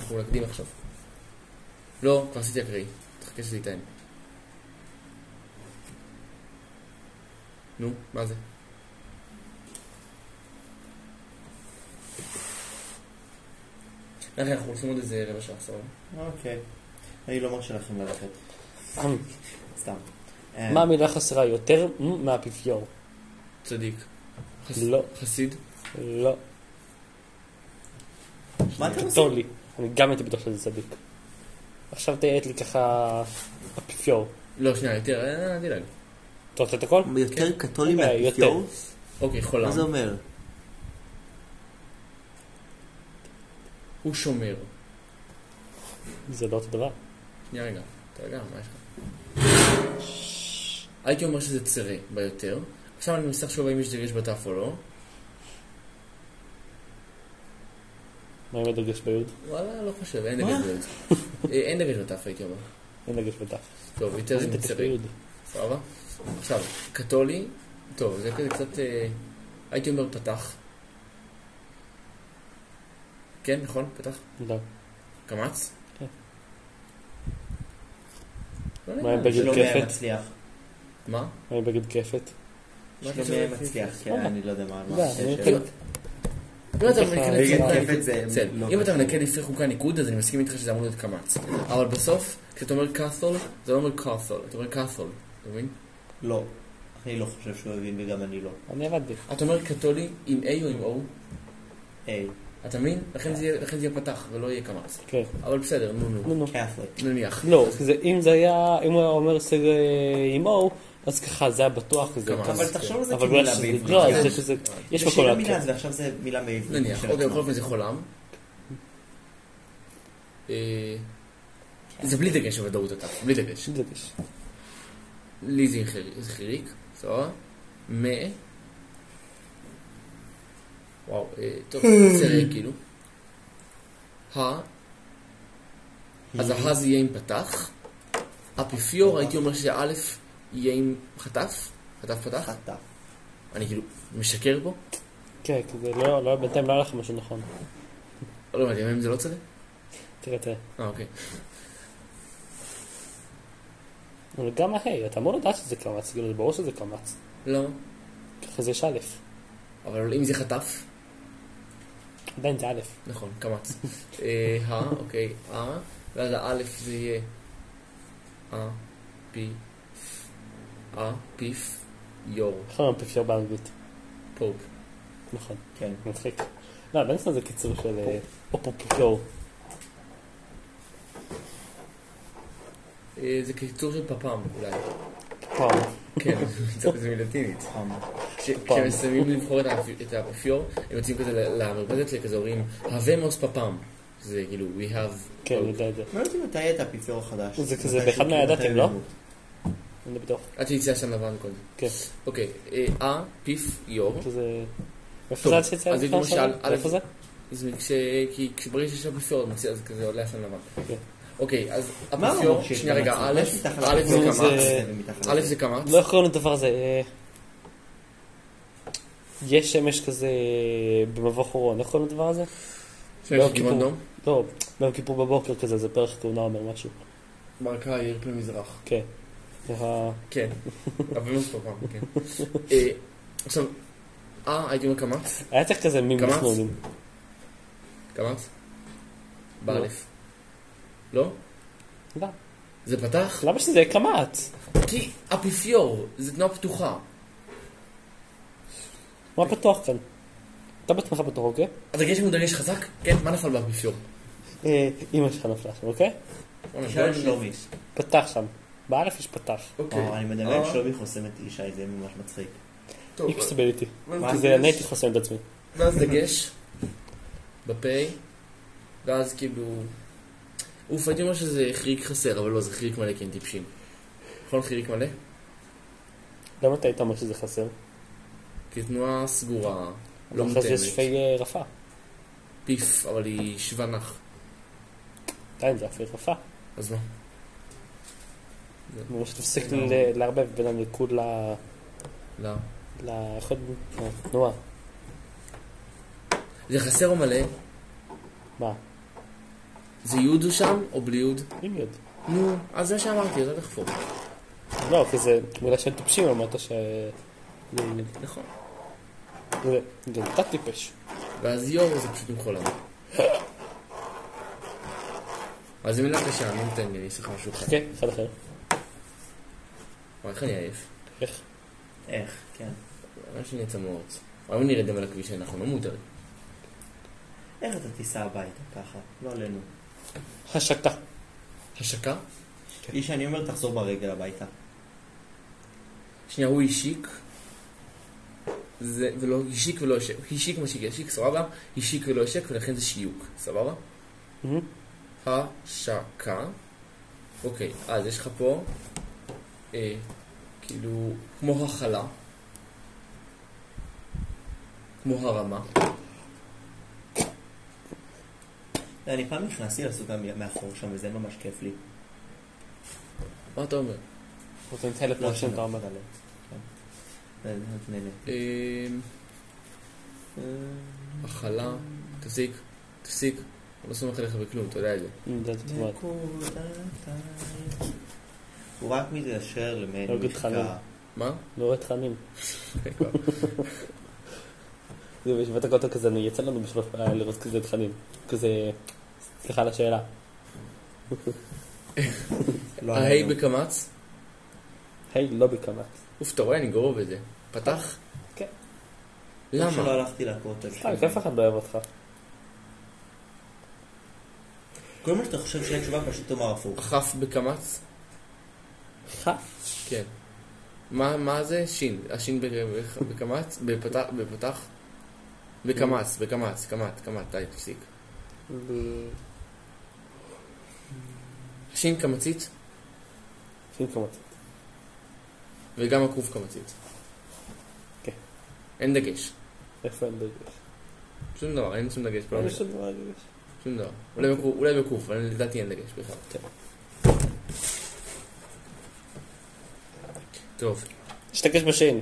[SPEAKER 4] אנחנו נקדים עכשיו. לא, כבר עשיתי אקראי. תחכה שזה ייתן. נו, מה זה?
[SPEAKER 13] רגע, אנחנו הולכים עוד איזה רבע שעה סבבה.
[SPEAKER 3] אוקיי. אני לא מרשה לכם ללכת. סתם. אה,
[SPEAKER 2] מה המילה חסרה יותר מ- מהאפיפיור?
[SPEAKER 4] צדיק.
[SPEAKER 2] לא,
[SPEAKER 4] חסיד.
[SPEAKER 2] לא,
[SPEAKER 3] מה
[SPEAKER 2] כן.
[SPEAKER 3] אתם עושים?
[SPEAKER 2] קתולי. אני גם הייתי בטוח שזה צדיק. עכשיו תהיית לי ככה אפיפיור.
[SPEAKER 4] לא, שנייה, יותר, אה, אל תדאג.
[SPEAKER 2] אתה רוצה את הכל?
[SPEAKER 3] יותר קתולי
[SPEAKER 2] אה,
[SPEAKER 3] מהאפיפיור?
[SPEAKER 2] יותר.
[SPEAKER 4] אוקיי, חולם.
[SPEAKER 3] מה זה אומר?
[SPEAKER 4] הוא שומר.
[SPEAKER 2] זה לא אותו דבר.
[SPEAKER 4] שנייה רגע, תרגע, מה יש לך? הייתי אומר שזה צרי ביותר. עכשיו אני מנסה לחשוב האם יש דגש בתף או לא.
[SPEAKER 2] מה עם הדגש ביוד?
[SPEAKER 4] וואלה, לא חושב, אין דגש בתף. אה, אין דגש בתף, הייתי אומר.
[SPEAKER 2] אין דגש בתף.
[SPEAKER 4] טוב, יותר
[SPEAKER 2] מה זה דגש
[SPEAKER 4] מצרי.
[SPEAKER 2] ביוד?
[SPEAKER 4] סבבה? עכשיו, קתולי, טוב, זה כזה קצת... אה, הייתי אומר פתח. כן, נכון? פתח?
[SPEAKER 2] לא.
[SPEAKER 4] קמץ?
[SPEAKER 2] כן.
[SPEAKER 4] לא יודע.
[SPEAKER 2] מה עם בגד
[SPEAKER 3] שלום
[SPEAKER 2] כפת?
[SPEAKER 3] מצליח.
[SPEAKER 4] מה?
[SPEAKER 2] מה עם בגד כפת?
[SPEAKER 4] מה
[SPEAKER 3] שלום מצליח, כן, אני לא יודע מה. מה
[SPEAKER 2] לא,
[SPEAKER 3] הקשר.
[SPEAKER 2] אני
[SPEAKER 4] כאילו, אם אתה מנקה לפי
[SPEAKER 3] רגע,
[SPEAKER 4] חוקה
[SPEAKER 3] כפת זה-
[SPEAKER 4] ניקוד, בסדר.
[SPEAKER 3] לא
[SPEAKER 4] אם אתה
[SPEAKER 3] קשור.
[SPEAKER 4] מנקה לפי חוקה ניקוד, אז אני מסכים איתך שזה אמור להיות קמץ. אבל בסוף, כשאתה אומר קאסול, זה לא אומר קאסול, אתה אומר קאסול, אתה מבין?
[SPEAKER 3] לא. אני לא חושב שהוא הבין וגם אני לא.
[SPEAKER 2] אני עבדתי.
[SPEAKER 4] אתה אומר קתולי עם A או עם O,
[SPEAKER 3] היי,
[SPEAKER 4] אתה מבין? לכן זה יהיה- לכן זה יהיה פתח ולא יהיה קמץ.
[SPEAKER 2] כן.
[SPEAKER 4] אבל בסדר, נו נו.
[SPEAKER 2] נו נו.
[SPEAKER 3] קאפליק.
[SPEAKER 4] נניח.
[SPEAKER 2] לא, זה, אם זה היה, אם הוא היה אומר סגר עם אור, אז ככה זה היה בטוח כזה.
[SPEAKER 4] כמה?
[SPEAKER 2] אבל
[SPEAKER 3] אבל תחשוב על זה
[SPEAKER 2] בגלל
[SPEAKER 3] כמילה
[SPEAKER 2] שזה,
[SPEAKER 3] בעברית.
[SPEAKER 2] לא,
[SPEAKER 3] כן.
[SPEAKER 2] אני חושב שזה, יש
[SPEAKER 3] זה
[SPEAKER 2] מקום
[SPEAKER 3] שאלה
[SPEAKER 2] לעדכן.
[SPEAKER 3] מילה, אז עכשיו זה מילה מעברית.
[SPEAKER 4] נניח.
[SPEAKER 3] של
[SPEAKER 4] אוקיי,
[SPEAKER 3] עצמה.
[SPEAKER 4] בכל אופן זה חולם. אה, זה בלי דגש בוודאות אתה, בלי דגש.
[SPEAKER 2] שזה דגש.
[SPEAKER 4] לי זה עם חיר- זה חיריק, סבבה? מ... וואו, אה, טוב, צרי כאילו. ה... אז הה זה יהיה עם פתח. אפיפיור, הייתי אומר שהא' יהיה עם חטף. חטף פתח.
[SPEAKER 3] חטא.
[SPEAKER 4] אני כאילו משקר פה.
[SPEAKER 2] כן, כי זה לא, לא, בינתיים לא היה לך משהו נכון.
[SPEAKER 4] לא הבנתי, אם זה לא צרי?
[SPEAKER 2] תראה, תראה.
[SPEAKER 4] אה, אוקיי.
[SPEAKER 2] אבל גם ההי, אתה אמור לדעת שזה קמץ, כאילו, זה ברור שזה קמץ.
[SPEAKER 4] לא.
[SPEAKER 2] ככה זה יש א',
[SPEAKER 4] אבל אם זה חטף,
[SPEAKER 2] עדיין זה א'.
[SPEAKER 4] נכון, קמץ. אה, ה, אוקיי, ה, ואז האלף זה יהיה ה, פי, ה, פיף, יור,
[SPEAKER 2] איך אומרים אפיפיור באנגלית?
[SPEAKER 4] פופ.
[SPEAKER 2] נכון,
[SPEAKER 3] כן.
[SPEAKER 2] מצחיק. לא, בנסון זה קיצור של אה, אופופיור.
[SPEAKER 4] אה, זה קיצור של פפם אולי.
[SPEAKER 2] פעם.
[SPEAKER 4] כן, זה- זה מלטינית. כש-
[SPEAKER 2] פפם.
[SPEAKER 4] כשמסיימים לבחור את האפי- את האפיפיור, הם יוצאים כזה ל- למרפסת שכזה אומרים, הבמוס פפם. זה כאילו, we have...
[SPEAKER 2] כן, אני
[SPEAKER 4] Pope."
[SPEAKER 2] יודע את זה.
[SPEAKER 3] לא יודעים מתי יהיה את האפיפיור החדש.
[SPEAKER 2] זה כזה
[SPEAKER 3] מתי
[SPEAKER 2] באחד
[SPEAKER 3] שהוא-
[SPEAKER 2] מהידעתם,
[SPEAKER 3] מתי הוא
[SPEAKER 2] לא?
[SPEAKER 3] ימות.
[SPEAKER 2] אני לא בטוח.
[SPEAKER 4] עד שיצא עשן לבן קודם.
[SPEAKER 2] כן,
[SPEAKER 4] אוקיי, אה, ה, פיף, יור.
[SPEAKER 2] שזה... איפה
[SPEAKER 4] טוב,
[SPEAKER 2] זה עד שיצא?
[SPEAKER 4] אז הייתי משאל, א',
[SPEAKER 2] איפה זה?
[SPEAKER 4] זה כש... כי כשברגע שיש אפיפיור, מוציא אז כזה עולה עשן לבן.
[SPEAKER 2] כן.
[SPEAKER 4] אוקיי, אז
[SPEAKER 3] מה הוא
[SPEAKER 4] אפיפיור,
[SPEAKER 3] אמר שיש
[SPEAKER 4] שנייה רגע,
[SPEAKER 3] קמץ?
[SPEAKER 4] א',
[SPEAKER 3] מה שמתחת
[SPEAKER 4] א' זה
[SPEAKER 3] לאפיפיור
[SPEAKER 4] קמץ,
[SPEAKER 2] זה-
[SPEAKER 3] ומתחת
[SPEAKER 4] א'
[SPEAKER 3] לזה.
[SPEAKER 4] זה קמץ,
[SPEAKER 2] לא איך קוראים לדבר הזה? אה, יש שמש כזה אה, במבוא חורון, איך קוראים לדבר הזה?
[SPEAKER 4] שמש
[SPEAKER 2] לא,
[SPEAKER 4] כיוון
[SPEAKER 2] כיפור.
[SPEAKER 4] דום,
[SPEAKER 2] לא, ביום כיפור בבוקר כזה, זה פרח כהונה אומר משהו.
[SPEAKER 4] ברקה העיר פני מזרח.
[SPEAKER 2] כן. ככה,
[SPEAKER 4] כן, אבל לא סופר, כן. אה, עכשיו, אה, הייתי אומר קמץ,
[SPEAKER 2] היה צריך כזה מים
[SPEAKER 4] קמץ?
[SPEAKER 2] מסנונים.
[SPEAKER 4] קמץ?
[SPEAKER 2] לא.
[SPEAKER 4] באלף. לא?
[SPEAKER 2] לא.
[SPEAKER 4] זה פתח?
[SPEAKER 2] למה שזה יהיה קמץ?
[SPEAKER 4] כי אפיפיור, זה תנועה פתוחה.
[SPEAKER 2] מה פתוח כאן? אתה בעצמך פתוח, אוקיי?
[SPEAKER 4] הדגש הוא דגש חזק? כן, מה נפל באפיפיור?
[SPEAKER 2] אה, אמא שלך נפלה שם, אוקיי?
[SPEAKER 4] וואלה,
[SPEAKER 3] תשאל את
[SPEAKER 4] גול.
[SPEAKER 3] שלומי.
[SPEAKER 2] פתח שם. באלף יש פתח.
[SPEAKER 4] אוקיי.
[SPEAKER 3] וואו, אני מדבר
[SPEAKER 4] אה,
[SPEAKER 3] על שלומי חוסם את ישי, זה ממש מצחיק.
[SPEAKER 4] טוב,
[SPEAKER 2] איקסביליטי.
[SPEAKER 4] מה
[SPEAKER 2] כי זה
[SPEAKER 4] הדגש?
[SPEAKER 2] אני הייתי חוסם את עצמי.
[SPEAKER 4] ואז דגש בפה, ואז כאילו... אוף, הייתי אומר שזה חיריק חסר, אבל לא, זה חיריק מלא כי הם טיפשים. נכון חיריק מלא?
[SPEAKER 2] למה אתה היית אומר שזה חסר?
[SPEAKER 4] כי זו תנועה סגורה, לא
[SPEAKER 2] אחרי זה
[SPEAKER 4] מותאמת.
[SPEAKER 2] יש שפי אה, רפה.
[SPEAKER 4] פיף, אבל היא שוונח.
[SPEAKER 2] עדיין זה אפי רפה.
[SPEAKER 4] אז מה?
[SPEAKER 2] ממש תפסיק ל- לערבב בין הניקוד ל...
[SPEAKER 4] לא.
[SPEAKER 2] ל... איך עוד... תנועה.
[SPEAKER 4] זה חסר או מלא?
[SPEAKER 2] מה?
[SPEAKER 4] זה יוד הוא שם, או בלי יוד?
[SPEAKER 2] אם יוד.
[SPEAKER 4] נו, אז זה שאמרתי, אז אל תחפור.
[SPEAKER 2] לא, כי זה מילה של טיפשים, אמרת ש...
[SPEAKER 4] נכון.
[SPEAKER 2] זה- גם אתה טיפש.
[SPEAKER 4] ואז יור זה פשוט עם חולם. אז זו מילה קשה, אני נותן לי, אני אעשה לך משהו אחר.
[SPEAKER 2] אוקיי, אחד אחר.
[SPEAKER 4] וואי, איך אני עייף.
[SPEAKER 2] איך?
[SPEAKER 3] איך? כן.
[SPEAKER 4] ממש נהיה צמאות. היום נראה דם על הכביש, אנחנו לא מותרים.
[SPEAKER 3] איך אתה תיסע הביתה ככה? לא עלינו.
[SPEAKER 2] השקה.
[SPEAKER 4] השקה?
[SPEAKER 3] היא שאני אומר תחזור ברגל הביתה.
[SPEAKER 4] שנייה, הוא השיק. זה, ולא, השיק ולא השק. השיק משיק, השיק, סבבה? השיק ולא השק, ולכן זה שיוק, סבבה? השקה. אוקיי, אז יש לך פה, אה, כאילו, כמו הכלה. כמו הרמה.
[SPEAKER 3] אני פעם נכנסתי לסוגה מ- מאחור שם וזה ממש כיף לי.
[SPEAKER 4] מה אתה אומר?
[SPEAKER 2] נותן טלפון לא שם אתה עומד עליהם.
[SPEAKER 3] זה מאוד נהנה.
[SPEAKER 4] אה, הכלה, תפסיק, תפסיק. אני לא סומך עליך בכלום, אתה יודע את זה.
[SPEAKER 2] אני יודע את התשובה.
[SPEAKER 3] נקודתיים. הוא רק מתיישר למעין
[SPEAKER 2] לא גדחנים.
[SPEAKER 3] משקע.
[SPEAKER 4] מה?
[SPEAKER 2] לא רואה תכנים. זה בישיבת הכותל כזה, נו, יצא לנו בשלוף אה, לראות כזה תכנים. כזה, סליחה על השאלה.
[SPEAKER 3] לא
[SPEAKER 2] אה,
[SPEAKER 4] ההי
[SPEAKER 3] עלינו.
[SPEAKER 4] בקמץ?
[SPEAKER 2] היי, לא בקמץ.
[SPEAKER 4] אוף, אתה רואה, אני גרוב בזה. פתח?
[SPEAKER 2] כן.
[SPEAKER 3] טוב לא שלא
[SPEAKER 4] למה?
[SPEAKER 3] הלכתי לכותל.
[SPEAKER 2] אה, כי אף אחד לא אוהב אותך.
[SPEAKER 3] כל מה שאתה חושב שאין תשובה פשוט תאמר הפוך.
[SPEAKER 4] חף בקמץ?
[SPEAKER 2] חף.
[SPEAKER 4] כן. מה, מה זה? שין. השין ב- ב- בקמץ? בפתח? בפתח? בקמץ, בקמץ, קמט, קמט, די, תפסיק. השין קמצית,
[SPEAKER 2] שין קמץ.
[SPEAKER 4] וגם הקוף קמצית.
[SPEAKER 2] כן.
[SPEAKER 4] אין דגש.
[SPEAKER 2] איפה אין דגש?
[SPEAKER 4] שום דבר, אין שום דגש.
[SPEAKER 2] לא
[SPEAKER 4] בכל
[SPEAKER 2] יש
[SPEAKER 4] מילה.
[SPEAKER 2] לנו דגש.
[SPEAKER 4] שום דבר. אולי בקוף- אולי בקוף, אבל לדעתי אין דגש בכלל.
[SPEAKER 2] כן.
[SPEAKER 4] טוב.
[SPEAKER 2] יש דגש בשין.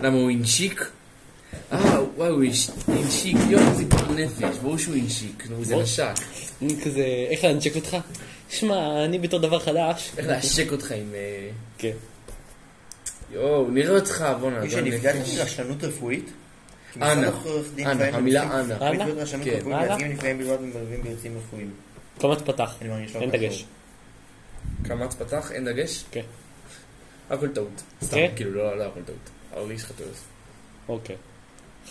[SPEAKER 4] למה הוא הנשיק? אה, וואי, הוא הנש- הנשיק, יואו, זה כבר נפש, ברור שהוא הנשיק, נו, זה
[SPEAKER 2] ברור.
[SPEAKER 4] נשק.
[SPEAKER 1] אני כזה, איך להנשק אותך? שמע, אני בתור דבר חדש.
[SPEAKER 4] איך להשק אותך עם... אה,
[SPEAKER 2] כן.
[SPEAKER 4] יואו, נראה אותך, בואנה,
[SPEAKER 3] מי
[SPEAKER 4] אדם
[SPEAKER 3] שנפגשתי
[SPEAKER 4] נפש.
[SPEAKER 3] רשלנות רפואית? כי
[SPEAKER 4] אנא.
[SPEAKER 3] משרד עורך דין
[SPEAKER 4] אנא,
[SPEAKER 3] טוען
[SPEAKER 4] המילה
[SPEAKER 3] בנושאים-
[SPEAKER 4] אנא.
[SPEAKER 2] אנא?
[SPEAKER 3] בעקבות רשלנות
[SPEAKER 4] כן.
[SPEAKER 3] רפואית
[SPEAKER 2] אנא?
[SPEAKER 3] להציג נפגעים בלבד ומערבים ביוצאים רפואיים.
[SPEAKER 2] קמץ פתח.
[SPEAKER 3] אני מרגיש לא
[SPEAKER 2] אין
[SPEAKER 3] קשור.
[SPEAKER 2] דגש.
[SPEAKER 4] קמץ פתח, אין דגש?
[SPEAKER 2] כן.
[SPEAKER 4] הכל טעות. סתם,
[SPEAKER 2] כן?
[SPEAKER 4] כאילו, לא, לא הכל טעות. ההורי שלך טעות.
[SPEAKER 2] אוקיי.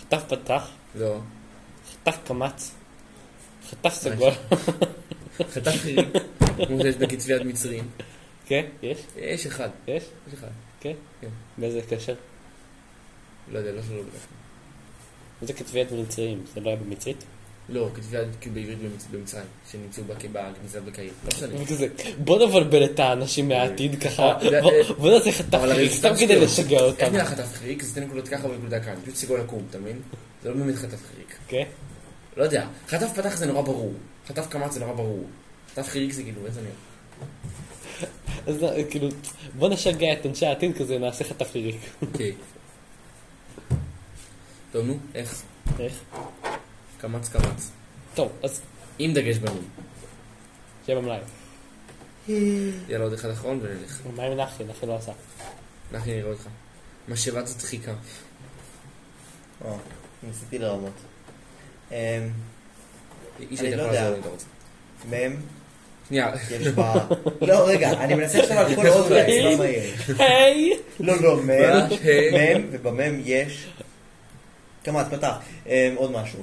[SPEAKER 2] חטף פתח.
[SPEAKER 4] לא.
[SPEAKER 2] חטף קמץ. חטף סגול.
[SPEAKER 4] חטף חירים, כמו שיש בקצבי יד מצרים.
[SPEAKER 2] כן? יש?
[SPEAKER 4] יש אחד,
[SPEAKER 2] יש?
[SPEAKER 4] יש אחד.
[SPEAKER 2] באיזה קשר?
[SPEAKER 4] לא יודע, לא שלא בדרך כלל.
[SPEAKER 2] זה כתבי יד מצריים. זה לא היה במצרית?
[SPEAKER 4] לא, כתבי יד כאילו בעברית במצ- במצרים, שנמצאו בק- בכניסה בקהיר. לא משנה.
[SPEAKER 1] וכזה, בוא נבלבל את האנשים מהעתיד ככה,
[SPEAKER 4] אה, זה-
[SPEAKER 1] בוא- בוא נעשה חטף
[SPEAKER 4] אבל הרי
[SPEAKER 1] חיק,
[SPEAKER 4] זה
[SPEAKER 1] סתם
[SPEAKER 4] סתם כן.
[SPEAKER 1] כדי
[SPEAKER 4] שטויות.
[SPEAKER 1] לשגע
[SPEAKER 4] איך
[SPEAKER 1] אותם.
[SPEAKER 4] נראה חטף חיריק? זה שתי נקודות ככה ונקודה כאן. פשוט סיגול עקום, אתה מבין? זה לא באמת חטף חיריק.
[SPEAKER 1] אוקיי?
[SPEAKER 2] כן.
[SPEAKER 4] לא יודע. חטף פתח זה נורא ברור. חטף קמץ זה נורא ברור. חטף חיריק זה כאילו, איזה נראה.
[SPEAKER 1] אז לא, כאילו, בוא נשגע את אנשי העתיד כזה, נעשה חטף חיק.
[SPEAKER 4] אוקיי. טוב, נו, איך?
[SPEAKER 2] איך?
[SPEAKER 4] קמץ קמץ.
[SPEAKER 1] טוב, אז
[SPEAKER 4] עם דגש ברור.
[SPEAKER 1] שיהיה במלאי.
[SPEAKER 4] יאללה, עוד אחד אחרון ונלך.
[SPEAKER 1] מה עם נחי? נחי לא עשה.
[SPEAKER 4] אנחנו נראה אותך. משאבת זה דחיקה.
[SPEAKER 3] או, אוקיי, ניסיתי לרמות. אמ,
[SPEAKER 4] איש
[SPEAKER 3] אני
[SPEAKER 4] היית
[SPEAKER 3] לא
[SPEAKER 4] יכול
[SPEAKER 3] יודע.
[SPEAKER 4] לעזור לי, אתה רוצה.
[SPEAKER 3] מ"ם,
[SPEAKER 4] שנייה.
[SPEAKER 3] יש בה... לא, רגע, אני מנסה עכשיו על כל עוד לא מהיר.
[SPEAKER 1] היי!
[SPEAKER 3] לא, לא, מ"ם,
[SPEAKER 4] אוקיי.
[SPEAKER 3] מ"ם, ובמ"ם יש... כמה, את פתח. אמ, עוד משהו.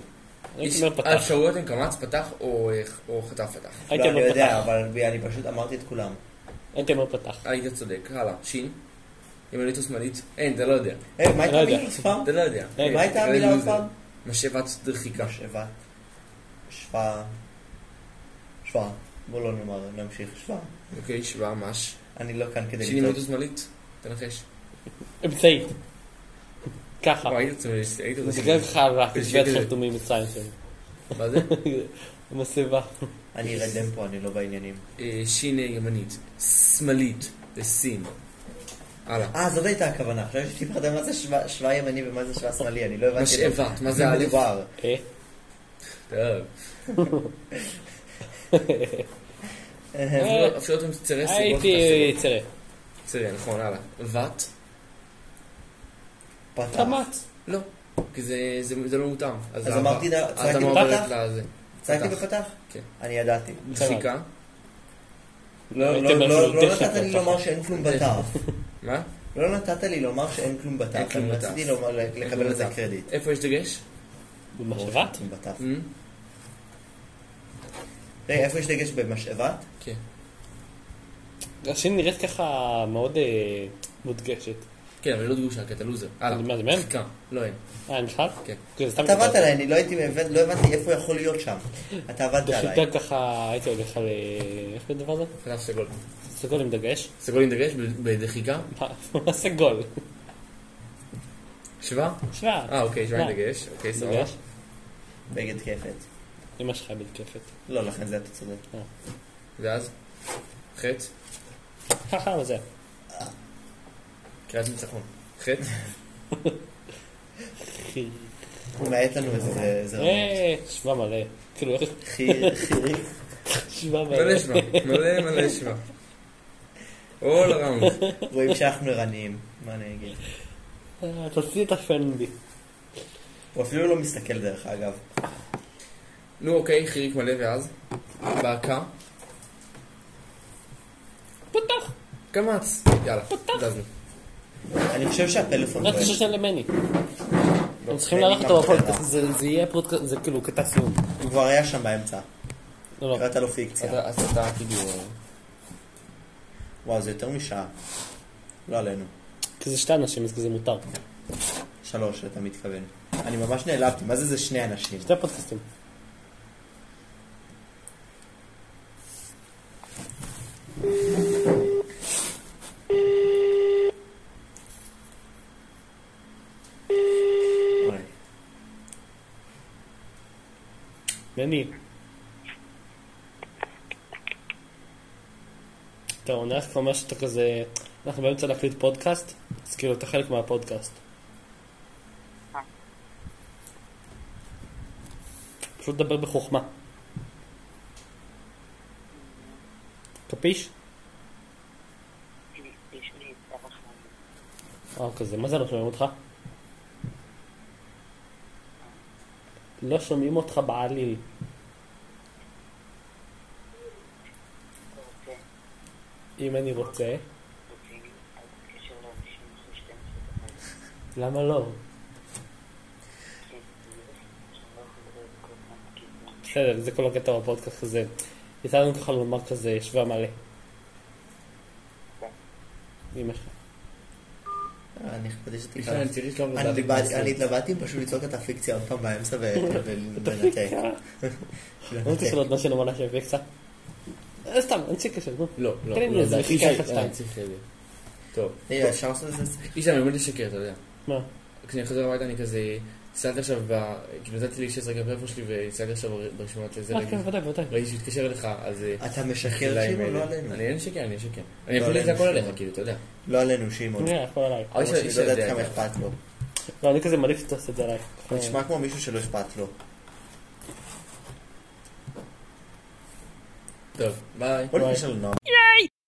[SPEAKER 1] הייתי אומר פתח.
[SPEAKER 4] האפשרויות הן קמץ פתח או אה, או חטף פתח.
[SPEAKER 1] הייתי
[SPEAKER 3] לא, אני
[SPEAKER 1] אומר
[SPEAKER 3] יודע,
[SPEAKER 1] פתח.
[SPEAKER 3] אבל אני פשוט אמרתי את כולם.
[SPEAKER 1] הייתי אומר פתח.
[SPEAKER 4] אה, היית צודק, הלאה. שין? ימנית או שמאלית? אין, אתה לא יודע.
[SPEAKER 3] אה, מה הייתה
[SPEAKER 1] לא יודע.
[SPEAKER 3] המילה עוד פעם?
[SPEAKER 4] אתה לא יודע.
[SPEAKER 3] מה הייתה המילה
[SPEAKER 4] לא
[SPEAKER 3] עוד פעם?
[SPEAKER 4] משאבת דחיקה.
[SPEAKER 3] משאבה. שווה. שווה. בוא לא נאמר, נמשיך. שווה.
[SPEAKER 4] אוקיי, שבעה מש.
[SPEAKER 3] אני אה. לא כאן כדי
[SPEAKER 4] שין ימנית או
[SPEAKER 3] לצעוק.
[SPEAKER 4] שמאלית? תנחש.
[SPEAKER 1] אמצעית. ככה.
[SPEAKER 4] וואי, היית צודק, היית
[SPEAKER 1] מסתכל
[SPEAKER 4] צודק.
[SPEAKER 1] לך על הכתבי
[SPEAKER 4] כזה.
[SPEAKER 1] חתומים מצרים שלי.
[SPEAKER 4] מה זה?
[SPEAKER 1] מסיבה.
[SPEAKER 3] אני ארדם פה, אני לא בעניינים.
[SPEAKER 4] אה, שין ימנית. שמאלית. זה סין. הלאה.
[SPEAKER 3] אה, זאת הייתה הכוונה. עכשיו יש לי פחדה מה זה שווה- שווה ימני ומה זה שווה שמאלי, אני לא הבנתי.
[SPEAKER 4] משאבת, מה זה האלף?
[SPEAKER 3] מדובר.
[SPEAKER 1] אה?
[SPEAKER 4] טוב.
[SPEAKER 1] אה,
[SPEAKER 4] אפשרויות הן צירי לא- סיבות.
[SPEAKER 1] הייתי יצרה.
[SPEAKER 4] צירי, נכון, הלאה. בת?
[SPEAKER 3] פתח.
[SPEAKER 1] קמץ.
[SPEAKER 4] לא. כי זה- זה זה לא מותאם.
[SPEAKER 3] אז אמרתי,
[SPEAKER 4] אז
[SPEAKER 3] צעקתי
[SPEAKER 4] אמרת
[SPEAKER 3] פתח?
[SPEAKER 4] לזה.
[SPEAKER 3] צעקתי בפתח?
[SPEAKER 14] כן.
[SPEAKER 3] אני ידעתי.
[SPEAKER 4] דפיקה.
[SPEAKER 3] לא
[SPEAKER 2] הייתם
[SPEAKER 3] לא- לא- לא
[SPEAKER 2] בטח
[SPEAKER 3] נתת לי
[SPEAKER 2] בפתח.
[SPEAKER 3] לומר שאין כלום
[SPEAKER 4] כן.
[SPEAKER 3] בטח.
[SPEAKER 4] מה?
[SPEAKER 3] לא נתת לי לומר שאין כלום בטח.
[SPEAKER 4] כלום
[SPEAKER 3] אני
[SPEAKER 4] בטח.
[SPEAKER 3] רציתי לומר- לקבל על זה קרדיט.
[SPEAKER 4] איפה יש דגש?
[SPEAKER 2] במשאבת?
[SPEAKER 3] כלום בטח.
[SPEAKER 4] אמ?
[SPEAKER 3] רגע, איפה יש דגש במשאבת?
[SPEAKER 4] כן.
[SPEAKER 2] השין נראית ככה מאוד אה, מודגשת.
[SPEAKER 4] כן, אבל היא לא דגושה, כי אתה לוזר. הלאה.
[SPEAKER 2] מה זה, מהם?
[SPEAKER 4] דפיקה. לא אין.
[SPEAKER 2] אה, אין לך?
[SPEAKER 4] כן.
[SPEAKER 2] זה סתם
[SPEAKER 3] אתה עבדת
[SPEAKER 2] כזה.
[SPEAKER 3] עליי, אני לא הייתי, מבין- לא הבנתי איפה יכול להיות שם. אתה עבדת עליי.
[SPEAKER 2] דפיקה ככה, הייתי הולך על... אה, איך קוראים לדבר הזה?
[SPEAKER 4] פתח סגול.
[SPEAKER 2] סגול עם דגש.
[SPEAKER 4] סגול עם דגש ב- בדחיקה.
[SPEAKER 2] מה- מה סגול?
[SPEAKER 4] שווה?
[SPEAKER 2] שמע.
[SPEAKER 4] אה, אוקיי, שווה עם
[SPEAKER 2] מה?
[SPEAKER 4] דגש. אוקיי, סבבה.
[SPEAKER 2] דגש?
[SPEAKER 3] בגד כיפת.
[SPEAKER 2] אמא שלך מתקפת.
[SPEAKER 3] לא, לכן זה אתה צודק.
[SPEAKER 4] ואז? חטא.
[SPEAKER 2] ככה, מה זה?
[SPEAKER 4] קריאת ניצחון. חטא.
[SPEAKER 2] חי...
[SPEAKER 3] הוא מאט לנו איזה איזה רמות.
[SPEAKER 2] אה, שמע מלא. כאילו, איך...
[SPEAKER 3] חי- חירי.
[SPEAKER 2] שמע מלא.
[SPEAKER 4] מלא שווה. מלא מלא שווה. All around.
[SPEAKER 3] רואים שאנחנו ערניים. מה אני אגיד?
[SPEAKER 2] אה, תוציא את הפנבי.
[SPEAKER 3] הוא אפילו לא מסתכל דרך אגב.
[SPEAKER 4] נו, אוקיי, חיריק מלא ואז? בעקה.
[SPEAKER 2] פותח.
[SPEAKER 4] קמץ. יאללה. זזנו.
[SPEAKER 3] אני חושב
[SPEAKER 4] לא,
[SPEAKER 3] שהפלאפון...
[SPEAKER 2] רק
[SPEAKER 3] בועט.
[SPEAKER 2] תשע של לא, למני. הם צריכים
[SPEAKER 3] אני
[SPEAKER 2] לארח
[SPEAKER 3] גם
[SPEAKER 2] אותו בפודקאסט.
[SPEAKER 4] כן.
[SPEAKER 3] בטח.
[SPEAKER 2] זה זה יהיה פודקאסט, זה כאילו קטע סיום.
[SPEAKER 3] הוא כבר היה שם באמצע.
[SPEAKER 2] לא, לא.
[SPEAKER 3] קראת לו פיקציה.
[SPEAKER 4] אתה- אז אתה כאילו...
[SPEAKER 3] וואו, זה יותר משעה. לא עלינו.
[SPEAKER 2] כי זה שתי אנשים, אז כזה מותר.
[SPEAKER 3] שלוש, אתה מתכוון. אני ממש נעלבתי, מה זה זה שני אנשים?
[SPEAKER 2] שתי פודקאסטים.
[SPEAKER 3] אוי. אה,
[SPEAKER 2] מני. אתה עונה לך כבר משהו שאתה כזה... אנחנו באמצע להקליט פודקאסט, אז כאילו אתה חלק מהפודקאסט. פשוט דבר בחוכמה. קפיש? אה, כזה, מה זה לא שומעים אותך? לא שומעים אותך בעליל. אם אני רוצה, למה לא? בסדר, זה כל הקטע בפודקאסט הזה. יצא לנו ככה לומר כזה שווה מלא. אמא שלך.
[SPEAKER 3] אה, אני חשבתי
[SPEAKER 4] כן,
[SPEAKER 3] שתקרא.
[SPEAKER 14] תשמע, אני צריך לשלוח לו
[SPEAKER 3] אני
[SPEAKER 14] דף
[SPEAKER 3] התלבט-
[SPEAKER 14] מסר.
[SPEAKER 3] אני התלבטתי אם פשוט לצעוק את הפיקציה עוד פעם באמצע ו- ולנתק.
[SPEAKER 2] לא רוצה לשאול עוד משהו למעלה שהפיקסה. אה, סתם, אנשי קשר, נו.
[SPEAKER 4] לא, לא.
[SPEAKER 2] תן לי
[SPEAKER 4] לא,
[SPEAKER 2] איזה
[SPEAKER 4] די, אי
[SPEAKER 2] חיכה
[SPEAKER 4] אפשר-
[SPEAKER 2] אחת, שתיים.
[SPEAKER 4] אה, צריך, אה, טוב.
[SPEAKER 3] רגע, אפשר לעשות את זה?
[SPEAKER 4] איש אני לומד לשקר, אתה יודע.
[SPEAKER 2] מה?
[SPEAKER 4] כשאני חוזר הביתה אני כזה, הסתכלתי עכשיו, ב- כאילו נתתי לאיש לזרק בפלאפון שלי והסתכלתי עכשיו בר- ברשימת איזה
[SPEAKER 2] אה,
[SPEAKER 4] רגע.
[SPEAKER 2] כן, ודאי, ודאי.
[SPEAKER 4] ראיתי שהוא התקשר אליך, אז... אה,
[SPEAKER 3] אתה משקר
[SPEAKER 4] אולי
[SPEAKER 3] שמעון?
[SPEAKER 4] מילא.
[SPEAKER 3] לא עלינו. לא
[SPEAKER 4] אני אין שקר, אני אין שקר. אני יכול
[SPEAKER 3] עלינו,
[SPEAKER 4] להגיד הכל
[SPEAKER 3] שמעון.
[SPEAKER 4] עליך, כאילו, אתה יודע.
[SPEAKER 3] לא עלינו, שמעון.
[SPEAKER 2] נראה, הכל עליי.
[SPEAKER 4] אוי,
[SPEAKER 3] למרות שאני
[SPEAKER 4] איש
[SPEAKER 3] לא
[SPEAKER 4] יודע,
[SPEAKER 3] יודעת כמה
[SPEAKER 4] יודע. כן.
[SPEAKER 3] אכפת לו.
[SPEAKER 2] לא, אני כזה מעדיף שאתה עושה את זה עליי.
[SPEAKER 3] הוא נשמע כמו מישהו שלא אכפת לו.
[SPEAKER 4] טוב, ביי.
[SPEAKER 3] בוא נקשר לנועם.